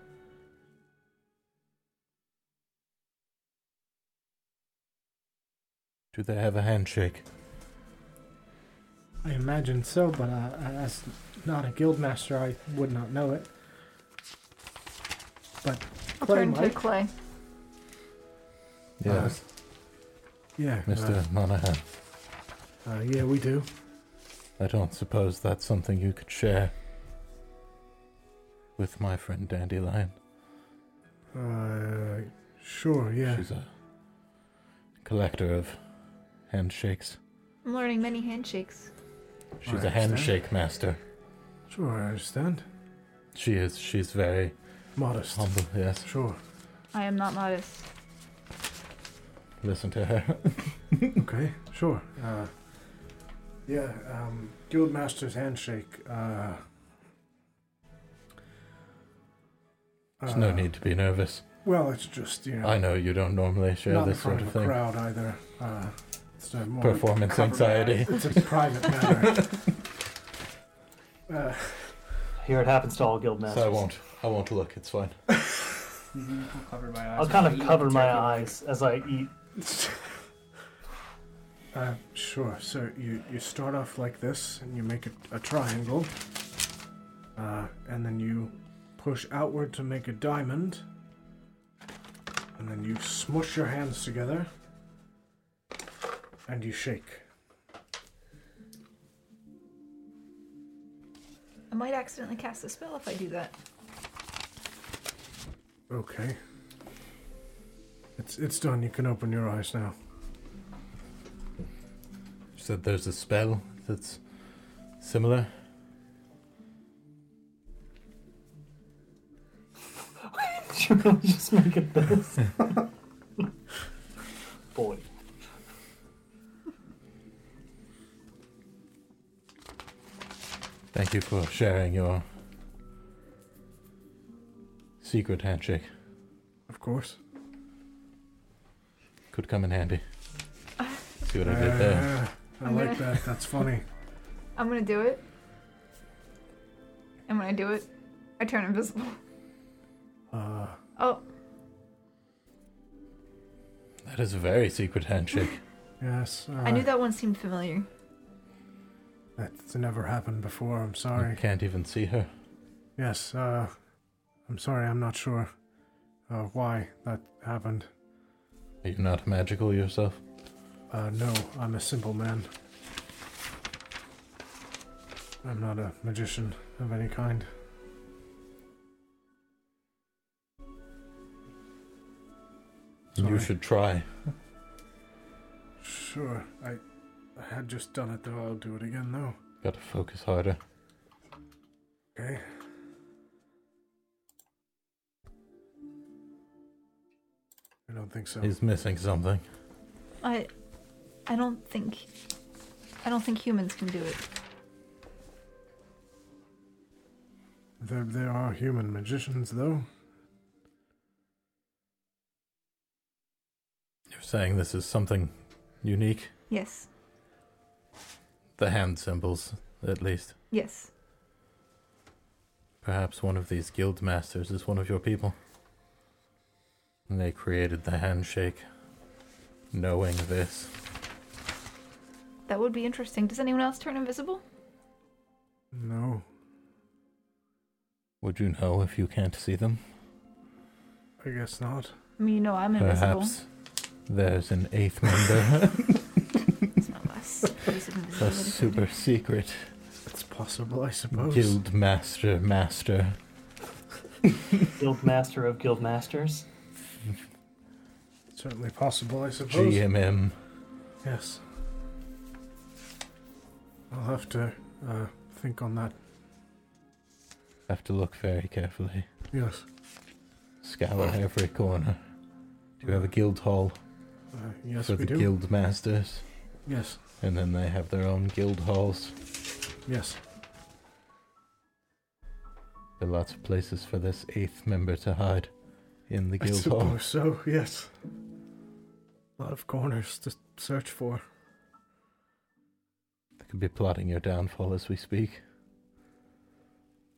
S10: Do they have a handshake?
S6: I imagine so, but uh, as not a guildmaster, I would not know it. But
S1: I'll
S6: Clay
S1: turn to
S6: might.
S1: Clay.
S10: Yes.
S6: Uh, yeah,
S10: Mr. Monahan,
S6: Uh, uh, yeah, we do.
S10: I don't suppose that's something you could share with my friend Dandelion.
S6: Uh, sure, yeah.
S10: She's a collector of handshakes.
S1: I'm learning many handshakes.
S10: She's
S6: I
S10: a
S6: understand.
S10: handshake master.
S6: Sure, I understand.
S10: She is. She's very
S6: Modest.
S10: humble. Yes.
S6: Sure.
S1: I am not modest.
S10: Listen to her.
S6: okay, sure. Uh, yeah, um, Guildmaster's handshake. Uh,
S10: There's
S6: uh,
S10: no need to be nervous.
S6: Well, it's just you know.
S10: I know you don't normally share
S6: not
S10: this
S6: in front
S10: sort of
S6: a
S10: thing.
S6: crowd either. Uh, it's a more
S10: Performance
S6: covered-
S10: anxiety.
S6: It's a private matter. uh,
S3: Here it happens to all guild masters.
S10: So I won't. I won't look. It's fine.
S5: I'll cover my eyes.
S3: I'll kind
S5: Eat
S3: of cover my
S5: turkey.
S3: eyes as I eat.
S6: Uh, sure. So you, you start off like this, and you make a, a triangle, uh, and then you push outward to make a diamond, and then you smush your hands together, and you shake.
S1: I might accidentally cast a spell if I do that.
S6: Okay. It's it's done. You can open your eyes now.
S10: You said there's a spell that's similar.
S3: Did you really just make it this? Boy.
S10: Thank you for sharing your secret handshake.
S6: Of course.
S10: Could come in handy. See what I did
S3: Uh,
S10: there.
S6: Uh, I like that. That's funny.
S1: I'm gonna do it. And when I do it, I turn invisible.
S6: Uh,
S1: Oh,
S10: That is a very secret handshake.
S6: yes. Uh,
S1: I
S10: Ah.
S1: knew that one seemed familiar.
S6: That's never happened before. I'm sorry.
S10: You can't even see her.
S6: Yes, uh, I'm sorry, I'm not sure uh, why that happened.
S10: Are you not magical yourself?
S6: Uh, no, I'm a simple man. I'm not a magician of any kind.
S10: You
S6: Sorry.
S10: should try.
S6: Sure, I, I had just done it though, I'll do it again though.
S10: Got to focus harder.
S6: Okay. I don't think so.
S10: He's missing something.
S1: I, I don't think, I don't think humans can do it.
S6: There, there are human magicians though.
S10: There's saying this is something unique?
S1: Yes.
S10: The hand symbols, at least.
S1: Yes.
S10: Perhaps one of these guild masters is one of your people. And they created the handshake knowing this.
S1: That would be interesting. Does anyone else turn invisible?
S6: No.
S10: Would you know if you can't see them?
S6: I guess not.
S1: I mean, you know I'm invisible.
S10: Perhaps there's an eighth member.
S1: It's not less. Piece of
S10: A
S1: invisibility.
S10: super secret
S6: It's possible, I suppose.
S10: guild master master.
S9: Guild master of guild masters.
S6: Certainly possible, I suppose.
S10: GMM.
S6: Yes. I'll have to uh, think on that.
S10: Have to look very carefully.
S6: Yes.
S10: Scour every corner. Do you have a guild hall?
S6: Uh, yes,
S10: for the
S6: we do.
S10: guild masters.
S6: Yes.
S10: And then they have their own guild halls.
S6: Yes.
S10: There are lots of places for this eighth member to hide in the
S6: I
S10: guild Oh.
S6: suppose
S10: hall.
S6: so, yes. A lot of corners to search for.
S10: They could be plotting your downfall as we speak.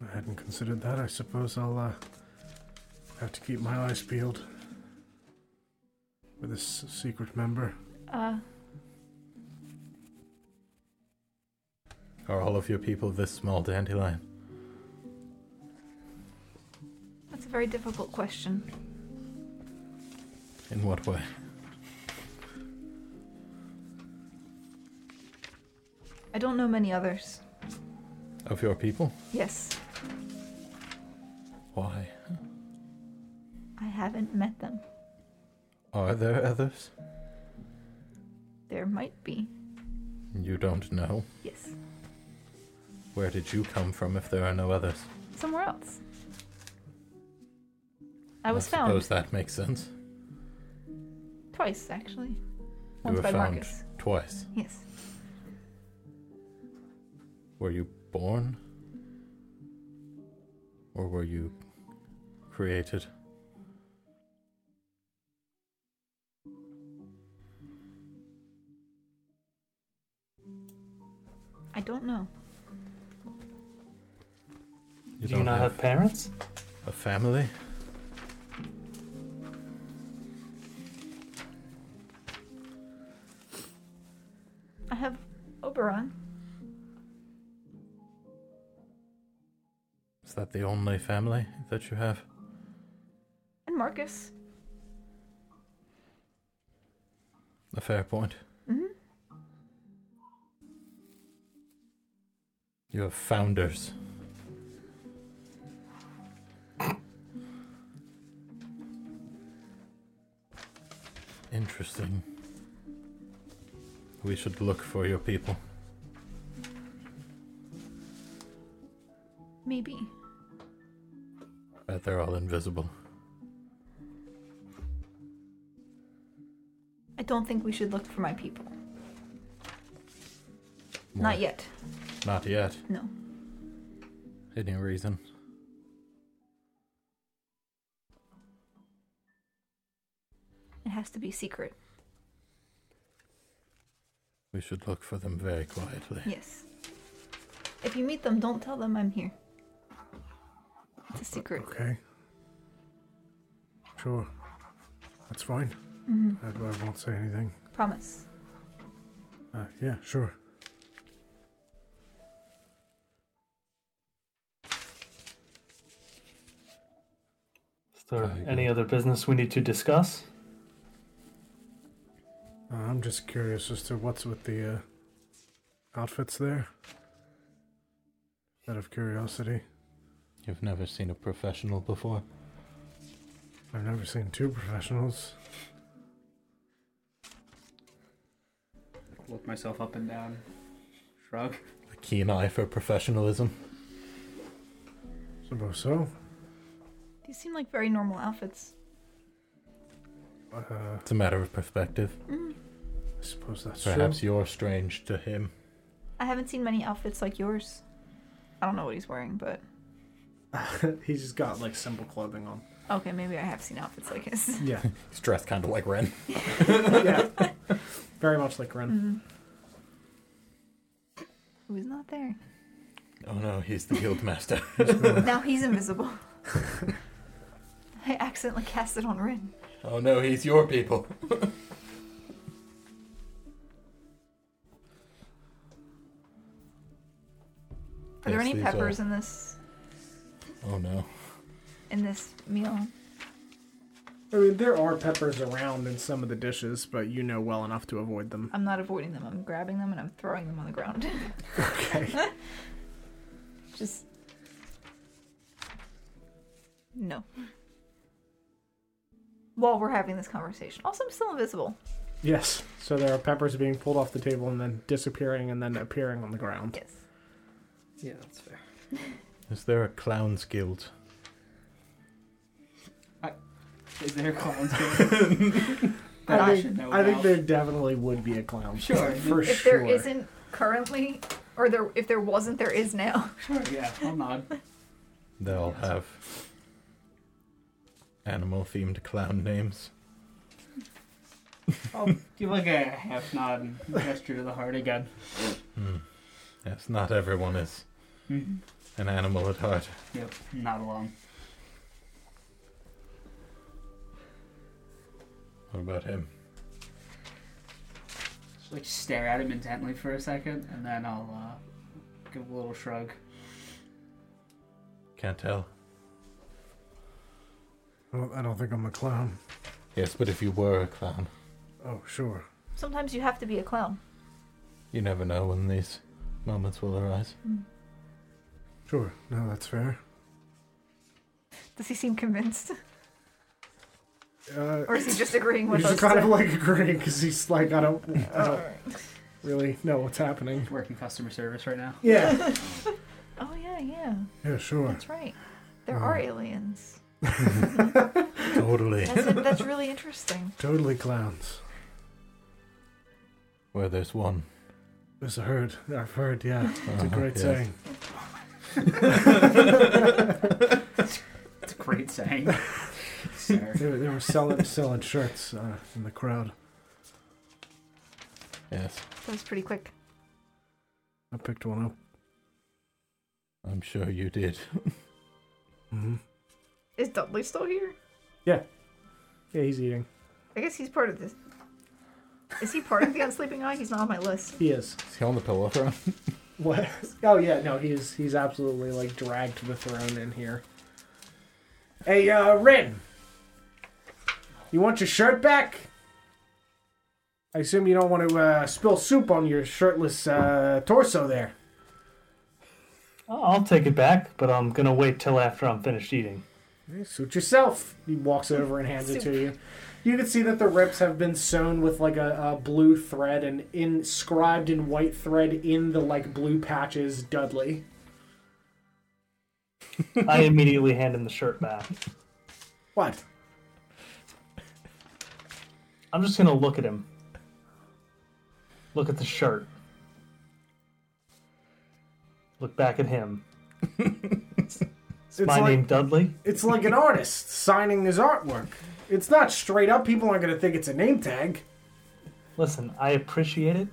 S6: I hadn't considered that. I suppose I'll uh, have to keep my eyes peeled for this secret member.
S1: Uh,
S10: Are all of your people this small dandelion?
S1: that's a very difficult question.
S10: In what way?
S1: I don't know many others.
S10: Of your people?
S1: Yes,
S10: Why?
S1: I haven't met them.
S10: Are there others?
S1: There might be.
S10: You don't know.
S1: Yes.
S10: Where did you come from if there are no others?
S1: Somewhere else. I was
S10: I
S1: found
S10: suppose that makes sense.
S1: twice, actually.
S10: You
S1: Once
S10: were
S1: by
S10: found
S1: Marcus.
S10: twice.
S1: Yes.
S10: Were you born? Or were you created?
S1: I don't know.
S9: Do you not have parents?
S10: A family?
S1: I have Oberon.
S10: Is that the only family that you have?
S1: And Marcus.
S10: A fair point.
S1: Mhm.
S10: You have founders. Interesting. We should look for your people.
S1: Maybe.
S10: Bet they're all invisible.
S1: I don't think we should look for my people. Not yet.
S10: Not yet.
S1: No.
S10: Any reason?
S1: It has to be secret.
S10: We should look for them very quietly.
S1: Yes. If you meet them, don't tell them I'm here. It's a secret.
S6: Okay. Sure. That's fine.
S1: Mhm.
S6: I, I won't say anything.
S1: Promise.
S6: Uh, yeah, sure.
S9: Is there any other business we need to discuss?
S6: Uh, I'm just curious as to what's with the uh, outfits there. Out of curiosity,
S10: You've never seen a professional before.
S6: I've never seen two professionals.
S5: Look myself up and down. Shrug.
S10: A keen eye for professionalism.
S6: Suppose so.
S1: These seem like very normal outfits.
S6: Uh,
S10: It's a matter of perspective.
S1: Mm.
S6: I suppose that's
S10: Perhaps you're strange to him.
S1: I haven't seen many outfits like yours. I don't know what he's wearing, but
S3: He's just got like simple clothing on.
S7: Okay, maybe I have seen outfits like his.
S3: Yeah.
S8: He's dressed kind of like Ren.
S3: yeah. Very much like Ren.
S7: Mhm. He was not there.
S10: Oh no, he's the guild master.
S7: now he's invisible. I accidentally cast it on Rin.
S10: oh no, he's your people.
S7: Are there
S10: Yes,
S7: any
S10: these
S7: peppers in this
S10: Oh no.
S7: in this meal?
S3: I mean, there are peppers around in some of the dishes, but you know well enough to avoid them.
S7: I'm not avoiding them. I'm grabbing them and I'm throwing them on the ground.
S3: okay.
S7: Just no. While we're having this conversation, also I'm still invisible.
S3: Yes. So there are peppers being pulled off the table and then disappearing and then appearing on the ground.
S7: Yes.
S2: Yeah, that's fair.
S10: Is there a clown's guild?
S5: Is there clowns going that I,
S3: I
S5: should
S3: think,
S5: know
S3: I think
S5: about?
S3: there definitely would be a clown.
S5: Sure.
S3: For
S1: if
S3: sure.
S1: there isn't currently, or there if there wasn't, there is now.
S5: Sure, yeah, I'll nod.
S10: They'll have animal themed clown names.
S5: I'll give like a half nod and gesture to the heart again.
S10: Hmm. Yes, not everyone is an animal at heart.
S5: Yep, not along.
S10: What about him?
S5: Just like stare at him intently for a second, and then I'll uh, give a little shrug.
S10: Can't tell.
S15: Well, I don't think I'm a clown.
S10: Yes, but if you were a clown,
S15: Oh, sure.
S7: Sometimes you have to be a clown.
S10: you never know when these moments will arise.
S15: Sure. No, that's fair.
S7: Does he seem convinced?
S15: Uh,
S7: Or is he just agreeing with us
S3: He's just kind of
S7: to-
S3: like agreeing because he's like, I don't, I don't really know what's happening.
S5: Working customer service right now.
S3: Yeah.
S7: Oh yeah, yeah.
S15: Yeah, sure.
S7: That's right. There are aliens.
S10: Totally.
S7: That's, it. that's really interesting.
S15: Totally clowns.
S10: Where there's one.
S15: There's a herd. I've heard, yeah. It's a
S10: Uh-huh,
S15: great
S10: yes.
S15: saying.
S5: it's, it's a great saying. Sir.
S15: They, were- they were selling, selling shirts uh, in the crowd.
S10: Yes,
S7: That was pretty quick.
S15: I picked one up.
S10: I'm sure you did.
S15: hmm
S1: Is Dudley still here?
S3: Yeah, he's eating.
S1: I guess he's part of this. Is he part of the Unsleeping Eye? He's not on my list.
S3: He is.
S10: Is he on the pillow throne?
S3: What? Oh yeah, no, he's he's absolutely like dragged to the throne in here. Hey, uh, Rin, you want your shirt back? I assume you don't want to uh, spill soup on your shirtless uh, torso there.
S6: Oh, I'll take it back, but I'm gonna wait till after I'm finished eating.
S3: Suit yourself. He walks over and hands it to you. You can see that the rips have been sewn with like a, a blue thread and inscribed in white thread in the like blue patches. Dudley.
S6: I immediately hand him the shirt back.
S3: What?
S6: I'm just gonna look at him. Look at the shirt. Look back at him.
S3: It's
S6: My
S3: like-
S6: name Dudley.
S3: It's like an artist signing his artwork. It's not straight up. People aren't going to think it's a name tag.
S6: Listen, I appreciate it,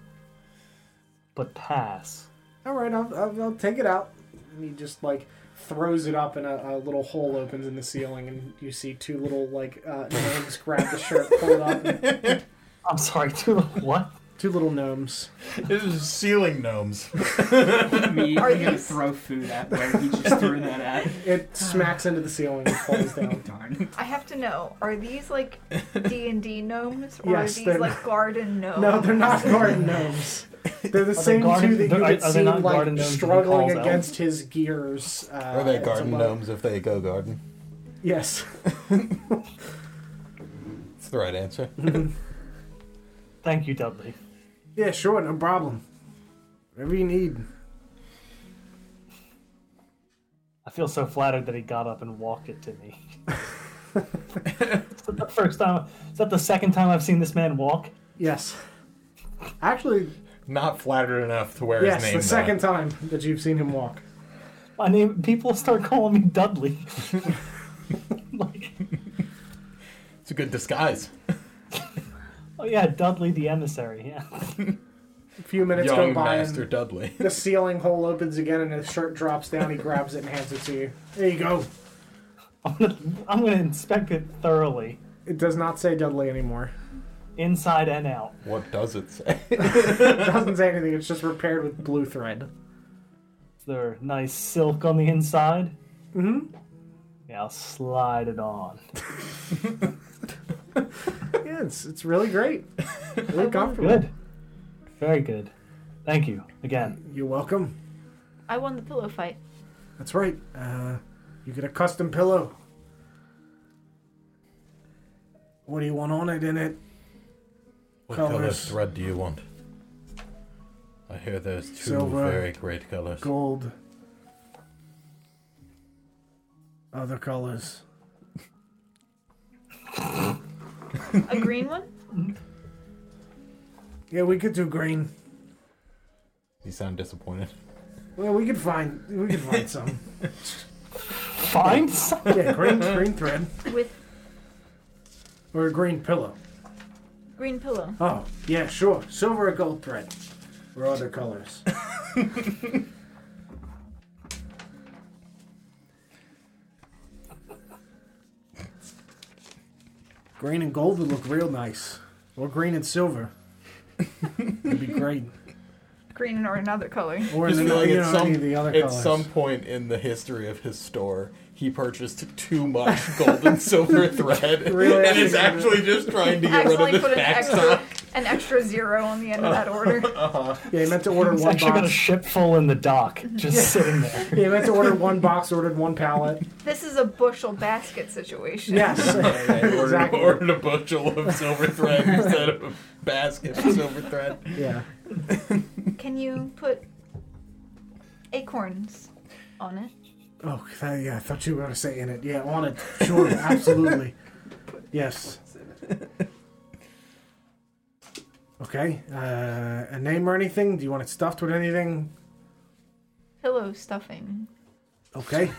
S6: but pass.
S3: All right, I'll, I'll, I'll take it out. And he just like throws it up, and a, a little hole opens in the ceiling, and you see two little like uh, gnomes grab the shirt, pull it up. and-
S6: I'm sorry, two little what?
S3: Two little gnomes.
S10: This is ceiling gnomes.
S5: Me,
S1: Are
S5: I'm gonna
S1: these-
S5: throw food at where he just threw that at.
S3: It smacks into the ceiling and falls down.
S5: Darn.
S1: I have to know: Are these like D and D gnomes, or
S3: Yes,
S1: are these
S3: they're-
S1: like garden gnomes?
S3: No, they're not garden gnomes. They're the
S6: they
S3: same
S6: garden-
S3: two that
S6: are-
S3: you
S6: are
S3: could
S6: they
S3: see
S6: not
S3: like
S6: garden gnomes that he
S3: struggling
S6: calls out?
S3: against his gears. Uh,
S10: Are they
S3: at
S10: garden
S3: the moment.
S10: gnomes if they go garden?
S3: Yes.
S10: That's the right answer.
S6: Thank you, Dudley.
S15: Yeah, sure, no problem. Whatever you need.
S6: I feel so flattered that he got up and walked it to me. is that the first time? Is that the second time I've seen this man walk?
S3: Yes. Actually,
S8: Not flattered enough to wear
S3: yes,
S8: his name.
S3: the
S8: though.
S3: second time that you've seen him walk.
S6: My name. People start calling me Dudley. like,
S10: It's a good disguise.
S6: oh yeah, Dudley the emissary. Yeah.
S16: A few minutes
S10: Young
S16: go by
S10: Master
S16: and
S10: Dudley.
S16: the ceiling hole opens again and his shirt drops down. He grabs it and hands it to you. There you go.
S6: I'm gonna, I'm gonna inspect it thoroughly.
S16: It does not say Dudley anymore.
S6: Inside and out.
S10: What does it say?
S16: it doesn't say anything. It's just repaired with blue thread.
S6: Is there nice silk on the inside?
S16: Mm-hmm.
S6: Yeah, I'll slide it on.
S16: Yeah, it's, it's really great. Really comfortable.
S6: Good. Very good. Thank you again.
S16: You're welcome.
S1: I won the pillow fight.
S3: That's right. Uh, you get a custom pillow. What do you want on it? In it?
S17: What color
S3: Colours.
S17: thread do you want? I hear there's two
S3: Silver.
S17: very great colors.
S3: Gold. Other colors.
S1: A green one?
S3: Yeah, we could do green.
S10: You sound disappointed.
S3: Well, we could find we could find some.
S6: Find some?
S3: Yeah, green green thread
S1: With
S3: or a green pillow.
S1: green pillow.
S3: Oh, yeah, sure. Silver or gold thread. Or other colors. green and gold would look real nice. Or green and silver. It'd be great.
S18: Green or another color.
S3: Or
S10: Just
S3: in
S10: feel like
S3: you
S10: at
S3: know,
S10: some,
S3: any of the other
S10: at
S3: colors.
S10: some point in the history of his store, he purchased too much gold and silver thread,
S3: Really
S10: and is
S3: actually-
S10: actually just trying to get rid
S18: Accidentally
S10: of
S18: put
S10: this
S18: an
S10: backstock.
S18: extra, an extra zero on the end of that order.
S10: Uh-huh.
S16: Yeah, he meant to order
S6: It's
S16: one
S6: actually got a
S16: box.
S6: ship full in the dock, just
S16: Yeah.
S6: sitting there.
S16: Yeah, he meant to order one box, ordered one pallet.
S18: This is a bushel basket situation.
S16: Yes.
S10: Ordered,
S16: Exactly.
S10: ordered a bushel of silver thread instead of a basket of silver thread.
S16: Yeah.
S1: Can you put acorns on it?
S3: Oh, th- yeah, I thought you were going to say in it. Yeah, on it. Sure, absolutely. Yes. Okay. Uh, a name or anything? Do you want it stuffed with anything?
S1: Pillow stuffing.
S3: Okay.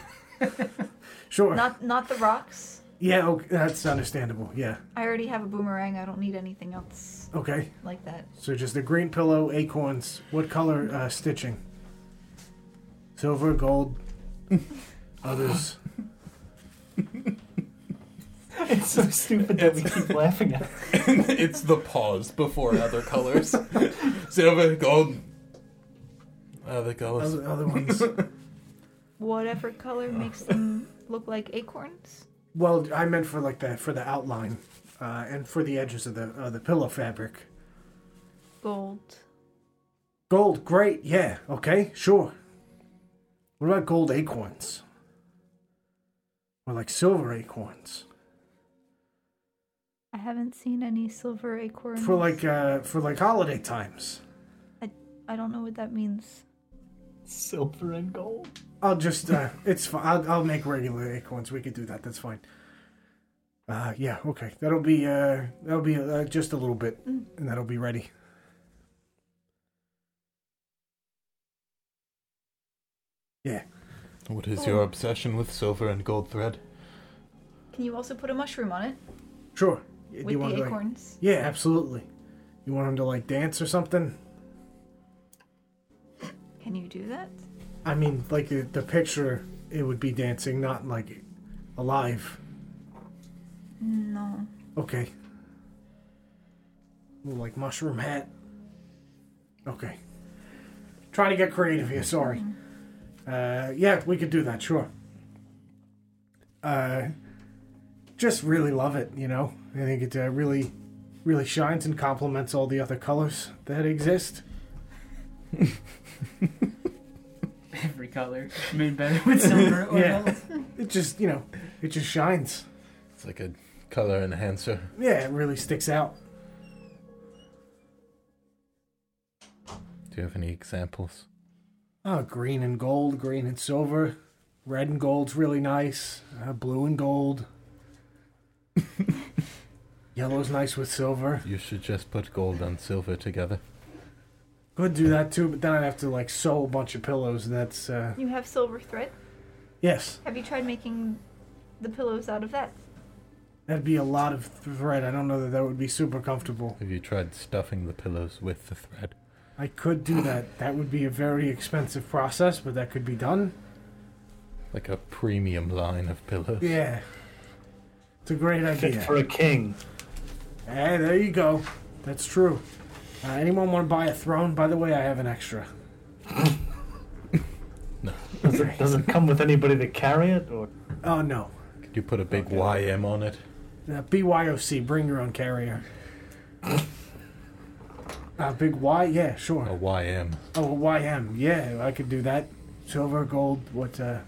S3: Sure.
S1: Not not the rocks.
S3: yeah, okay, that's understandable. Yeah.
S1: I already have a boomerang. I don't need anything else
S3: Okay.
S1: like that.
S3: So just the green pillow, acorns. What color uh, stitching? Silver, gold, others.
S6: It's so stupid that we keep laughing at. it.
S10: it's the pause before other colors. silver, gold, other colors.
S3: Other, other ones.
S1: Whatever color makes them look like acorns.
S3: Well, I meant for like the for the outline, uh, and for the edges of the uh, the pillow fabric.
S1: Gold.
S3: Gold, great, yeah, okay, sure. What about gold acorns? Or like silver acorns
S1: I haven't seen any silver acorns.
S3: for like uh, for like holiday times.
S1: I, I don't know what that means.
S6: Silver and gold.
S3: I'll just uh, it's fine. I'll, I'll make regular acorns. We could do that. That's fine. Uh, yeah, okay. That'll be uh, that'll be uh, just a little bit,
S1: Mm.
S3: and that'll be ready. Yeah.
S17: What is your obsession with silver and gold thread?
S1: Can you also put a mushroom on it
S3: Sure. Do
S1: with
S3: want
S1: the
S3: to, like-
S1: acorns?
S3: yeah, absolutely. You want him to like dance or something?
S1: Can you do that?
S3: I mean, like the, the picture, it would be dancing, not like alive.
S1: No.
S3: Okay. Little, like mushroom hat. Okay. Trying to get creative here. Sorry. Uh, yeah, we could do that. Sure. Uh, just really love it. You know, I think it uh, really, really shines and complements all the other colors that exist.
S5: Every color made better with silver or
S3: Yeah.
S5: gold.
S3: It just, you know, it just shines.
S17: It's like a color enhancer.
S3: Yeah, it really sticks out.
S17: Do you have any examples?
S3: Oh, green and gold, green and silver, red and gold's really nice. Uh, blue and gold. Yellow's nice with silver.
S17: You should just put gold and silver together.
S3: Could do that too, but then I'd have to like sew a bunch of pillows, and that's uh,
S1: You have silver thread.
S3: yes.
S1: Have you tried making the pillows out of that.
S3: That'd be a lot of thread. I don't know that that would be super comfortable.
S10: Have you tried stuffing the pillows with the thread?
S3: I could do that. That would be a very expensive process, but that could be done.
S10: Like a premium line of pillows?
S3: Yeah. It's a great idea.
S10: for a king.
S3: Hey, there you go. That's true. Uh, anyone want to buy a throne? By the way, I have an extra.
S19: Does it, does it come with anybody to carry it, or
S3: Oh, no.
S10: Could you put a big YM on it?
S3: Uh, BYOC, bring your own carrier. Uh, big Y, yeah, sure.
S10: A YM.
S3: Oh, a YM, yeah, I could do that. Silver, gold, what, uh,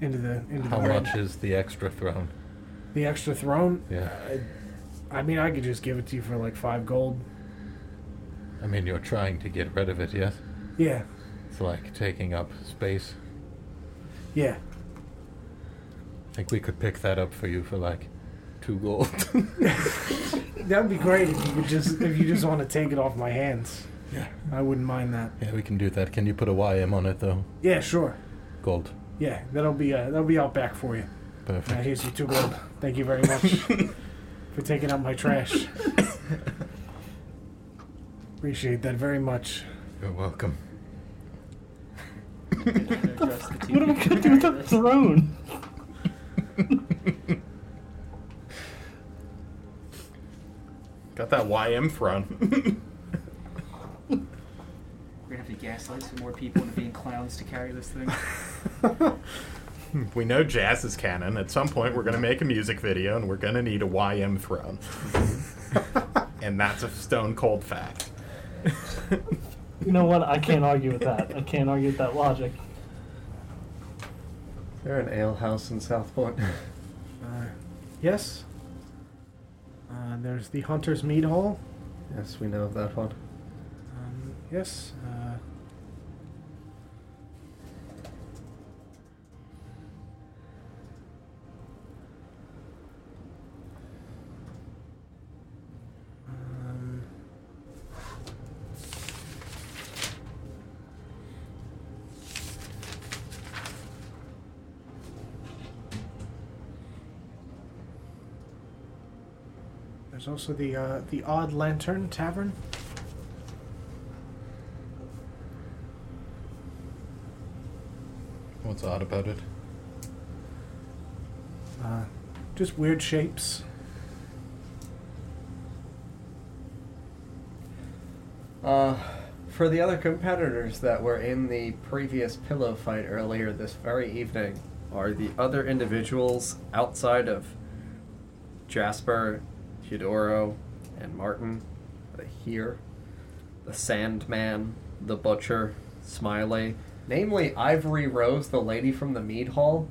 S3: into the, into
S10: How
S3: the red.
S10: much is the extra throne?
S3: The extra throne?
S10: Yeah.
S3: I mean, I could just give it to you for like five gold.
S10: I mean, you're trying to get rid of it, yes?
S3: Yeah,
S10: It's like taking up space.
S3: yeah.
S10: I think we could pick that up for you for like two gold.
S3: That'd be great if you could just, if you just want to take it off my hands. Yeah. I wouldn't mind that.
S10: yeah, we can do that. Can you put a YM on it, though?
S3: Yeah, sure.
S10: Gold.
S3: Yeah, that'll be, uh, that'll be out back for you.
S10: Perfect.
S3: Uh, here's your two gold. Thank you very much for taking out my trash. Appreciate that very much.
S10: You're welcome.
S19: what am I gonna do with the throne?
S6: Got that YM throne.
S5: We're gonna have to gaslight some more people into being clowns to carry this thing.
S6: we know jazz is canon. At some point, we're going to make a music video, and we're going to need a YM throne. and that's a stone cold fact.
S19: You know what? I can't argue with that. I can't argue with that logic.
S2: They're an ale house in Southport.
S3: Uh, yes? Uh, there's the Hunter's Mead Hall.
S2: yes, we know of that one.
S3: Um, yes. Uh, um, There's also the uh, the Odd Lantern Tavern.
S10: What's odd about it?
S3: Uh, just weird shapes.
S2: Uh, for the other competitors that were in the previous pillow fight earlier this very evening, are the other individuals outside of Jasper, Teodoro, and Martin are they here? The Sandman, the Butcher, Smiley, namely Ivory Rose, the lady from the mead hall.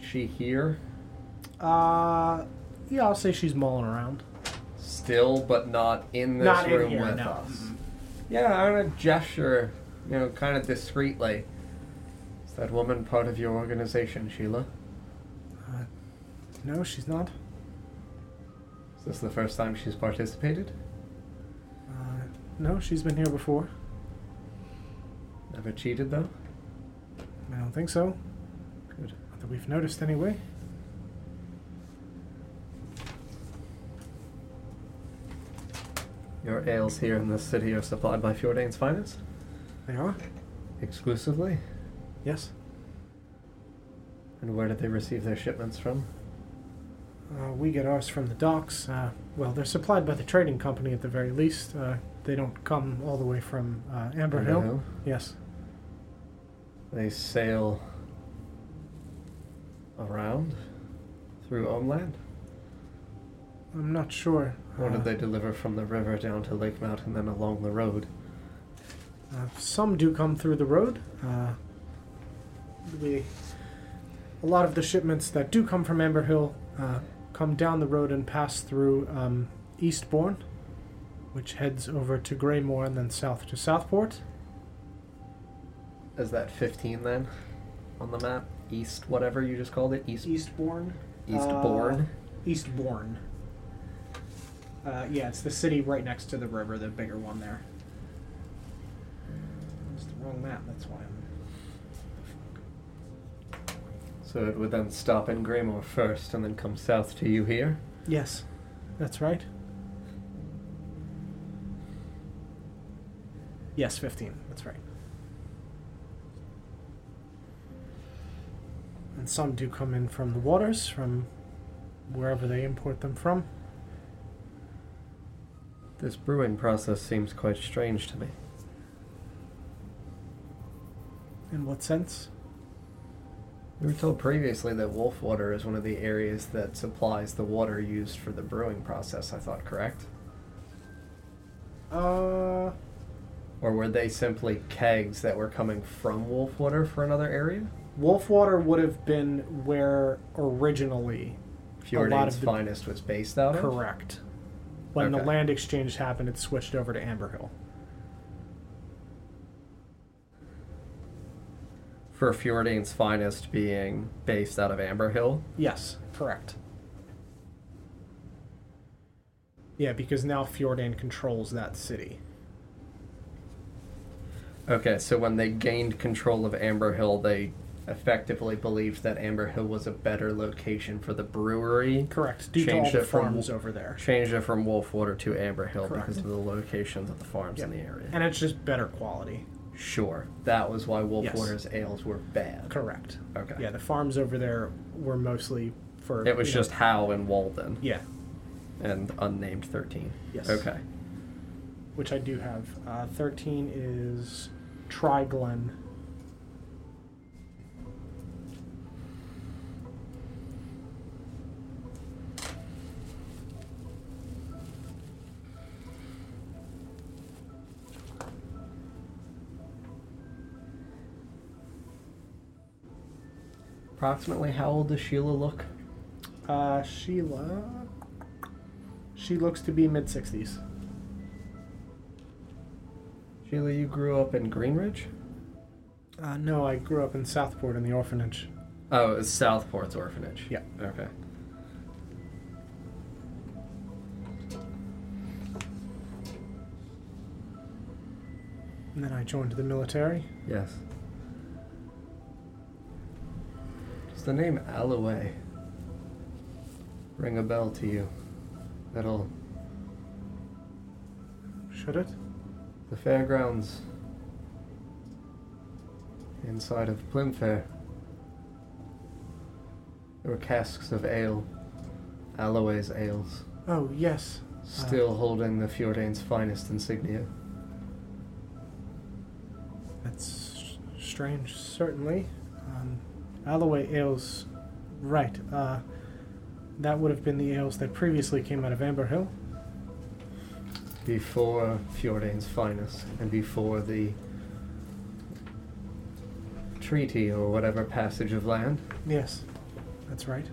S2: She here,
S3: Uh, yeah, I'll say she's mulling around.
S2: still, but not in this
S3: Not in
S2: room
S3: here,
S2: with
S3: no. Mm-hmm.
S2: us. Yeah, I'm gonna gesture, you know, kind of discreetly. Is that woman part of your organization, Sheila?
S3: Uh, no, she's not.
S2: Is this the first time she's participated?
S3: Uh, no, she's been here before.
S2: Never cheated, though?
S3: I don't think so.
S2: Good.
S3: Not that we've noticed anyway.
S2: Your ales here in this city are supplied by Fjordane's finest?
S3: They are.
S2: Exclusively?
S3: Yes.
S2: And where did they receive their shipments from?
S3: Uh, we get ours from the docks. Uh, well, they're supplied by the trading company at the very least. Uh, they don't come all the way from uh, Amber
S2: Amber
S3: Hill.
S2: Hill?
S3: Yes.
S2: They sail around through Homeland?
S3: I'm not sure.
S2: Or
S3: Uh,
S9: Ah.
S2: did they deliver from the river down to Lake Mount and then along the road?
S3: Uh, some do come through the road. Uh, we, a lot of the shipments that do come from Amber Hill uh, come down the road and pass through um, Eastbourne, which heads over to Greymoor and then south to Southport.
S2: Is that 15 then? On the map? East, whatever you just called it? East,
S3: Eastbourne.
S2: Eastbourne?
S9: Uh, Eastbourne. Uh, yeah, it's the city right next to the river, the bigger one there. It's the wrong map. That's why I'm.
S2: So it would then stop in Greymore first and then come south to you here?
S3: Yes, that's right. Yes, 15. That's right. And some do come in from the waters, from wherever they import them from.
S2: This brewing process seems quite strange to me.
S3: In what sense?
S2: We were told previously that wolf water is one of the areas that supplies the water used for the brewing process, I thought, correct?
S3: Uh,
S2: Or were they simply kegs that were coming from wolf water for another area?
S3: Wolfwater would have been where originally
S2: Fjordane's finest was based out of?
S3: Correct. When the
S2: Okay.
S3: land exchange happened, it switched over to Amber Hill.
S2: For Fjordane's finest being based out of Amber Hill?
S3: Yes, correct. Yeah, because now Fjordan controls that city.
S2: Okay, so when they gained control of Amber Hill, they effectively believed that Amber Hill was a better location for the brewery.
S3: Correct, due to all the farms over there.
S2: Changed it from Wolfwater to Amber Hill
S3: Correct.
S2: because of the locations of the farms in
S3: Yep.
S2: the area.
S3: And it's just better quality.
S2: Sure, that was why
S3: Yes.
S2: Wolfwater's ales were bad.
S3: Correct.
S2: Okay.
S3: Yeah, the farms over there were mostly for.
S2: It was
S3: you know,
S2: just Howe and Walden.
S3: Yeah.
S2: And unnamed 13.
S3: Yes.
S2: Okay.
S3: Which I do have. Uh, 13 is Tri Glen.
S2: Approximately how old does Sheila look?
S3: Uh, Sheila. She looks to be mid 60s.
S2: Sheila, you grew up in Greenridge?
S3: Uh, no, I grew up in Southport in the orphanage.
S2: Oh, it's Southport's orphanage.
S3: Uh, Yeah.
S2: Okay.
S3: And then I joined the military.
S2: Yes. Does the name Alloway ring a bell to you at all?
S3: Should it?
S2: The fairgrounds inside of Plymfair. There were casks of ale, Alloway's ales,
S3: Oh, yes. Uh,
S2: still holding the Fjordane's finest insignia.
S3: That's strange, certainly. Um, Alloway ales, right. Uh, that would have been the ales that previously came out of Amber Hill.
S2: before Fjordane's finest and before the treaty or whatever passage of land.
S3: Yes, that's right.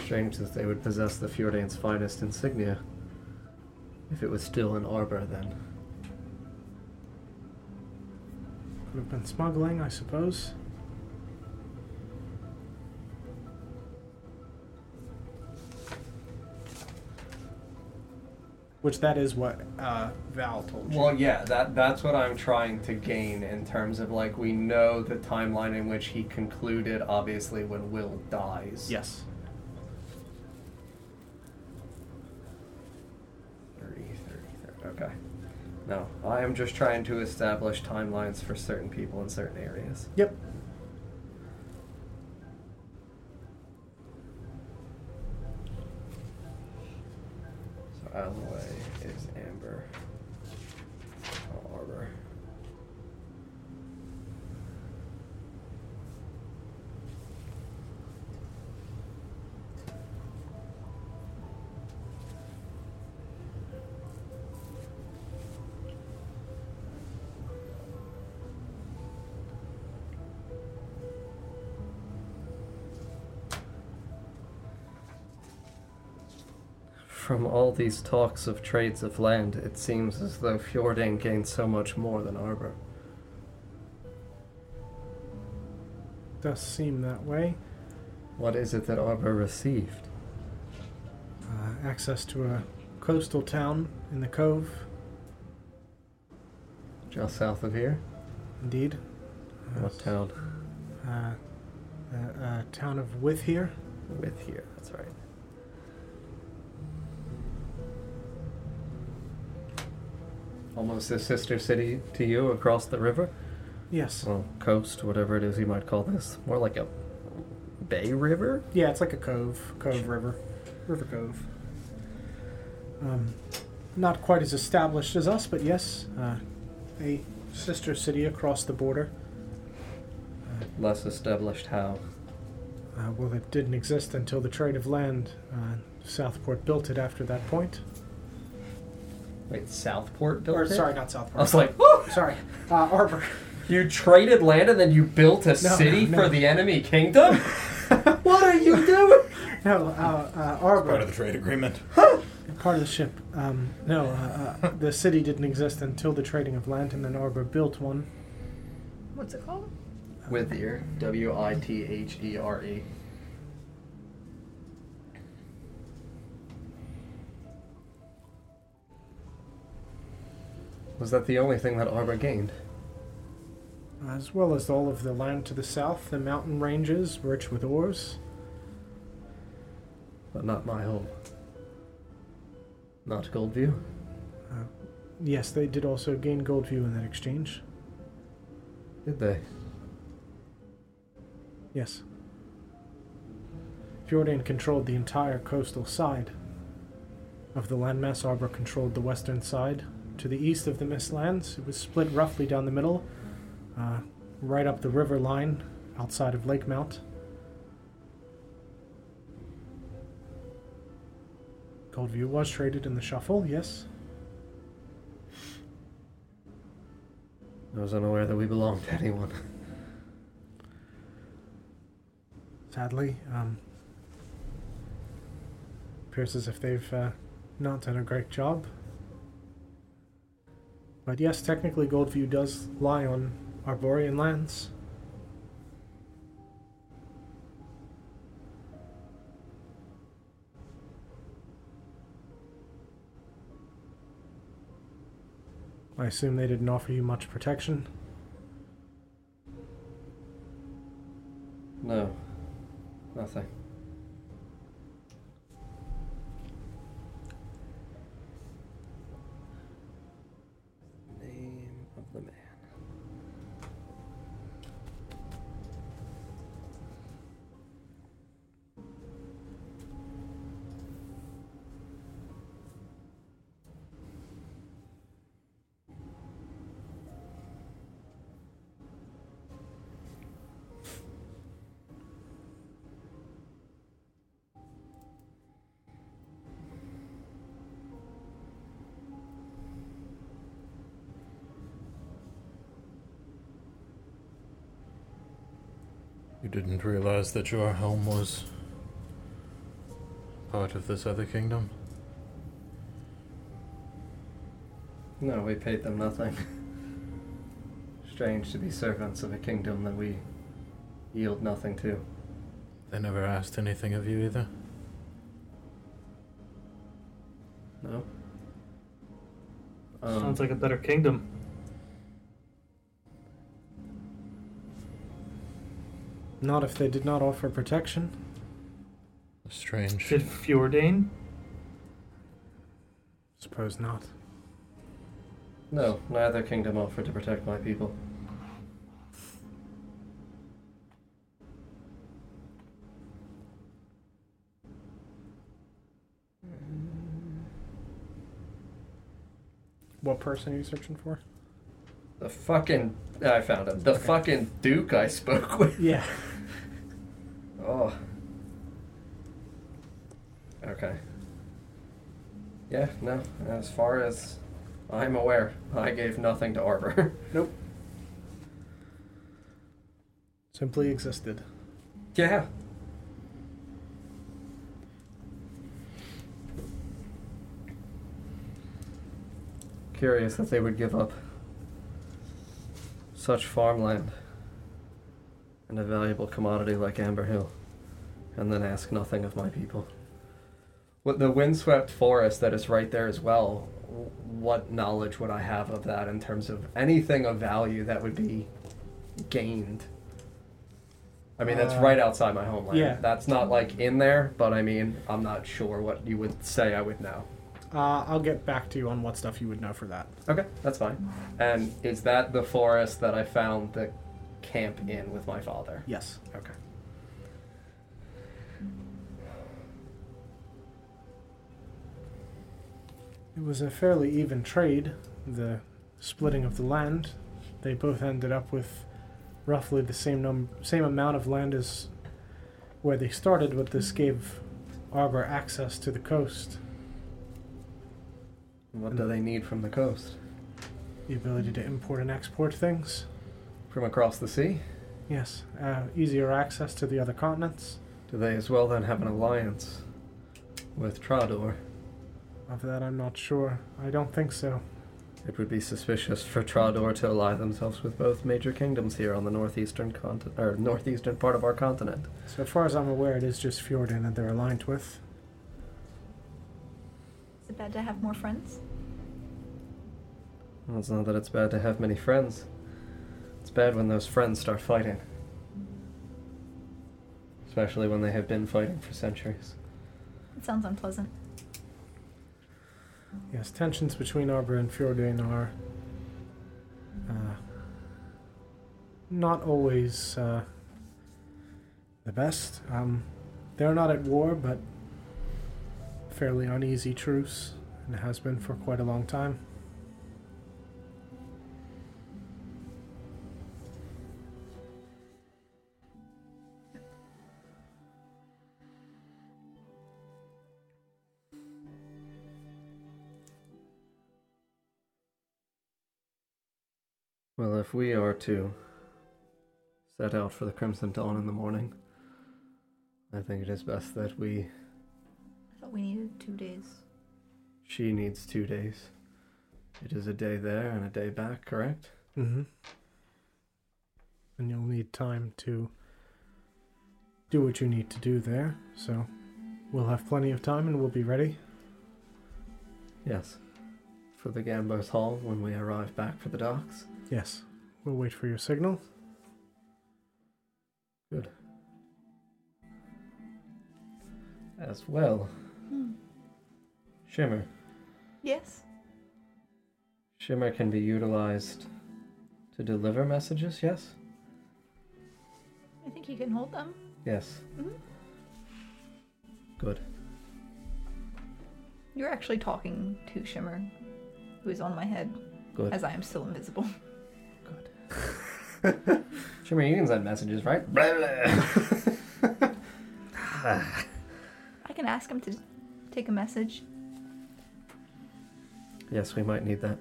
S2: Strange that they would possess the Fjordane's finest insignia if it was still in Arbor then.
S3: Could have been smuggling, I suppose. Which that is what uh, Val told you.
S2: Well, yeah, that that's what I'm trying to gain in terms of like we know the timeline in which he concluded obviously when Will dies.
S3: Yes.
S2: 30, 30, 30. Okay. No, I am just trying to establish timelines for certain people in certain areas.
S3: Yep.
S2: So Alloy is Amber. Oh, Arbor. From all these talks of trades of land, it seems as though Fjordan gained so much more than Arbor.
S3: Does seem that way.
S2: What is it that Arbor received?
S3: Uh, access to a coastal town in the cove,
S2: Just south of here?
S3: indeed.
S2: What town?
S3: Uh, Uh, uh, town of With here.
S2: With here, that's right. Almost a sister city to you across the river?
S3: Yes.
S2: Well, coast, whatever it is you might call this. More like a bay river?
S3: Yeah, it's like a cove, cove river, river cove. Um, not quite as established as us, but yes, uh, a sister city across the border.
S2: Less established how?
S3: Uh, well, it didn't exist until the trade of land. Uh, Southport built it after that point.
S2: Wait, Southport built
S3: or,
S2: it?
S3: Sorry, not Southport.
S2: I was like,
S3: sorry, uh, Arbor.
S2: You traded land and then you built a city
S3: no.
S2: for the enemy kingdom?
S3: What are you doing? no, uh, uh, Arbor.
S10: Part of the trade agreement.
S3: Part of the ship. Um, no, uh, uh, the city didn't exist until the trading of land, and then Arbor built one.
S1: What's it called?
S2: Wither. W I T H E R E. Was that the only thing that Arbor gained?
S3: as well as all of the land to the south, the mountain ranges rich with ores.
S2: But not my home. Not Goldview?
S3: Uh, yes, they did also gain Goldview in that exchange.
S2: Did they?
S3: Yes. Fjordan controlled the entire coastal side of the landmass. Arbor controlled the western side. To the east of the Mist Lands, it was split roughly down the middle, uh, right up the river line outside of Lake Mount. Goldview was traded in the shuffle, yes.
S2: I was unaware that we belonged to anyone.
S3: sadly. Um, appears as if they've uh, not done a great job. But yes, technically, Goldview does lie on Arborian lands. I assume they didn't offer you much protection.
S2: No. Nothing. Name of the man.
S10: You didn't realize that your home was part of this other kingdom?
S2: No, we paid them nothing. Strange to be servants of a kingdom that we yield nothing to.
S10: They never asked anything of you either?
S2: No? Um,
S6: Sounds like a better kingdom.
S3: Not if they did not offer protection.
S10: Strange.
S6: Did Fjordain?
S3: Suppose not.
S2: No, neither kingdom offered to protect my people.
S3: What person are you searching for?
S2: The fucking. I found him. The fucking Duke I spoke with.
S3: Yeah.
S2: Oh. Okay. Yeah, no. As far as I'm aware, I gave nothing to Arbor.
S3: Nope. Simply existed.
S2: yeah. Curious that they would give up such farmland and a valuable commodity like Amber Hill and then ask nothing of my people. With the windswept forest that is right there as well, w- what knowledge would I have of that in terms of anything of value that would be gained I mean, that's
S9: Uh,
S2: right outside my homeland.
S20: yeah.
S2: That's not like in there, but I mean, I'm not sure what you would say I would know.
S20: Uh, I'll get back to you on what stuff you would know for that.
S2: Okay, that's fine. And is that the forest that I found the camp in with my father?
S20: Yes.
S2: Okay.
S3: It was a fairly even trade, the splitting of the land. They both ended up with roughly the same num- same amount of land as where they started, but this gave Arbor access to the coast.
S2: What do they need from the coast?
S3: The ability to import and export things.
S2: From across the sea?
S3: Yes, uh, easier access to the other continents.
S2: Do they as well then have an alliance with Trador?
S3: Of that, I'm not sure. I don't think so.
S2: It would be suspicious for Trador to ally themselves with both major kingdoms here on the northeastern continent or northeastern part of our continent.
S3: So far as I'm aware, it is just Fjordan that they're aligned with.
S1: Is it bad to have more friends?
S2: Well, it's not that it's bad to have many friends. It's bad when those friends start fighting. Especially when they have been fighting for centuries.
S1: It sounds unpleasant.
S3: Yes, tensions between Arbor and Fjordan are uh, not always uh, the best. Um, they're not at war, but fairly uneasy truce, and has been for quite a long time.
S9: Well, if we are to set out for the Crimson Dawn in the morning, I think it is best that we.
S1: I thought we needed two days.
S9: She needs two days. It is a day there and a day back, correct?
S3: Mm-hmm. And you'll need time to do what you need to do there, so we'll have plenty of time and we'll be ready.
S9: Yes. For the Gambos Hall when we arrive back for the docks.
S3: Yes, we'll wait for your signal.
S9: As well,
S1: Hmm.
S9: Shimmer.
S1: Yes.
S9: Shimmer can be utilized to deliver messages, yes?
S1: I think you can hold them.
S9: Yes.
S1: Mhm.
S9: Good.
S1: You're actually talking to Shimmer, who is on my head,
S9: Good.
S1: as I am still invisible.
S2: Shimmer, you can send messages, right? Blah, blah.
S1: I can ask him to take a message.
S9: Yes, we might need that.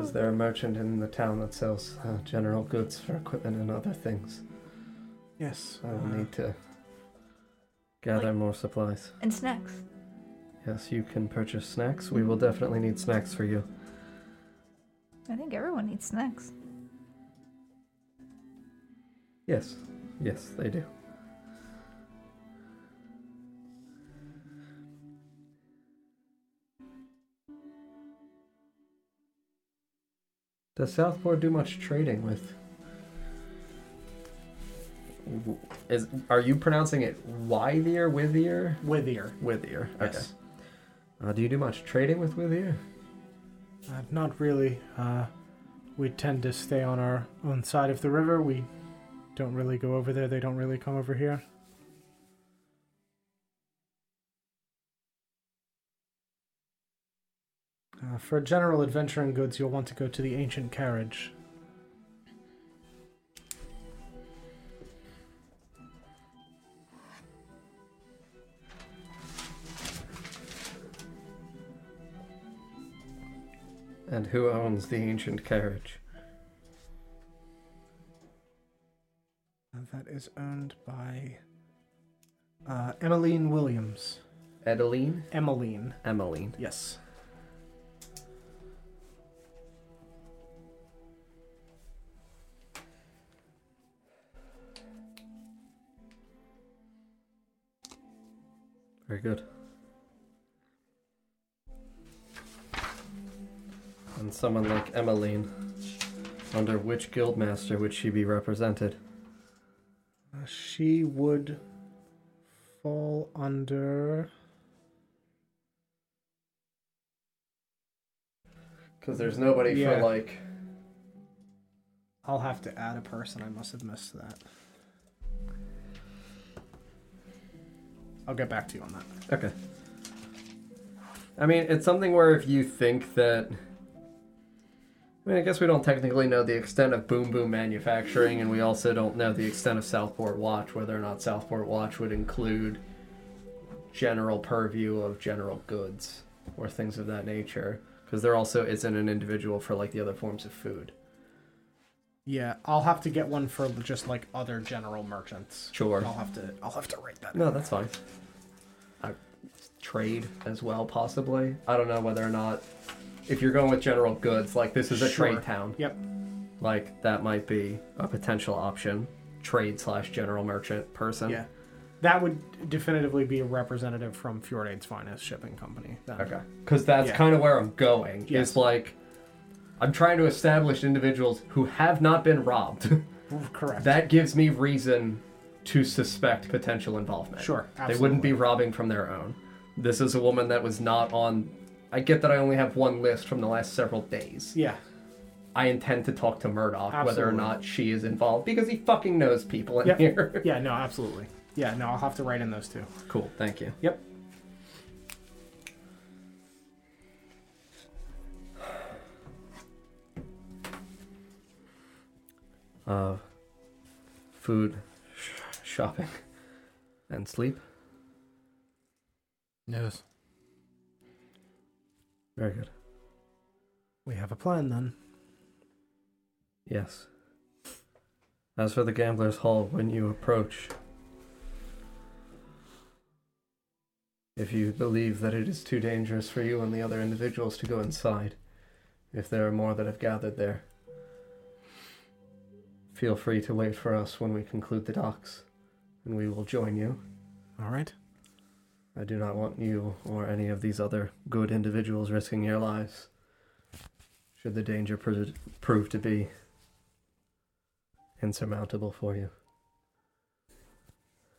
S9: Is there a merchant in the town that sells uh, general goods for equipment and other things?
S3: Yes.
S9: I will
S3: uh,
S9: need to gather more supplies.
S1: And snacks.
S9: Yes, you can purchase snacks. We will definitely need snacks for you.
S1: I think everyone needs snacks.
S9: Yes, yes, they do. Does Southport do much trading with?
S2: W- Is are you pronouncing it Wythier, Withier?
S20: Withier.
S2: Withier. Okay.
S3: Yes.
S9: Uh, do you do much trading with Withier?
S3: Uh, not really. Uh, we tend to stay on our own side of the river. We don't really go over there. They don't really come over here. Uh, for general adventuring goods, you'll want to go to the ancient carriage.
S9: And who owns the ancient carriage?
S3: Uh, that is owned by uh, Emmeline Williams.
S2: Edeline?
S3: Emmeline.
S2: Emmeline.
S3: Yes.
S9: Very good.
S2: and someone like Emmeline, under which guildmaster would she be represented?
S3: Uh, she would fall under.
S2: Because there's nobody
S3: Yeah.
S2: for like.
S3: I'll have to add a person. I must have missed that. I'll get back to you on that.
S2: Okay. I mean, it's something where if you think that. I mean, I guess we don't technically know the extent of Boom Boom manufacturing, and we also don't know the extent of Southport Watch, whether or not Southport Watch would include general purview of general goods or things of that nature. Because there also isn't an individual for like the other forms of food.
S3: Yeah, I'll have to get one for just like other general merchants.
S2: Sure.
S3: I'll have to. I'll have to write that.
S2: No, that's fine. I, trade as well, possibly. I don't know whether or not if you're going with general goods, like this is a
S3: Sure.
S2: trade town.
S3: Yep.
S2: Like that might be a potential option. Trade slash general merchant person.
S3: Yeah. That would definitively be a representative from Fjordane's finest shipping company. Then.
S2: Okay. Because that's kind of where I'm going.
S3: Yes.
S2: It's like I'm trying to establish individuals who have not been robbed.
S3: Correct.
S2: That gives me reason to suspect potential involvement.
S3: Sure,
S2: They wouldn't be robbing from their own. This is a woman that was not on. I get that I only have one list from the last several days.
S3: Yeah.
S2: I intend to talk to Murdoch whether or
S3: Absolutely.
S2: not she is involved because he fucking knows people in
S3: Yep.
S2: here.
S3: yeah. No. Absolutely. Yeah. No. I'll have to write in those two.
S2: Cool. Thank you.
S3: Yep.
S2: Uh, food, sh- shopping, and sleep.
S10: Yes.
S2: Very good.
S3: We have a plan then.
S2: Yes. As for the gambler's hall, when you approach, if you believe that it is too dangerous for you and the other individuals to go inside, if there are more that have gathered there, feel free to wait for us when we conclude the docks, and we will join you.
S15: All right.
S2: I do not want you or any of these other good individuals risking your lives. Should the danger pro- prove to be insurmountable for you.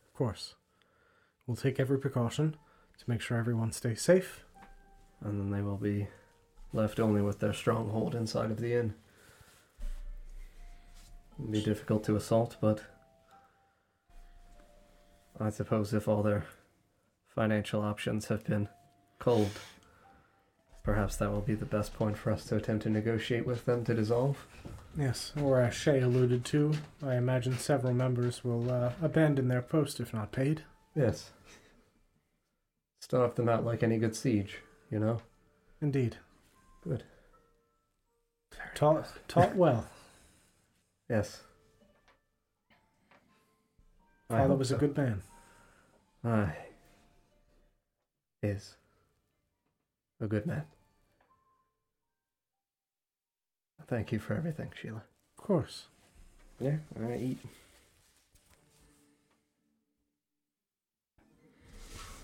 S15: Of course. We'll take every precaution to make sure everyone stays safe.
S2: And then they will be left only with their stronghold inside of the inn. It'd be difficult to assault, but I suppose if all their financial options have been cold, perhaps that will be the best point for us to attempt to negotiate with them to dissolve.
S15: Yes, or as Shay alluded to, I imagine several members will uh, abandon their post if not paid.
S2: Yes. Starve them out like any good siege, you know?
S15: Indeed.
S2: Good.
S15: Taught, taught well.
S2: Yes. I
S15: Father
S2: hope
S15: was a
S2: so.
S15: good man.
S2: I is a good man. Thank you for everything, Sheila.
S15: Of course.
S2: Yeah, I'm gonna eat.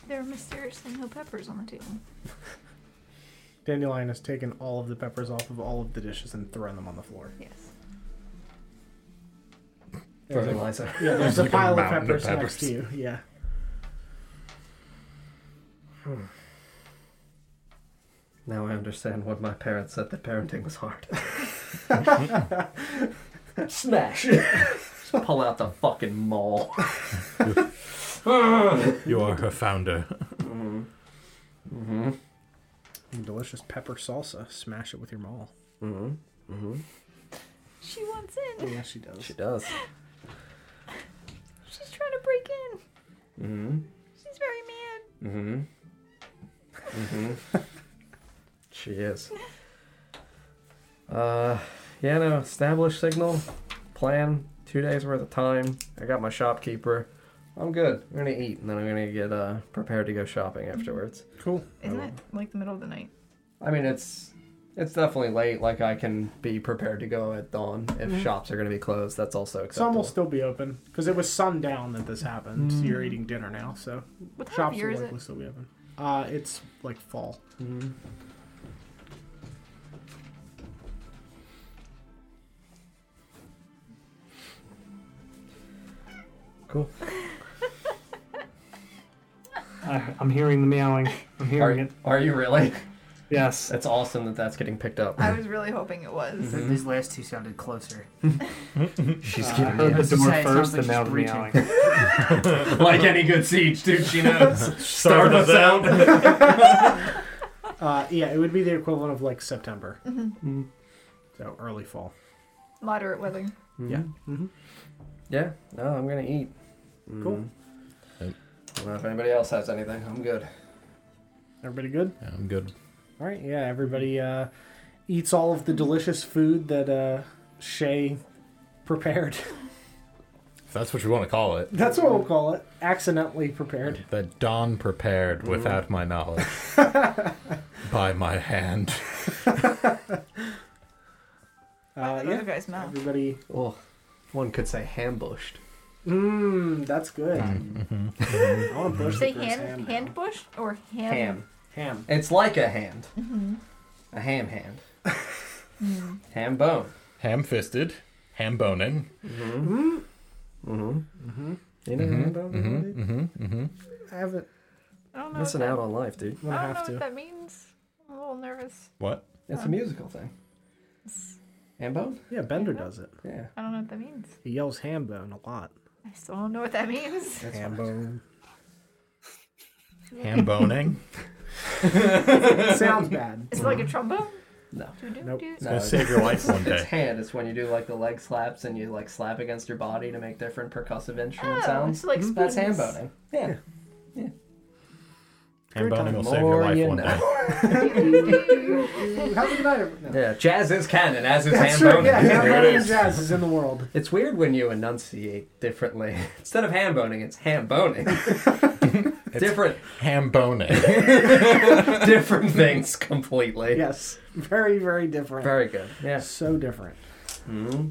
S7: There are mysteriously no peppers on the table.
S3: Dandelion has taken all of the peppers off of all of the dishes and thrown them on the floor.
S7: Yes.
S3: There's a-
S2: Fertilizer.
S3: yeah,
S2: It's
S3: there's a
S2: like a
S3: pile of
S2: mountain of
S3: peppers, next
S2: peppers.
S3: to you. Yeah.
S2: Now I understand what my parents said that parenting was hard. Smash! Just pull out the fucking maul. Mm-hmm.
S10: You are her founder.
S2: Mm. Mm-hmm.
S3: Delicious pepper salsa. Smash it with your maul.
S2: Mm-hmm. Mm-hmm.
S7: She wants in.
S3: Yeah, she does.
S2: She does.
S7: She's trying to break in.
S2: Mm-hmm.
S7: She's very mad.
S2: Mm-hmm. Mm-hmm. she is. Uh, yeah, no, establish signal, plan, two days worth of time. I got my shopkeeper. I'm good. I'm gonna eat, and then I'm gonna get uh prepared to go shopping afterwards.
S3: Cool.
S2: Oh.
S7: Isn't it like the middle of the night?
S2: I mean, it's it's definitely late. Like I can be prepared to go at dawn if
S3: Mhm.
S2: shops are gonna be closed. That's also
S3: Some
S2: acceptable.
S3: will still be open because it was sundown that this happened. So You're eating dinner now, so
S7: What time of
S3: shops
S7: year
S3: will
S7: is
S3: likely still be open. Uh, it's like fall.
S2: Mhm. Cool.
S6: I, I'm hearing the meowing. I'm hearing
S2: Are-
S6: it.
S2: are you really?
S6: Yes.
S2: That's awesome that that's getting picked up.
S1: I was really hoping it was.
S5: Th- These last two sounded closer.
S2: She's
S5: Uh,
S2: giving
S5: I
S2: me
S5: heard
S2: a
S5: the door
S2: sigh.
S5: first and now the meowing.
S2: like any good siege, dude, she knows.
S3: Start
S2: Start
S3: us
S2: us out.
S3: Uh, yeah, it would be the equivalent of like September.
S1: Mhm.
S3: So early fall.
S2: Mm-hmm.
S1: Moderate weather.
S3: Yeah. Mm-hmm.
S2: Yeah. No, I'm gonna eat.
S3: Cool.
S2: Mm-hmm. I don't know if anybody else has anything. I'm good.
S3: Everybody good?
S10: Yeah, I'm good.
S3: All right. Yeah, everybody uh, eats all of the delicious food that uh, Shay prepared.
S10: If that's what you want to call it.
S3: That's what we'll call it. Accidentally prepared.
S10: That Don prepared without my knowledge. By my hand.
S3: Uh, yeah. Everybody.
S2: Oh, one could say ambushed.
S3: Mmm, that's good.
S2: Mm.
S3: I want to bush
S1: Say
S3: with this ham.
S1: hand, hand bush or ham?
S2: Ham.
S3: Ham.
S2: It's like a hand.
S1: Mhm.
S2: A ham hand.
S1: Mm.
S2: Ham bone.
S10: Ham fisted. Ham boning.
S2: Mm-hmm. Mm-hmm.
S3: Mm-hmm.
S2: You know
S10: Mhm,
S2: ham bone?
S10: mhm,
S2: dude?
S10: mhm, mhm.
S3: I haven't.
S1: I don't know.
S2: Missing
S1: what
S2: out on life, dude.
S1: that, I don't know what that means. I'm a little nervous.
S10: What?
S2: It's a musical thing.
S1: It's-
S2: Ham bone?
S3: Yeah, Bender does it.
S2: Yeah.
S1: I don't know what that means.
S3: He yells ham bone a lot.
S1: I still don't know what that means.
S3: ham bone.
S10: Ham boning.
S3: Sounds bad.
S1: Is it like a trombone?
S2: No.
S1: Nope. It's
S10: gonna save your life one
S2: It's
S10: day.
S2: hand. It's when you do like the leg slaps and you like slap against your body to make different percussive instrument
S1: Oh,
S2: sounds.
S1: it's like
S2: That's hand
S1: spoons.
S2: boning. Yeah.
S10: Ham boning will
S2: The
S10: save your
S2: more
S10: life
S2: you
S10: one
S2: know.
S10: day.
S3: Have a good night, everyone.
S2: Yeah, jazz is canon, as is
S3: That's
S2: ham
S3: true,
S2: boning.
S3: yeah, ham
S2: There it
S3: boning
S2: is.
S3: jazz is in the world.
S2: It's weird when you enunciate differently. Instead of ham boning, it's ham boning. different,
S10: Ham boning.
S2: different things completely.
S3: Yes, very, very different.
S2: Very good. Yeah.
S3: So different.
S2: hmm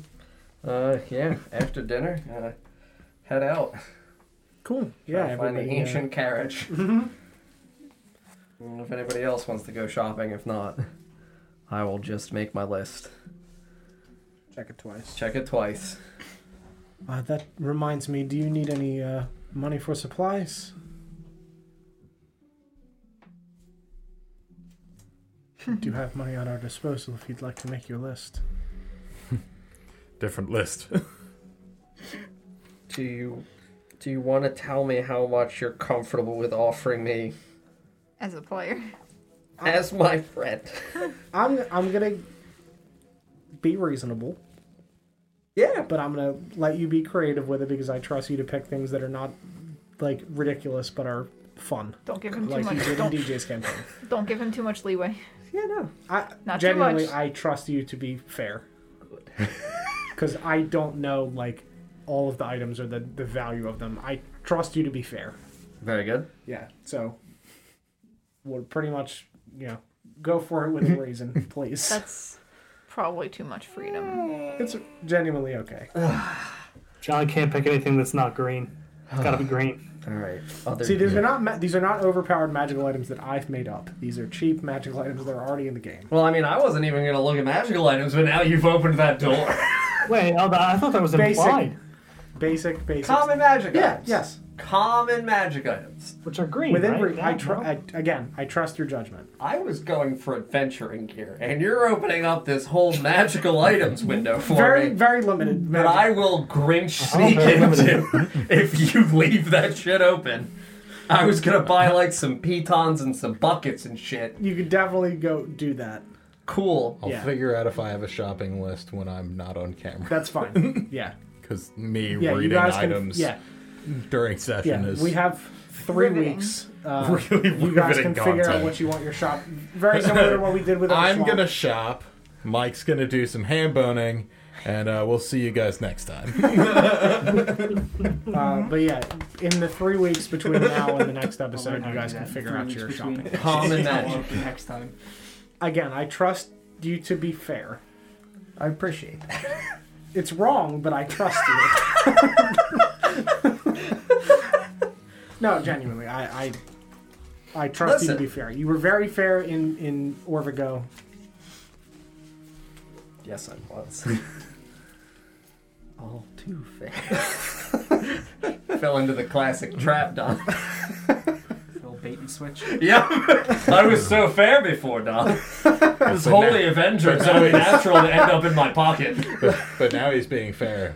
S2: Uh, yeah. After dinner, uh, head out.
S3: Cool.
S2: Try
S3: Yeah,
S2: to find the
S3: everybody, uh,
S2: ancient carriage.
S3: Mhm.
S2: I don't know if anybody else wants to go shopping. If not, I will just make my list.
S3: Check it twice.
S2: Check it twice.
S3: Uh, that reminds me. Do you need any uh, money for supplies? We do have money at our disposal if you'd like to make your list.
S10: Different list.
S2: Do you do you want to tell me how much you're comfortable with offering me
S1: As a player.
S2: as my friend?
S3: I'm I'm gonna be reasonable,
S2: Yeah.
S3: but I'm gonna let you be creative with it because I trust you to pick things that are not like ridiculous but are fun,
S1: Don't give him too
S3: like you
S1: much.
S3: did in
S1: Don't,
S3: DJ's campaign.
S1: don't give him too much leeway.
S2: Yeah. No.
S3: I
S1: Not too
S3: genuinely
S1: much.
S3: I trust you to be fair. Because I don't know like all of the items or the, the value of them. I trust you to be fair.
S2: Very good.
S3: Yeah. So we're pretty much you know go for it with a reason, please.
S1: That's probably too much freedom.
S3: It's genuinely okay.
S6: John can't pick anything that's not green. It's gotta be green.
S2: All right. Other
S3: See, these are not ma- these are not overpowered magical items that I've made up. These are cheap magical items that are already in the game.
S2: well, I mean, I wasn't even gonna look at magical items, but now you've opened that door.
S6: Wait, Alba, I thought that was
S3: Basic.
S6: implied.
S3: Basic, basic.
S2: Common magic
S3: yeah.
S2: items.
S3: Yes.
S2: Common magic items.
S6: Which are green.
S3: Within
S6: right?
S3: re- I
S6: Yeah,
S3: tr-
S6: well,
S3: I, again, I trust your judgment.
S2: I was going for adventuring gear, and you're opening up this whole magical items window for
S3: Very,
S2: me.
S3: very limited.
S2: That
S3: magic-
S2: I will Grinch sneak
S6: very
S2: into if you leave that shit open. I was gonna buy like some pitons and some buckets and shit.
S3: You could definitely go do that.
S2: Cool.
S10: I'll
S3: Yeah.
S10: figure out if I have a shopping list when I'm not on camera.
S3: That's fine. yeah.
S10: Because me
S3: Yeah, you
S10: reading
S3: guys can.
S10: items
S3: yeah,
S10: during session
S3: yeah.
S10: is.
S3: We have three
S1: Riveting.
S3: weeks. Uh,
S10: Really
S3: you guys can
S10: riveting
S3: figure out
S10: content.
S3: what you want your shop. Very similar to what we did with. Our
S10: I'm
S3: swap.
S10: gonna shop. Mike's gonna do some hand boning, and uh, we'll see you guys next time.
S3: Uh, but yeah, in the three weeks between now and the next
S5: I'll
S3: episode,
S5: learn
S3: you
S5: how to
S3: guys
S5: do
S3: can
S5: that.
S3: figure
S5: Three
S3: out
S5: weeks
S3: your
S5: between.
S3: shopping.
S2: Common
S5: I'll
S2: magic.
S5: work the next time.
S3: Again, I trust you to be fair.
S2: I appreciate that.
S3: It's wrong, but I trust you. no, genuinely, I, I, I trust you to
S2: Listen.
S3: be fair. You were very fair in in Orvigo.
S2: Yes, I was. All too fair. fell into the classic trap, Don.
S5: Little bait and switch.
S2: yeah, I was so fair before, Don. This
S10: But
S2: holy
S10: now-
S2: Avenger,
S10: but
S2: it's
S10: now
S2: only
S10: he's-
S2: natural to end up in my pocket.
S10: But, but now he's being fair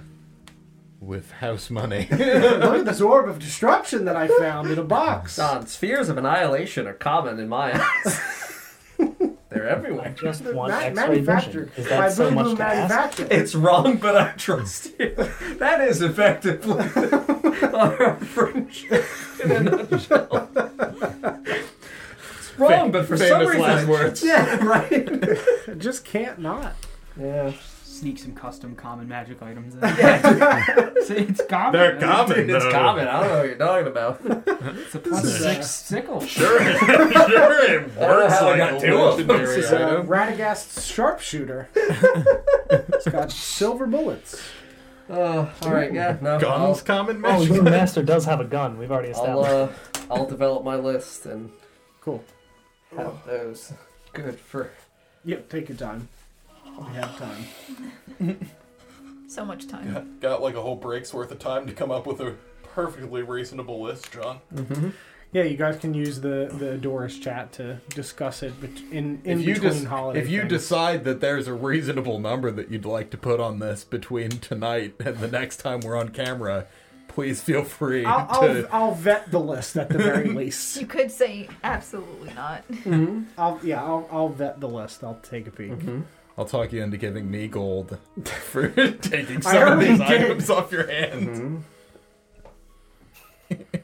S10: with house money.
S3: Look at this orb of destruction that I found in a box.
S2: Don, spheres of annihilation are common in my eyes. They're everywhere.
S9: Just
S3: one Ma- X-ray vision. manufactured Is that by so Blue much Moon to ask? Manufacturing.
S2: It's wrong, but I trust you. That is effectively our friendship in a nutshell. It's wrong, but for some reason, yeah, right.
S3: I just can't not.
S2: Yeah.
S5: Sneak some custom common magic items. In. See, it's common.
S10: They're
S5: man.
S10: common,
S2: Dude, it's
S10: though.
S2: common. I don't know what you're talking about.
S5: It's a plus
S2: This is
S5: six
S2: a-
S5: sickle.
S2: Sure it- sure it works like a legendary
S3: This is a
S2: item.
S3: Radagast sharpshooter. it's got silver bullets.
S2: Uh, all right, yeah, no, Guns I'll- common
S9: Oh,
S2: magic?
S9: your master does have a gun. We've already
S2: I'll
S9: established.
S2: uh, I'll develop my list and
S3: cool.
S2: Have those good for.
S3: Yep, take your time. We have time.
S1: So much time.
S21: Got, got like a whole break's worth of time to come up with a perfectly reasonable list, John.
S2: Mm-hmm.
S3: Yeah, you guys can use the the Doris chat to discuss it bet- in in
S10: if you
S3: between
S10: just
S3: holiday.
S10: if you
S3: things.
S10: decide that there's a reasonable number that you'd like to put on this between tonight and the next time we're on camera, please feel free
S3: I'll, I'll,
S10: to.
S3: I'll vet the list at the very least.
S1: You could say absolutely not.
S3: hmm I'll yeah, I'll, I'll vet the list. I'll take a peek.
S10: I'll talk you into giving me gold for taking
S3: I
S10: some of
S3: already
S10: these
S3: did.
S10: items off your hands.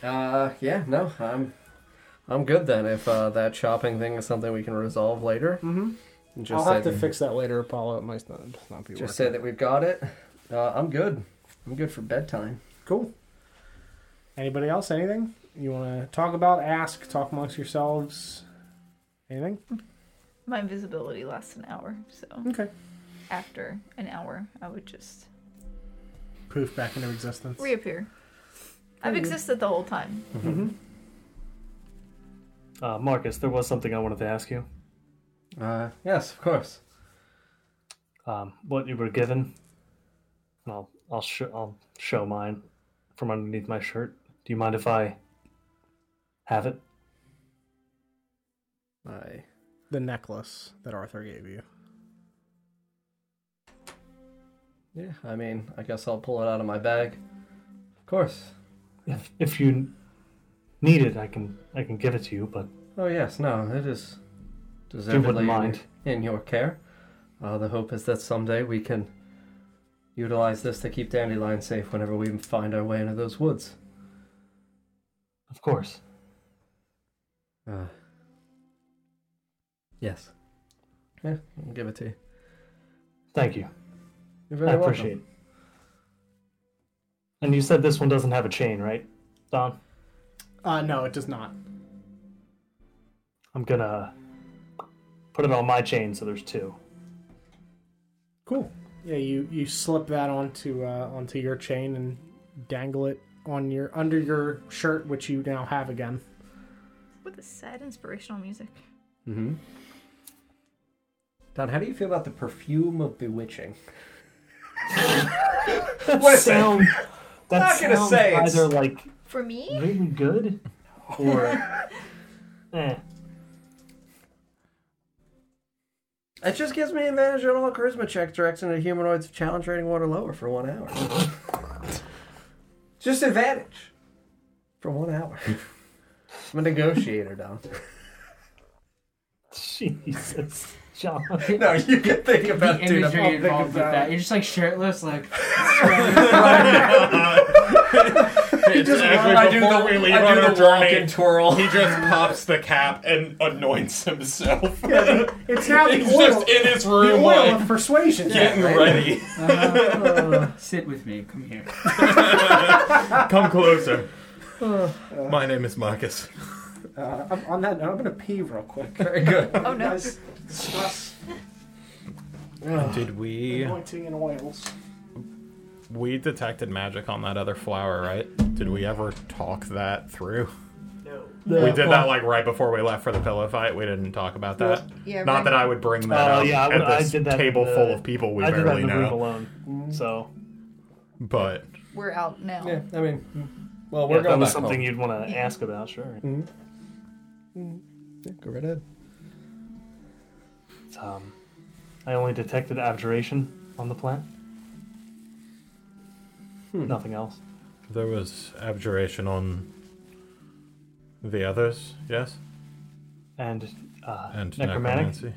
S2: Uh, yeah, no, I'm, I'm good then. If uh, that shopping thing is something we can resolve later,
S3: Mhm.
S2: And
S3: I'll have
S2: say-
S3: to fix that later, Apollo. It might not, not be
S2: Just say
S3: working.
S2: that we've got it. Uh, I'm good. I'm good for bedtime.
S3: Cool. Anybody else? Anything you want to talk about? Ask. Talk amongst yourselves. Anything?
S1: My visibility lasts an hour, so.
S3: Okay.
S1: After an hour, I would just
S3: Poof back into existence.
S1: reappear. I've
S3: Very good.
S1: existed the whole time.
S3: Mm-hmm.
S9: Uh, Marcus, there was something I wanted to ask you.
S2: Uh, yes, of course.
S9: Um, what you were given. I'll I'll sh- I'll show mine from underneath my shirt. Do you mind if I have it?
S2: I
S3: The necklace that Arthur gave you.
S2: Yeah, I mean, I guess I'll pull it out of my bag. Of course.
S9: If if you need it, I can I can give it to you. But
S2: Oh yes, no, it is
S9: If you wouldn't
S2: deservedly in your-
S9: mind.
S2: in your care. Uh, the hope is that someday we can utilize this to keep Dandelion safe whenever we find our way into those woods.
S9: Of course.
S2: Uh, yes. Yeah, I'll give it to you.
S9: Thank you.
S2: You're very
S9: I
S2: welcome.
S9: appreciate it. And you said this one doesn't have a chain, right, Don?
S3: Uh, no, it does not.
S9: I'm gonna put it on my chain, so there's two.
S3: Cool. Yeah, you you slip that onto uh, onto your chain and dangle it on your under your shirt, which you now have again.
S1: With a sad inspirational music.
S2: Mm-hmm. Don, how do you feel about the perfume of bewitching?
S9: That
S2: Listen,
S9: sound. That
S2: not gonna
S9: sounds
S2: say it's-
S9: either like
S1: For me?
S9: really good or eh.
S2: It just gives me advantage on all charisma checks directed at humanoids of challenge rating one or lower for one hour. just advantage for one hour. I'm a negotiator, Don.
S9: Jesus, John.
S2: No, you can think about
S5: the
S2: dude.
S5: imagery
S2: I'll think
S5: involved with
S2: about
S5: that.
S2: it.
S5: You're just like shirtless, like.
S21: He
S2: just-
S21: I do the, we leave I do on the
S2: walk
S21: journey,
S2: and twirl.
S21: He just pops the cap and anoints himself.
S3: It's now the
S21: He's
S3: oil.
S21: just in his room,
S3: the oil
S21: like,
S3: of persuasion.
S21: getting ready.
S5: Uh, sit with me. Come here.
S10: Come closer.
S3: Uh,
S10: My name is Marcus.
S3: uh, I'm- on that note, I'm gonna pee real quick.
S2: Very good.
S3: Oh
S1: no.
S3: Discuss
S10: Did we
S3: anointing and oils.
S10: we detected magic on that other flower, right? Did we ever talk that through?
S3: No.
S10: we did that like right before we left for the pillow fight. We didn't talk about that.
S9: Yeah,
S10: Not
S9: right.
S10: that I would bring that
S9: Oh
S10: up
S9: yeah, I, would,
S10: at
S9: I
S10: this
S9: did that. in
S10: table
S9: the-
S10: full of people we
S9: I did that
S10: barely
S9: in the room
S10: know.
S9: alone. So
S10: But
S7: we're out now.
S2: Yeah, I mean,
S6: Well,
S2: we're
S6: yeah, if that
S2: going
S6: was
S2: back
S6: something
S2: home. Mm-hmm.
S6: you'd want to ask about, sure.
S2: yeah, go right ahead.
S6: It's, um, I only detected abjuration on the plant.
S2: Hmm.
S6: Nothing else.
S10: There was abjuration on the others, yes?
S6: And, uh,
S10: And
S6: necromantic.
S10: necromancy.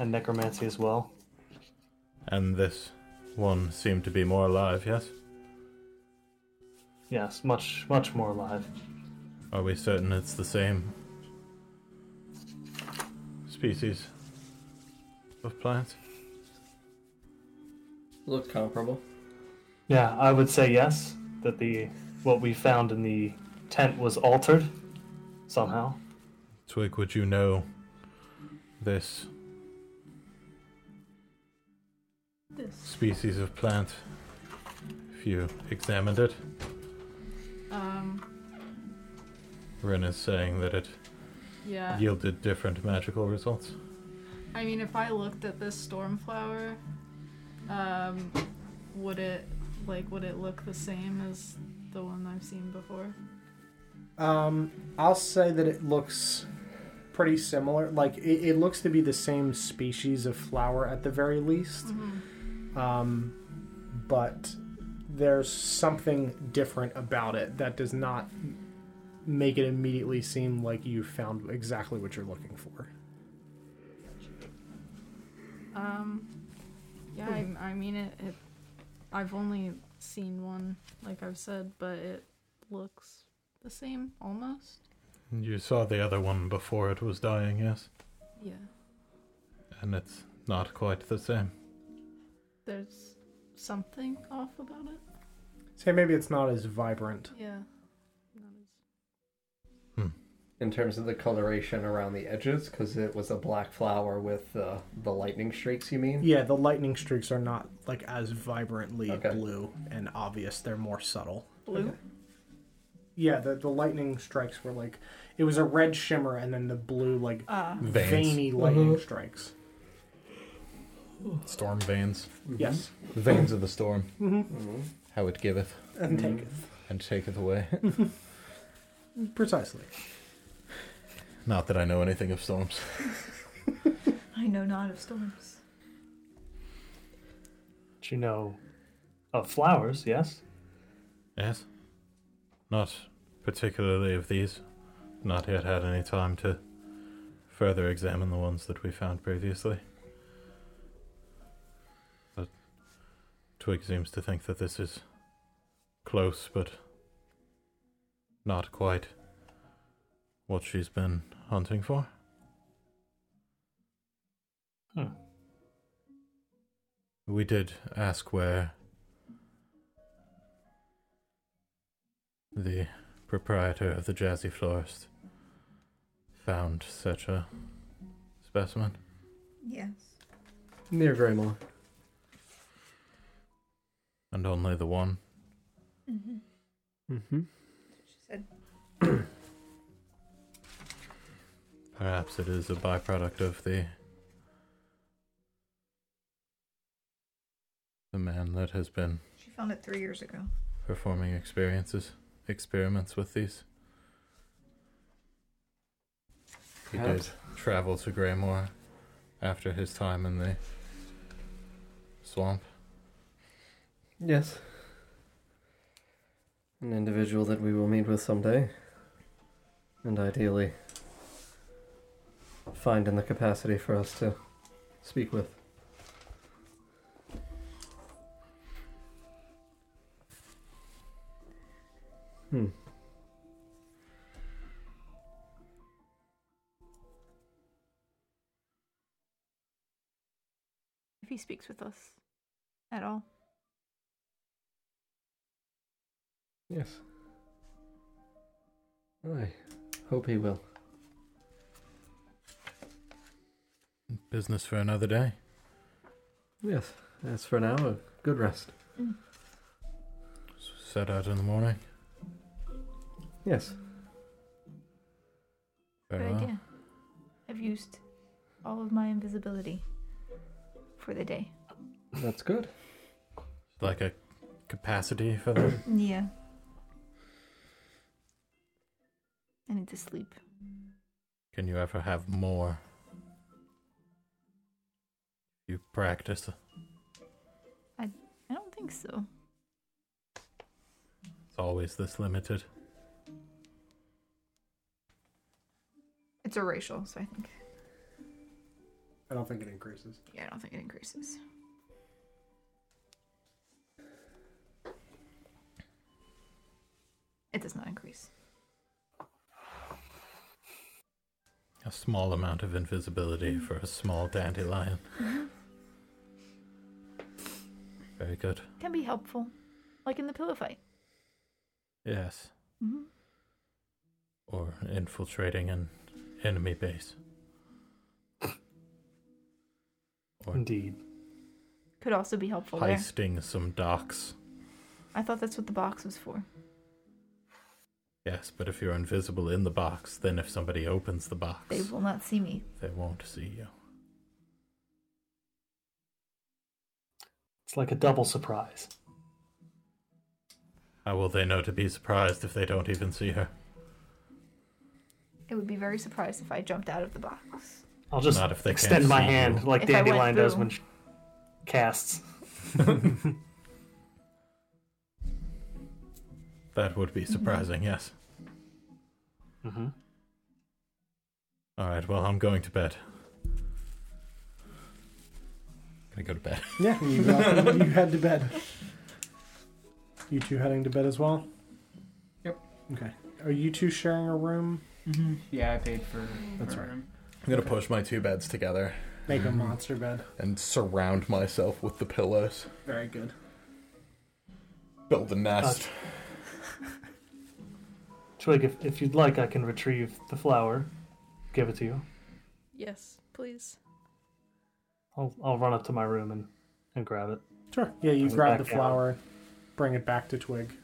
S6: And necromancy as well.
S10: And this one seemed to be more alive, yes?
S6: Yes, much, much more alive.
S10: Are we certain it's the same species of plants?
S9: Looked comparable.
S6: Yeah, I would say yes. That the what we found in the tent was altered somehow.
S10: Twig, would you know this species of plant if you examined it?
S13: Um,
S10: Rin is saying that it
S13: Yeah.
S10: yielded different magical results.
S13: I mean, if I looked at this storm flower, um, would it like would it look the same as the one I've seen before?
S3: Um, I'll say that it looks pretty similar. Like it, it looks to be the same species of flower at the very least.
S7: Mm-hmm.
S3: Um, but there's something different about it that does not make it immediately seem like you found exactly what you're looking for.
S13: Um, yeah, I, I mean it, it. I've only seen one, like I've said, but it looks the same almost.
S10: You saw the other one before it was dying, yes?
S13: Yeah,
S10: And it's not quite the same.
S13: there's something off about it.
S3: Say maybe it's not as vibrant.
S13: Yeah.
S10: Hmm.
S9: In terms of the coloration around the edges, because it was a black flower with uh, the lightning streaks. You mean?
S3: Yeah, the lightning streaks are not like as vibrantly blue and obvious. They're more subtle.
S13: Blue.
S3: Yeah, the, the lightning strikes were like it was a red shimmer and then the blue like
S13: Ah.
S10: Veins.
S3: veiny
S6: Mm-hmm.
S3: lightning
S10: Mhm.
S3: strikes.
S10: Storm veins.
S6: Mm-hmm.
S10: Mm-hmm.
S3: Yes.
S10: The veins of the storm.
S3: Mhm.
S10: How it giveth.
S3: And taketh.
S10: And taketh away.
S6: Mm-hmm.
S3: Precisely.
S10: Not that I know anything of storms.
S1: I know not of storms.
S6: But you know of flowers, yes?
S10: Yes? Not particularly of these. Not yet had any time to further examine the ones that we found previously. But Twig seems to think that this is close, but not quite what she's been hunting for.
S6: Hmm.
S10: We did ask where the proprietor of the Jazzy Florist found such a specimen.
S1: Yes.
S2: Near Greymore.
S10: And only the one.
S7: Mm-hmm.
S2: Mm-hmm.
S7: She said,
S10: Perhaps it is a byproduct of the the man that has been
S7: she found it three years ago.
S10: performing experiences experiments with these. He did
S2: Perhaps.
S10: travel to Greymore after his time in the swamp.
S2: Yes. An individual that we will meet with someday. And ideally, find in the capacity for us to speak with. Hmm.
S7: If he speaks with us at all,
S2: Yes. I hope he will.
S10: Business for another day.
S2: Yes. As for now, a good rest.
S10: Set out in the morning.
S2: Yes.
S10: Very
S7: good
S10: well.
S7: idea. I've used all of my invisibility for the day.
S2: That's good.
S10: Like a capacity for that?
S7: Yeah. I need to sleep.
S10: Can you ever have more? You practice.
S7: I I don't think so.
S10: It's always this limited.
S1: It's erasure, so I think.
S3: I don't think it increases.
S1: Yeah, I don't think it increases. It does not increase.
S10: A small amount of invisibility
S7: Mm-hmm.
S10: for a small dandelion. Very good.
S7: Can be helpful, like in the pillow fight.
S10: Yes.
S1: Mm-hmm.
S7: Mhm.
S10: Or infiltrating an enemy base. Or
S6: Indeed.
S7: Could also be helpful there.
S10: Heisting some docks.
S7: I thought that's what the box was for.
S10: Yes, but if you're invisible in the box, then if somebody opens the box,
S7: They will not see me.
S10: they won't see you.
S6: It's like a double surprise.
S10: How will they know to be surprised if they don't even see her?
S7: It would be very surprised if I jumped out of the box.
S6: I'll just
S10: Not if they can't
S6: extend my
S10: see you.
S6: hand like
S7: If I went
S6: Dandelion does
S7: through.
S6: when she casts.
S10: That would be surprising,
S6: Mm-hmm.
S10: yes.
S6: Mhm.
S10: All right, well, I'm going to bed. Gonna go to bed.
S3: Yeah, you, got, you head to bed. You two heading to bed as well?
S5: Yep.
S3: Okay. Are you two sharing a room?
S5: Mm-hmm. Yeah, I paid for.
S3: That's
S5: for
S3: right.
S5: him.
S22: I'm gonna push my two beds together
S3: Make a
S6: Mm-hmm.
S3: monster bed.
S22: and surround myself with the pillows.
S3: Very good.
S22: Build a nest.
S6: Twig, if, if you'd like, I can retrieve the flower, give it to you.
S13: Yes, please.
S6: I'll, I'll run up to my room and, and grab it.
S3: Sure. Yeah, you
S6: Bring it
S3: grab
S6: back
S3: the
S6: down.
S3: flower, bring it back to Twig.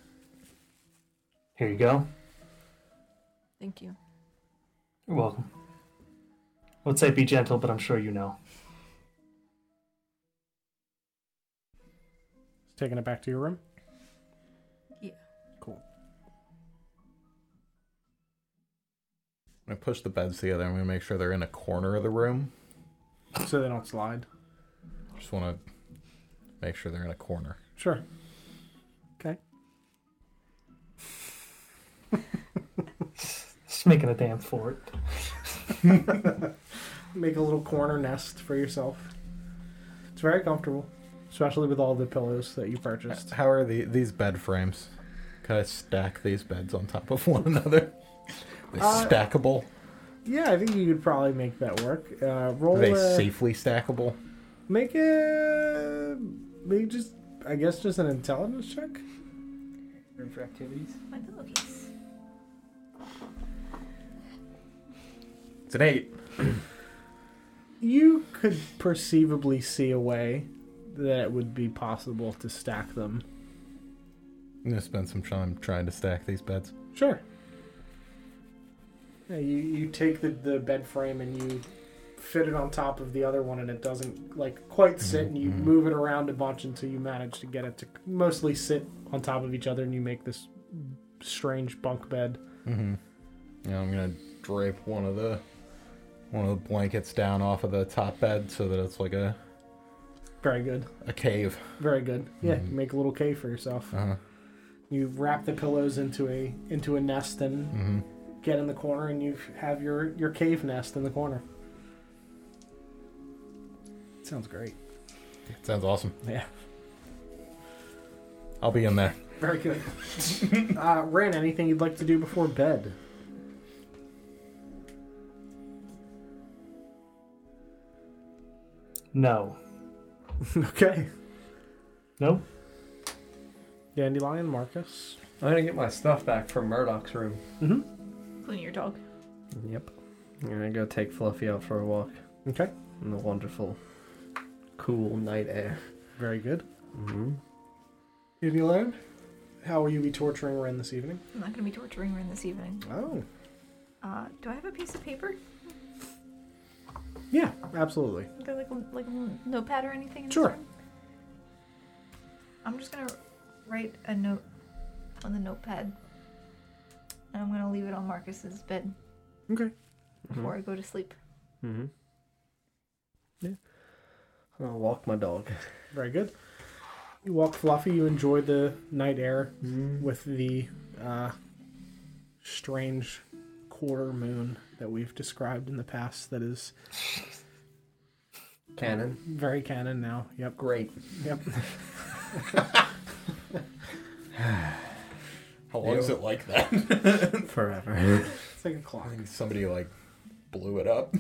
S6: Here you go.
S13: Thank you.
S6: You're welcome. I would say be gentle, but I'm sure you know.
S3: Taking it back to your room?
S13: Yeah.
S3: Cool.
S8: I'm gonna push the beds together. I'm gonna make sure they're in a corner of the room.
S3: So they don't slide.
S8: Just wanna make sure they're in a corner.
S3: Sure. Okay.
S6: Just making a damn fort.
S3: Make a little corner nest for yourself. It's very comfortable, especially with all the pillows that you purchased.
S8: How are the these bed frames? Can I stack these beds on top of one another? They
S3: Uh,
S8: stackable.
S3: Yeah, I think you could probably make that work. Uh, roll
S8: Are they
S3: a-
S8: safely stackable?
S3: Make a make just I guess just an intelligence check.
S5: Room for activities.
S7: My pillow case.
S8: It's an eight.
S3: You could perceivably see a way that it would be possible to stack them.
S8: I'm gonna spend some time trying to stack these beds.
S3: Sure. Yeah, you you take the the bed frame and you fit it on top of the other one, and it doesn't like quite sit, and you move it around a bunch until you manage to get it to mostly sit on top of each other, and you make this strange bunk bed.
S8: Mm-hmm. Yeah, I'm gonna drape one of the one of the blankets down off of the top bed so that it's like a
S3: Very good, Mm-hmm.
S8: a cave.
S3: very good. Yeah, you make a little cave for yourself.
S8: Uh-huh.
S3: You wrap the pillows into a into a nest and
S8: Mhm.
S3: get in the corner, and you have your your cave nest in the corner. Sounds great.
S8: Sounds awesome.
S3: Yeah.
S8: I'll be in there.
S3: Very good. uh, Ren, anything you'd like to do before bed?
S6: No.
S3: okay.
S6: Nope.
S3: Dandelion, Marcus.
S9: I'm gonna get my stuff back from Murdoch's room.
S7: Clean your dog.
S2: Yep. I'm gonna go take Fluffy out for a walk
S3: Okay.
S2: in the wonderful, cool night air.
S3: Very good.
S2: Mm-hmm.
S3: Dandelion, how will you be torturing Ren this evening?
S1: I'm not gonna be torturing Ren this evening.
S3: Oh.
S1: Uh, do I have a piece of paper?
S3: Yeah, absolutely.
S1: Is there like a, like a notepad or anything? In this
S3: Sure.
S1: room? I'm just gonna
S7: write a note on the notepad. And I'm going to leave it on Marcus's bed
S3: Okay.
S7: before I go to sleep.
S2: Mm-hmm. Yeah. I'll walk my dog.
S3: Very good. You walk fluffy. You enjoy the night air
S9: Mm-hmm.
S3: with the uh, strange quarter moon that we've described in the past. That is
S2: Canon.
S3: Very canon now. Yep.
S2: Great.
S3: Yep.
S22: How long is
S3: Ew.
S22: it like that?
S2: Forever.
S3: It's like a clock.
S22: I think somebody like blew it up.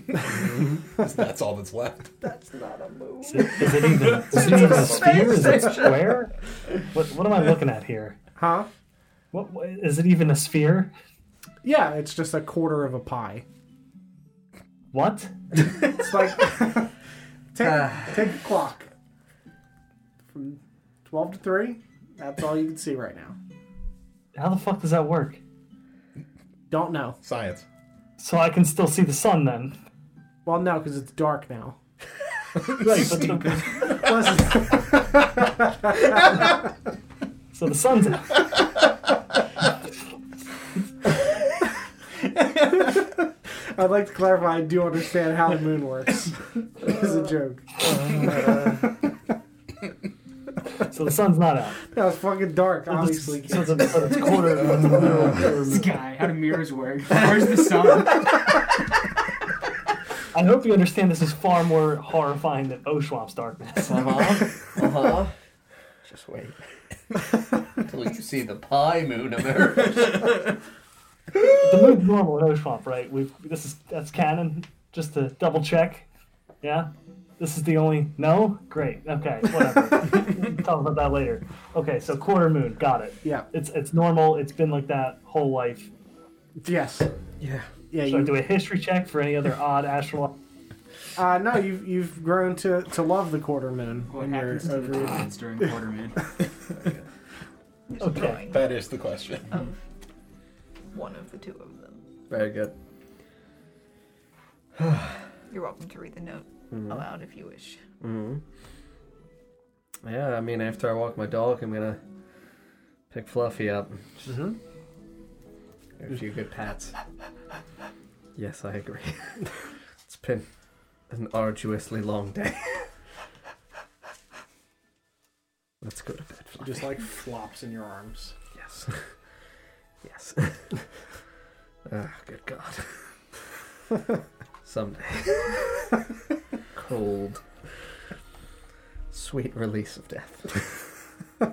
S22: 'Cause that's all that's left.
S2: That's not a move.
S6: Is it, is it even, is it even a sphere? Is it square? What, what am I looking at here?
S3: Huh?
S6: What, what is it even a sphere?
S3: Yeah, it's just a quarter of a pie.
S6: What? Uh.
S3: It's like take, take a clock from twelve to three. That's all you can see right now.
S6: How the fuck does that work?
S3: Don't know.
S22: Science.
S6: So I can still see the sun then.
S3: Well, no, because it's dark now.
S6: Right, but the- so the sun's out.
S3: I'd like to clarify. I do understand how the moon works. it's a joke.
S6: so the sun's not out.
S3: That was fucking dark. Obviously,
S6: So it's, so it's quarter of the
S5: this guy, how do mirrors work? Where's the sun?
S6: I hope you understand this is far more horrifying than Oshwamp's darkness.
S9: Uh huh. Just wait. Until you see the pie moon emerge.
S6: the moon's normal in Oshwamp, right? We've this is that's canon. Just to double check. Yeah? This is the only no? Great. Okay, whatever. We'll Talk about that later. Okay, so quarter moon, got it.
S3: Yeah.
S6: It's it's normal, it's been like that whole life.
S3: Yes.
S2: Yeah.
S3: Yeah.
S6: Should I do a history check for any other odd astral
S3: Uh, no, you've you've grown to, to love the quarter moon.
S5: What
S3: when you're
S5: happens to the
S3: over-
S5: diamonds during quarter moon?
S6: Okay.
S22: That is the question.
S1: One of the two of them.
S2: Very good.
S1: You're welcome to read the note
S9: Mm-hmm.
S2: Mhm.
S1: aloud if you wish.
S2: hmm Yeah, I mean, after I walk my dog, I'm gonna pick Fluffy up.
S3: Mm-hmm.
S2: A few good pats. Yes, I agree. it's been an arduously long day. Let's go to bed,
S3: She
S2: Fluffy.
S3: just like flops in your arms.
S2: Yes. yes. ah, good God. Someday. Cold. Sweet release of death.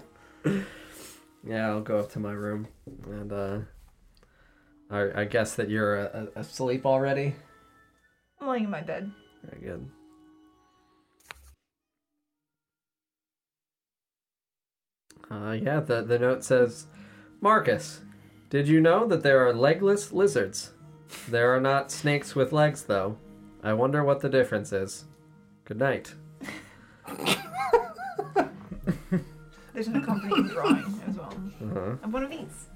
S2: yeah, I'll go up to my room. And, uh. I, I guess that you're uh, uh, asleep already?
S1: I'm lying in my bed.
S2: Very good. Uh, yeah, the, the note says Marcus, did you know that there are legless lizards? There are not snakes with legs, though. I wonder what the difference is. Good night.
S1: There's an accompanying drawing as well.
S2: Uh-huh.
S1: Of one of these.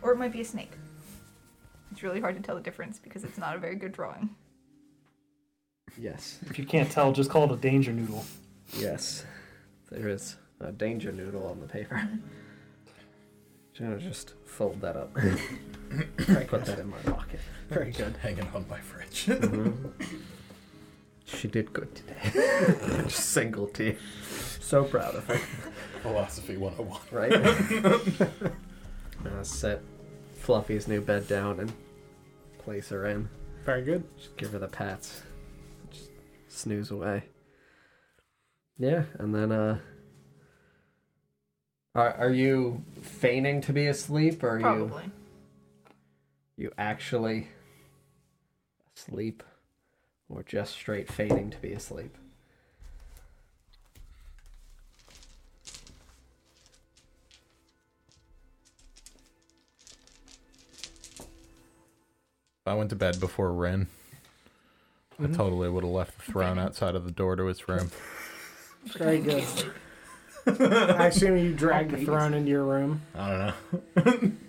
S1: Or it might be a snake. It's really hard to tell the difference because it's not a very good drawing.
S2: Yes.
S6: If you can't tell, just call it a danger noodle.
S2: Yes. There is a danger noodle on the paper. Should I just fold that up? Put that in my pocket.
S3: Very good.
S22: Hanging on my fridge.
S2: She did good today. Just single tear. So proud of her.
S22: Philosophy 101.
S2: Right? And I set Fluffy's new bed down and place her in.
S3: Very good.
S2: Just give her the pats. Just snooze away. Yeah, and then uh
S9: Are, are you feigning to be asleep, or are
S1: Probably.
S9: you
S2: you actually asleep or just straight feigning to be asleep?
S10: I went to bed before Ren. I
S3: Mhm.
S10: totally would have left the throne outside of the door to his room.
S3: Very good. I assume you dragged the
S5: Babies.
S3: throne into your room.
S10: I don't know.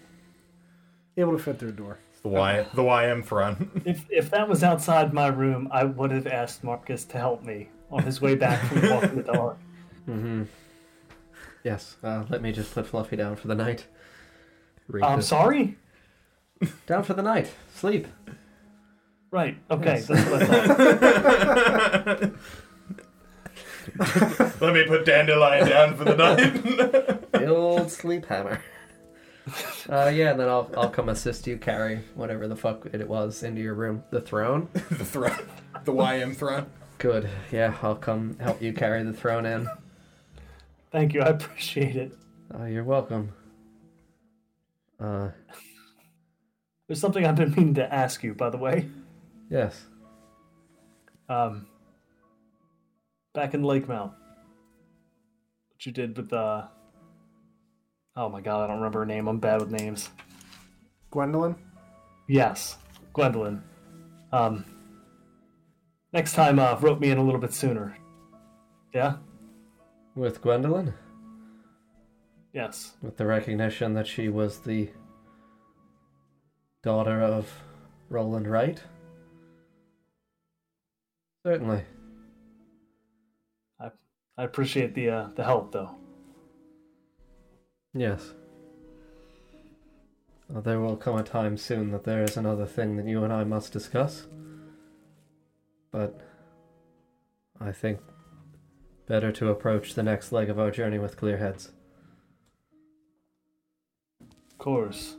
S3: It would have fit through a door.
S10: The Y the YM throne.
S6: If if that was outside my room, I would have asked Marcus to help me on his way back from walking the dog.
S2: Mm-hmm. Yes, uh, let me just put Fluffy down for the night. Read
S6: I'm
S2: this-
S6: sorry?
S2: Down for the night. Sleep.
S6: Right, okay,
S2: Yes.
S6: that's what I thought.
S8: Let me put Dandelion down for the night.
S2: the old sleep hammer. Uh, yeah, and then I'll I'll come assist you carry whatever the fuck it was into your room. The throne. the
S22: throne. The YM throne.
S2: Good. Yeah, I'll come help you carry the throne in.
S6: Thank you, I appreciate it.
S2: Uh, you're welcome. Uh,
S6: There's something I've been meaning to ask you, by the way.
S2: yes.
S6: Um, back in Lake Mount, what you did with uh, oh my god, I don't remember her name. I'm bad with names.
S3: Gwendolyn?
S6: Yes, Gwendolyn. Um, next time, uh, rope me in a little bit sooner. Yeah.
S2: With Gwendolyn,
S6: Yes.
S2: with the recognition that she was the daughter of Roland Wright. Certainly.
S6: I I appreciate the uh, the help though.
S2: Yes. Uh, there will come a time soon that there is another thing that you and I must discuss. But I think better to approach the next leg of our journey with clear heads.
S6: Of course.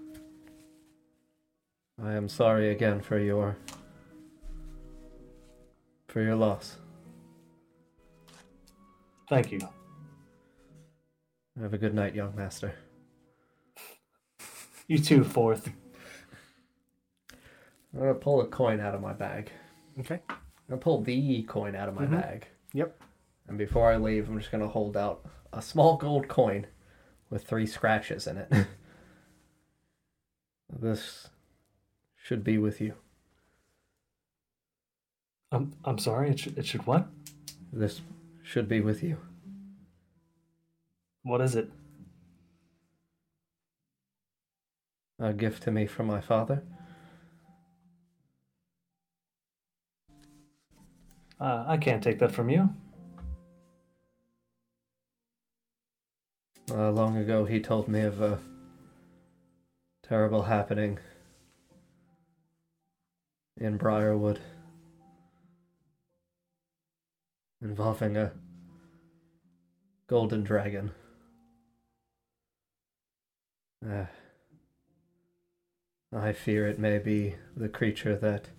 S2: I am sorry again for your for your loss.
S6: Thank you.
S2: Have a good night, young master.
S6: You too, Forth.
S2: I'm gonna pull a coin out of my bag.
S3: Okay.
S2: I'm gonna pull the coin out of my
S3: Mhm.
S2: bag.
S3: Yep.
S2: And before I leave, I'm just gonna hold out a small gold coin with three scratches in it. this should be with you.
S6: I'm I'm sorry. It should it should what?
S2: This should be with you.
S6: What is it?
S2: A gift to me from my father.
S6: Uh, I can't take that from you.
S2: Uh, long ago, he told me of a terrible happening in Briarwood involving a golden dragon. Uh, I fear it may be the creature that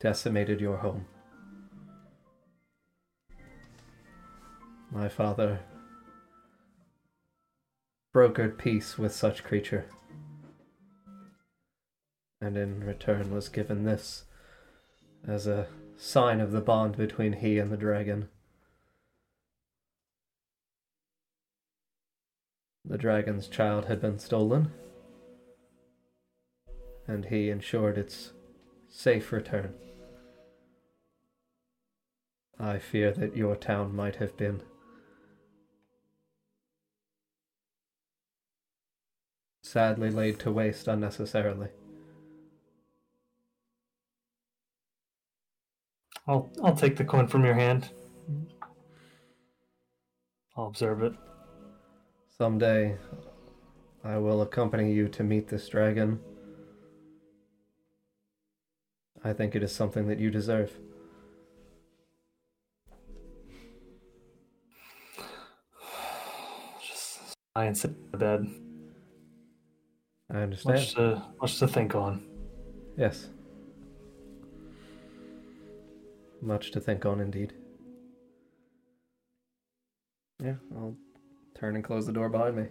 S2: decimated your home. My father brokered peace with such creature, and in return was given this as a sign of the bond between he and the dragon. The dragon's child had been stolen, and he ensured its safe return. I fear that your town might have been. Sadly, laid to waste unnecessarily.
S6: I'll I'll take the coin from your hand. I'll observe it.
S2: Someday, I will accompany you to meet this dragon. I think it is something that you deserve.
S6: I and sit in the bed.
S2: I understand.
S6: Much to much to think on.
S2: Yes. Much to think on, indeed. Yeah, I'll turn and close the door behind me.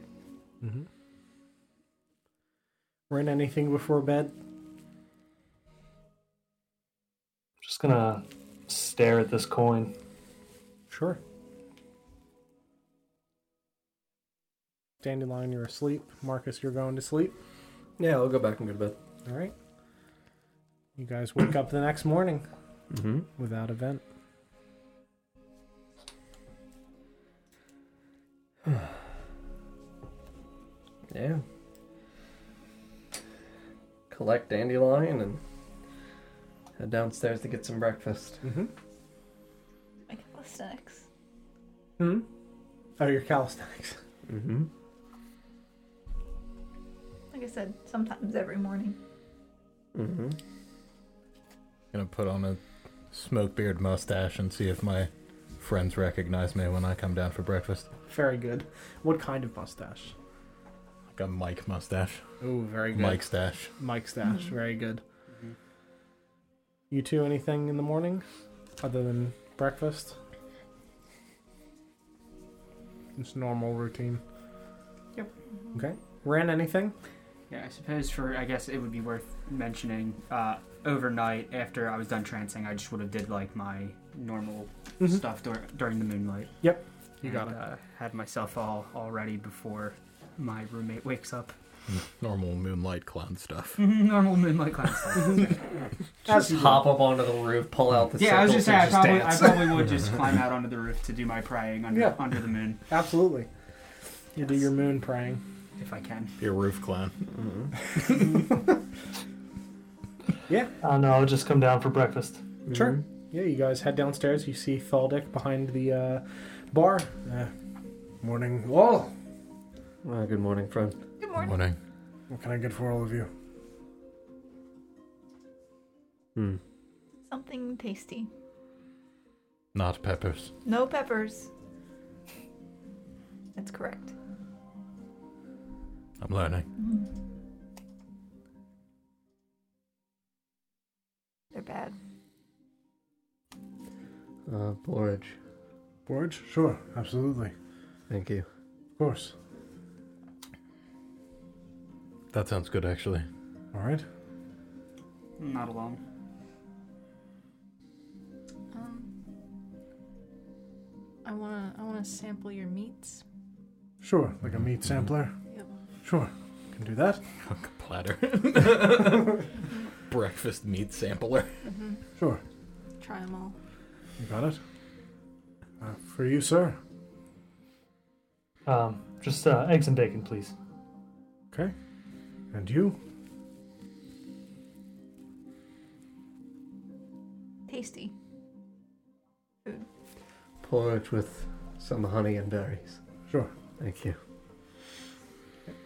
S3: Mm-hmm. Rent anything before bed?
S6: Just gonna stare at this coin.
S3: Sure. Dandelion, you're asleep. Marcus, you're going to sleep.
S2: Yeah, I'll go back and go to bed.
S3: All right. You guys wake up the next morning
S2: Mm-hmm.
S3: without event.
S2: Yeah. Collect dandelion and head downstairs to get some breakfast.
S3: Mm-hmm.
S7: I got the snacks.
S3: Mm-hmm. Oh, your calisthenics.
S2: Mm-hmm.
S1: Like I said, sometimes every morning.
S2: Mm-hmm.
S10: Gonna put on a smoke beard mustache and see if my friends recognize me when I come down for breakfast.
S3: Very good. What kind of mustache?
S10: Like a Mike mustache.
S3: Oh, very good.
S10: Mike stash.
S3: Mike stash. Very good. Mm-hmm.
S5: Mm-hmm.
S3: You two, anything in the morning other than breakfast? It's normal routine.
S5: Yep.
S3: Okay. Ran anything?
S5: Yeah, I suppose for I guess it would be worth mentioning. Uh, overnight, after I was done trancing, I just would have did like my normal
S3: Mm-hmm.
S5: stuff dur- during the moonlight.
S3: Yep, you got
S5: And,
S3: it.
S5: Uh, had myself all all ready before my roommate wakes up.
S10: Normal moonlight clown stuff.
S5: normal moonlight class.
S3: Mm-hmm.
S23: Just hop up onto the roof, pull out the
S5: yeah, I was
S23: sickles,
S5: just saying, I
S23: and just
S5: probably, I
S23: dance.
S5: probably would just climb out onto the roof to do my praying under,
S3: Yeah.
S5: under the moon
S3: Absolutely. You do your moon praying.
S5: if I can.
S10: Be a roof clown.
S2: Mm-hmm.
S3: Yeah.
S24: Oh no, I'll just come down for breakfast.
S3: Sure. Yeah, you guys head downstairs. You see Thaldic behind the uh, bar. Uh,
S6: Morning, all.
S2: Well, good morning, friend.
S1: Good
S10: Morning.
S6: What can I get for all of you?
S2: Hmm.
S1: Something tasty.
S10: Not peppers.
S1: No peppers. That's correct.
S10: I'm learning.
S1: Mm-hmm. They're bad.
S2: Uh, porridge.
S6: Porridge? Sure, absolutely.
S2: Thank you.
S6: Of course.
S10: That sounds good, actually.
S6: All right.
S5: Not alone.
S13: Um, I wanna I wanna sample your meats.
S6: Sure, like a meat sampler.
S13: Yep.
S6: Sure, can do that.
S10: Platter.
S13: Mm-hmm.
S10: Breakfast meat sampler.
S13: Mhm.
S6: Sure,
S13: Try them all.
S6: you got it. Uh, for you, sir.
S24: Um, just uh, eggs and bacon, please.
S6: Okay. And you?
S1: Tasty.
S2: Porridge with some honey and berries.
S6: Sure.
S2: Thank you.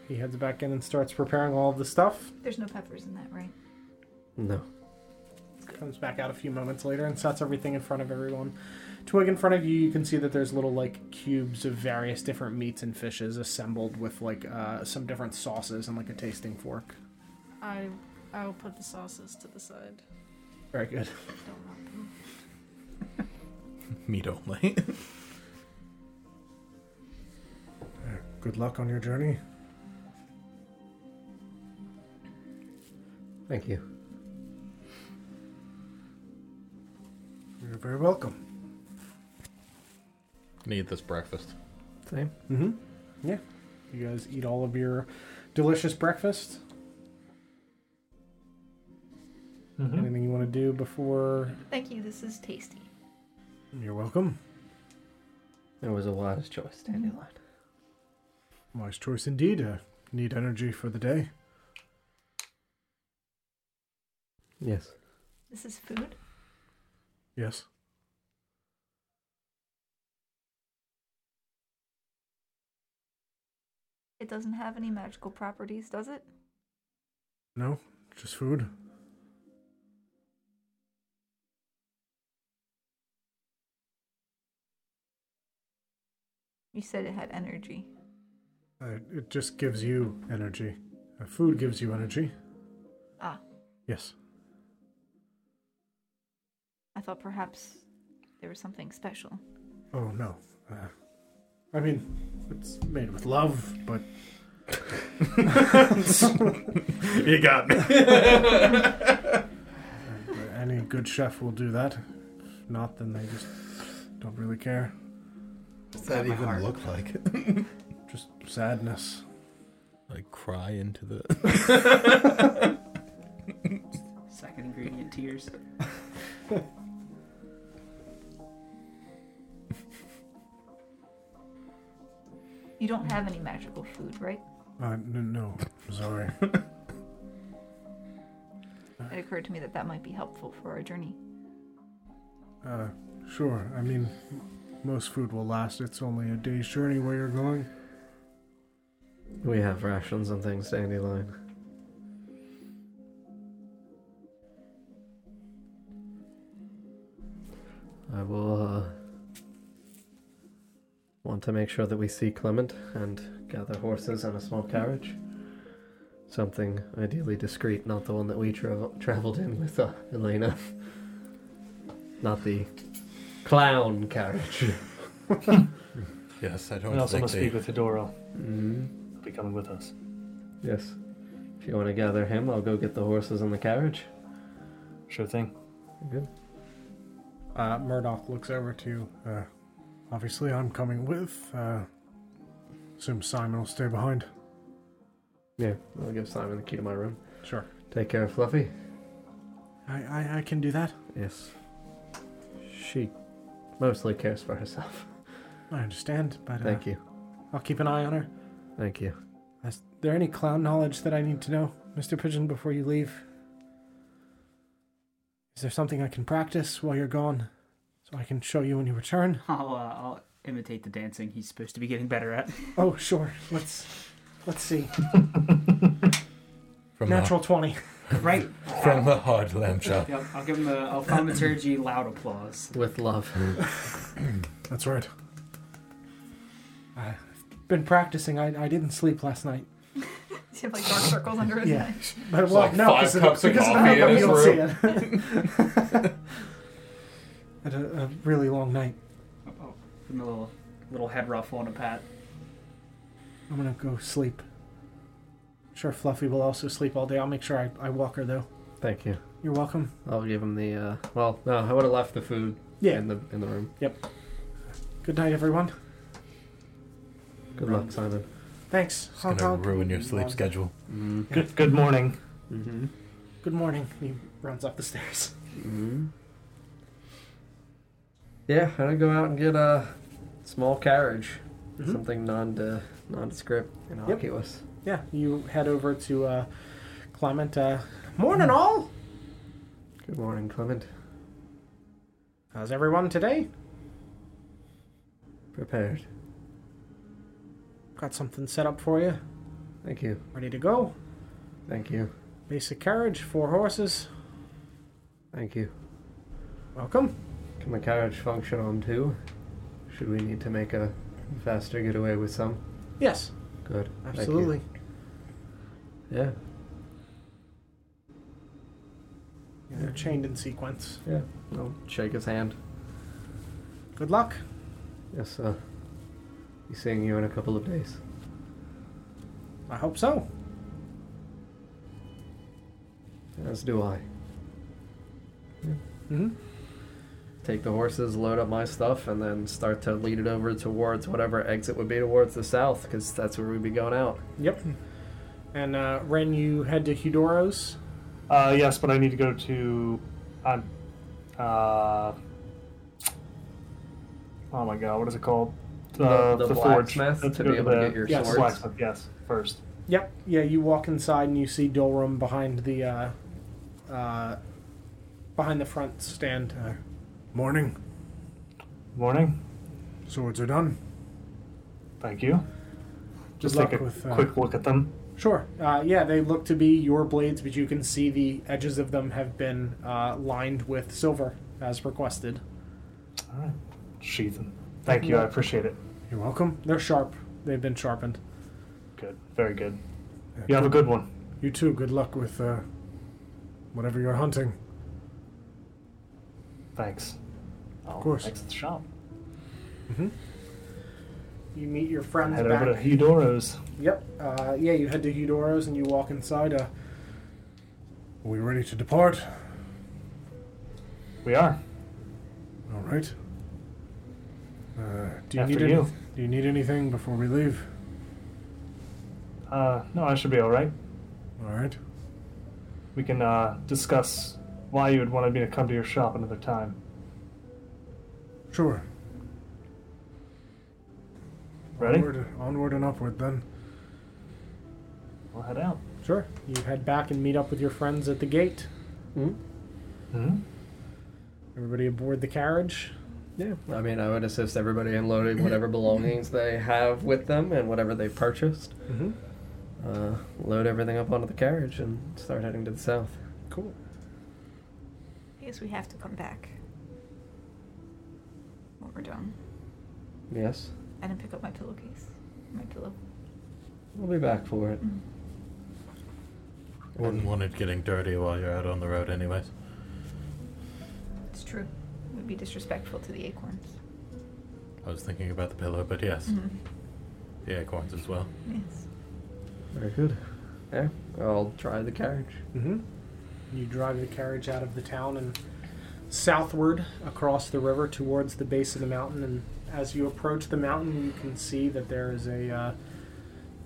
S3: he heads back in and starts preparing all of the stuff.
S1: There's no peppers in that, right?
S2: No.
S3: Comes back out a few moments later and sets everything in front of everyone. Twig in front of you, you can see that there's little like cubes of various different meats and fishes assembled with like uh, some different sauces and like a tasting fork.
S13: I I will put the sauces to the side.
S3: Very good.
S13: I don't want them.
S10: Meat only.
S6: Good luck on your journey.
S2: Thank you.
S6: You're very welcome.
S10: Need this breakfast.
S2: Same.
S3: Mm-hmm. Yeah. You guys eat all of your delicious breakfast.
S6: Mm-hmm.
S24: Mhm.
S3: Anything you want to do before?
S1: Thank you. This is tasty.
S6: You're welcome.
S2: There was a wise choice, Dandelion.
S6: Wise choice indeed. I need energy for the day.
S2: Yes.
S1: This is food.
S6: Yes.
S1: It doesn't have any magical properties, does it?
S6: No? Just food?
S1: You said it had energy.
S6: Uh, it just gives you energy. Uh, food gives you energy.
S1: Ah,
S6: Yes.
S1: I thought perhaps there was something special.
S6: Oh, no. Uh, I mean, it's made with love, but.
S10: you got me.
S6: Uh, Any good chef will do that. If not, then they just don't really care.
S10: What's that even look like?
S6: Just sadness.
S10: Like cry into the.
S5: Second ingredient, tears.
S1: You don't have any magical food, right?
S6: Uh, n- no, I'm sorry.
S1: It occurred to me that that might be helpful for our journey.
S6: Uh, sure. I mean,
S3: Most food will last. It's only a day's journey where you're going.
S2: We have rations and things, Dandelion. I will uh, want to make sure that we see Clement and gather horses and a small carriage. Something ideally discreet, not the one that we tra- traveled in with uh, Elena. not the clown carriage.
S10: Yes, I don't
S6: We also
S10: think
S6: must
S10: they-
S6: speak with Hedoro.
S2: Mm-hmm.
S6: He'll be coming with us.
S2: Yes. If you want to gather him, I'll go get the horses and the carriage.
S6: Sure thing.
S2: Good.
S25: Uh, Murdoch
S3: looks over to you. Uh, obviously, I'm coming with. Uh, assume Simon will stay behind.
S2: Yeah, I'll give Simon the key to my room.
S3: Sure.
S2: Take care of Fluffy.
S3: I, I, I can do that.
S2: Yes. She mostly cares for herself.
S3: I understand, but uh,
S2: Thank you.
S3: I'll keep an eye on her.
S2: Thank you.
S3: Is there any clown knowledge that I need to know, Mr. Pigeon, before you leave? Is there something I can practice while you're gone so I can show you when you return?
S5: I'll, uh, I'll imitate the dancing he's supposed to be getting better at.
S3: Oh, sure. Let's let's see.
S10: From
S3: Natural
S10: the,
S3: 20.
S5: Right.
S10: From the hard lamb chop.
S5: Yep, I'll give him a I'll thaumaturgy loud applause.
S2: With love.
S3: That's right. I've been practicing. I, I didn't sleep last night.
S1: Does he have like dark circles under his
S3: Yeah.
S1: eyes?
S3: But
S26: It's
S3: well,
S26: like
S3: no,
S26: five
S3: because
S26: cups of
S3: because
S26: coffee in
S3: the
S26: his
S3: makeup, you
S26: room.
S3: don't see it. Had a, a really long night.
S5: Oh, oh, give him a little little head ruffle and a pat.
S3: I'm gonna go sleep. Sure, Fluffy will also sleep all day. I'll make sure I, I walk her though.
S2: Thank you.
S3: You're welcome.
S2: I'll give him the. Uh, well, no, I would have left the food.
S3: Yeah.
S2: In the in the room.
S3: Yep. Good night, everyone.
S2: Good luck, Simon.
S3: Thanks.
S10: It's gonna ruin your sleep schedule.
S6: Good, good morning.
S2: Mm-hmm.
S3: Good morning. He runs up the stairs.
S2: Mm-hmm. Yeah, I'm gonna go out and get a small carriage,
S3: Mhm.
S2: something non uh, nondescript and
S3: Yep.
S2: innocuous.
S3: Yeah, you head over to uh, Clement. Uh,
S6: Mm.
S3: morning, all.
S2: Good morning, Clement.
S3: How's everyone today?
S2: Prepared.
S3: Got something set up for you.
S2: Thank you.
S3: Ready to go.
S2: Thank you.
S3: Basic carriage, four horses.
S2: Thank you.
S3: Welcome.
S2: Can the carriage function on two? Should we need to make a faster getaway with some?
S3: Yes,
S2: Good. Thank you.
S3: absolutely.
S2: Yeah.
S3: Yeah, they're chained in sequence.
S2: Yeah. I'll shake his hand.
S3: Good luck.
S2: Yes, sir. Be seeing you in a couple of days.
S3: I hope so.
S2: As do I.
S3: hmm
S2: Take the horses, load up my stuff, and then start to lead it over towards whatever exit would be towards the south, because that's where we'd be going out.
S3: Yep. And uh, Ren, you head to Hudoro's.
S6: Uh, yes, but I need to go to. I'm. Uh, oh my god, what is it called?
S2: The- the blacksmith
S6: I have
S2: to
S6: go
S2: be able to get your
S6: yes,
S2: swords?
S6: blacksmith. Uh, Yes, first.
S3: Yep. Yeah, you walk inside and you see Dolrum behind the uh, uh, behind the front stand. Uh, Morning.
S6: Morning.
S3: Swords are done.
S6: Thank you. Just
S3: Good
S6: take
S3: luck
S6: a
S3: with, uh,
S6: quick look at them.
S3: Sure. Uh, yeah, they look to be your blades, but you can see the edges of them have been uh, lined with silver as requested.
S6: All right. Sheath them. Thank you. I appreciate it.
S3: You're welcome. They're sharp. They've been sharpened.
S6: Good. Very good. You have a good one.
S3: You too. Good luck with uh, whatever you're hunting.
S6: Thanks. Of
S3: course. Mm-hmm.
S6: Exit the shop.
S3: You meet your friends
S6: Head
S3: back.
S6: over to Hudoro's.
S3: Yep. Uh, yeah, you head to Hudoro's and you walk inside. Uh,
S27: Are we ready to depart?
S6: We are.
S27: All right. Uh,
S3: do you
S6: After
S3: need any-
S6: you.
S3: do you need anything before we leave?
S6: Uh, no, I should be all right.
S27: All right.
S6: We can uh, discuss why you would want me to come to your shop another time.
S27: Sure.
S6: Ready?
S27: Onward, onward and upward then.
S6: We'll head out.
S3: Sure. You head back and meet up with your friends at the gate.
S2: Mm-hmm.
S6: hmm
S3: Everybody aboard the carriage.
S2: Yeah, I mean, I would assist everybody in loading whatever belongings they have with them and whatever they purchased.
S3: Mhm.
S2: Uh, load everything up onto the carriage and start heading to the south.
S3: Cool.
S7: I guess we have to come back when we're done.
S2: Yes,
S7: I didn't pick up my pillowcase, my pillow.
S2: we'll be back for it.
S1: Mm-hmm.
S10: Wouldn't want it getting dirty while you're out on the road, anyways.
S7: It's true. It would be disrespectful to the acorns.
S10: I was thinking about the pillow, but yes.
S1: Hmm.
S7: Mhm.
S10: The acorns as well.
S7: Yes.
S2: Very good. Yeah, I'll try the carriage.
S3: Mm-hmm. You drive the carriage out of the town and southward across the river towards the base of the mountain. And as you approach the mountain, you can see that there is a, uh,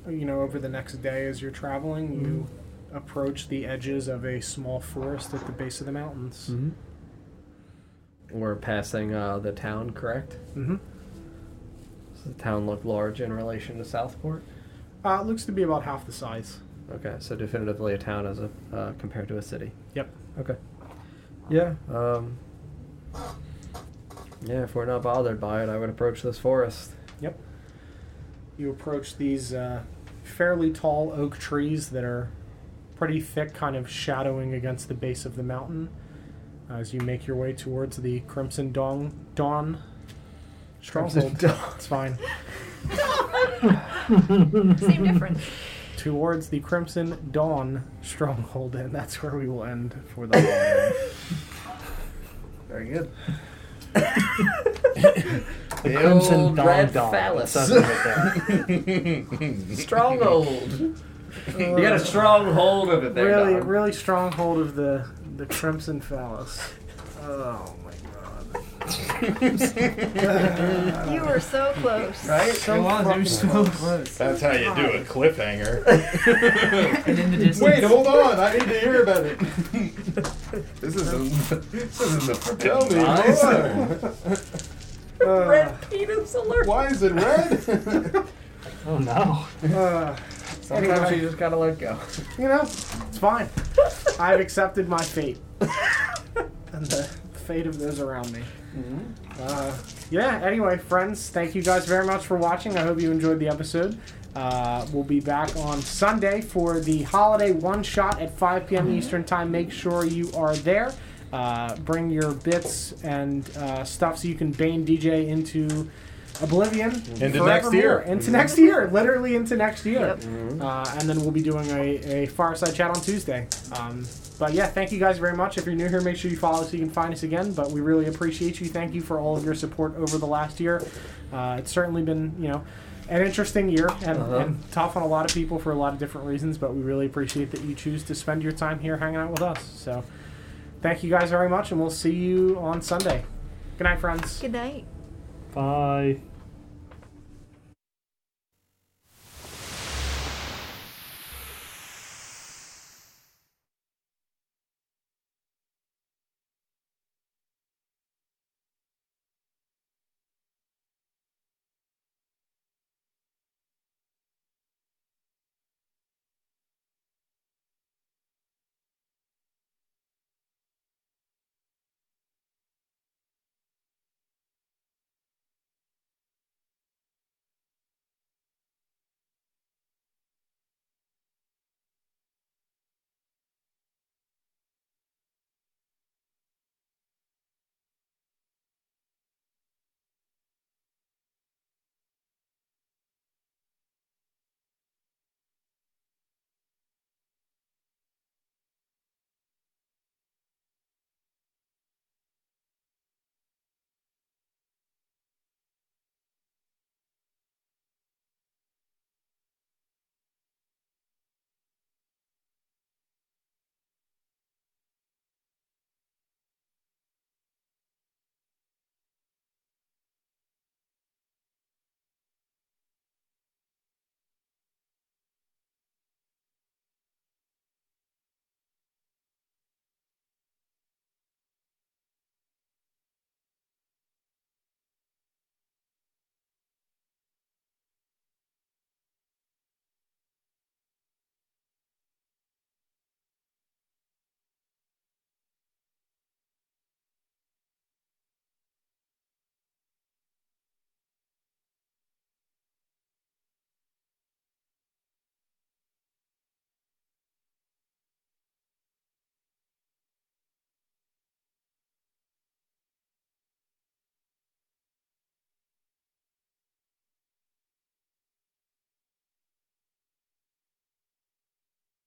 S3: you know, over the next day as you're traveling, you approach the edges of a small forest at the base of the mountains.
S2: Mm-hmm. We're passing uh, the town, correct?
S3: Mm-hmm.
S2: Does the town look large in relation to Southport?
S3: Uh, it looks to be about half the size.
S2: Okay, so definitively a town as a uh, compared to a city.
S3: Yep.
S2: Okay. Yeah. Um, yeah. If we're not bothered by it, I would approach this forest.
S3: Yep. You approach these uh, fairly tall oak trees that are pretty thick, kind of shadowing against the base of the mountain uh, as you make your way towards the Crimson Dawn, Dawn stronghold.
S2: Crimson
S3: It's fine.
S1: Same difference.
S3: Towards the Crimson Dawn stronghold, and that's where we will end for the holiday.
S2: Very good.
S6: The
S2: The
S6: Crimson
S2: old
S6: Dawn
S2: red
S6: Dawn.
S2: phallus.
S6: That's
S2: stronghold. you got a strong hold of it there.
S3: really,
S2: Don.
S3: really strong hold of the the Crimson Phallus. Oh my god.
S1: You were so close.
S8: Right?
S3: So fucking
S8: close. That's how you do a cliffhanger.
S22: Wait, hold on. I need to hear about it. this isn't. This isn't the Tell me.
S8: Nice.
S22: Why is it-
S1: Red penis alert.
S22: Why is it red?
S6: Oh no.
S3: Uh,
S2: Sometimes
S3: anyway,
S2: you just gotta let go.
S3: you know, it's fine. I've accepted my fate and the fate of those around me.
S2: Mm-hmm.
S3: Uh, yeah, anyway, friends, thank you guys very much for watching. I hope you enjoyed the episode. Uh, we'll be back on Sunday for the holiday one shot at 5 p.m.
S2: Mm-hmm.
S3: Eastern Time. Make sure you are there. Uh, bring your bits and uh, stuff so you can bane DJ into oblivion
S8: Into
S3: forevermore.
S8: next year.
S3: Into next year, literally into next year. Uh, and then we'll be doing a, a fireside chat on Tuesday. Um, but yeah, thank you guys very much. If you're new here, make sure you follow so you can find us again. But we really appreciate you. Thank you for all of your support over the last year. Uh, it's certainly been, you know, an interesting year and,
S2: Uh-huh.
S3: and tough on a lot of people for a lot of different reasons. But we really appreciate that you choose to spend your time here hanging out with us. So thank you guys very much, and we'll see you on Sunday. Good night, friends.
S7: Good night.
S6: Bye.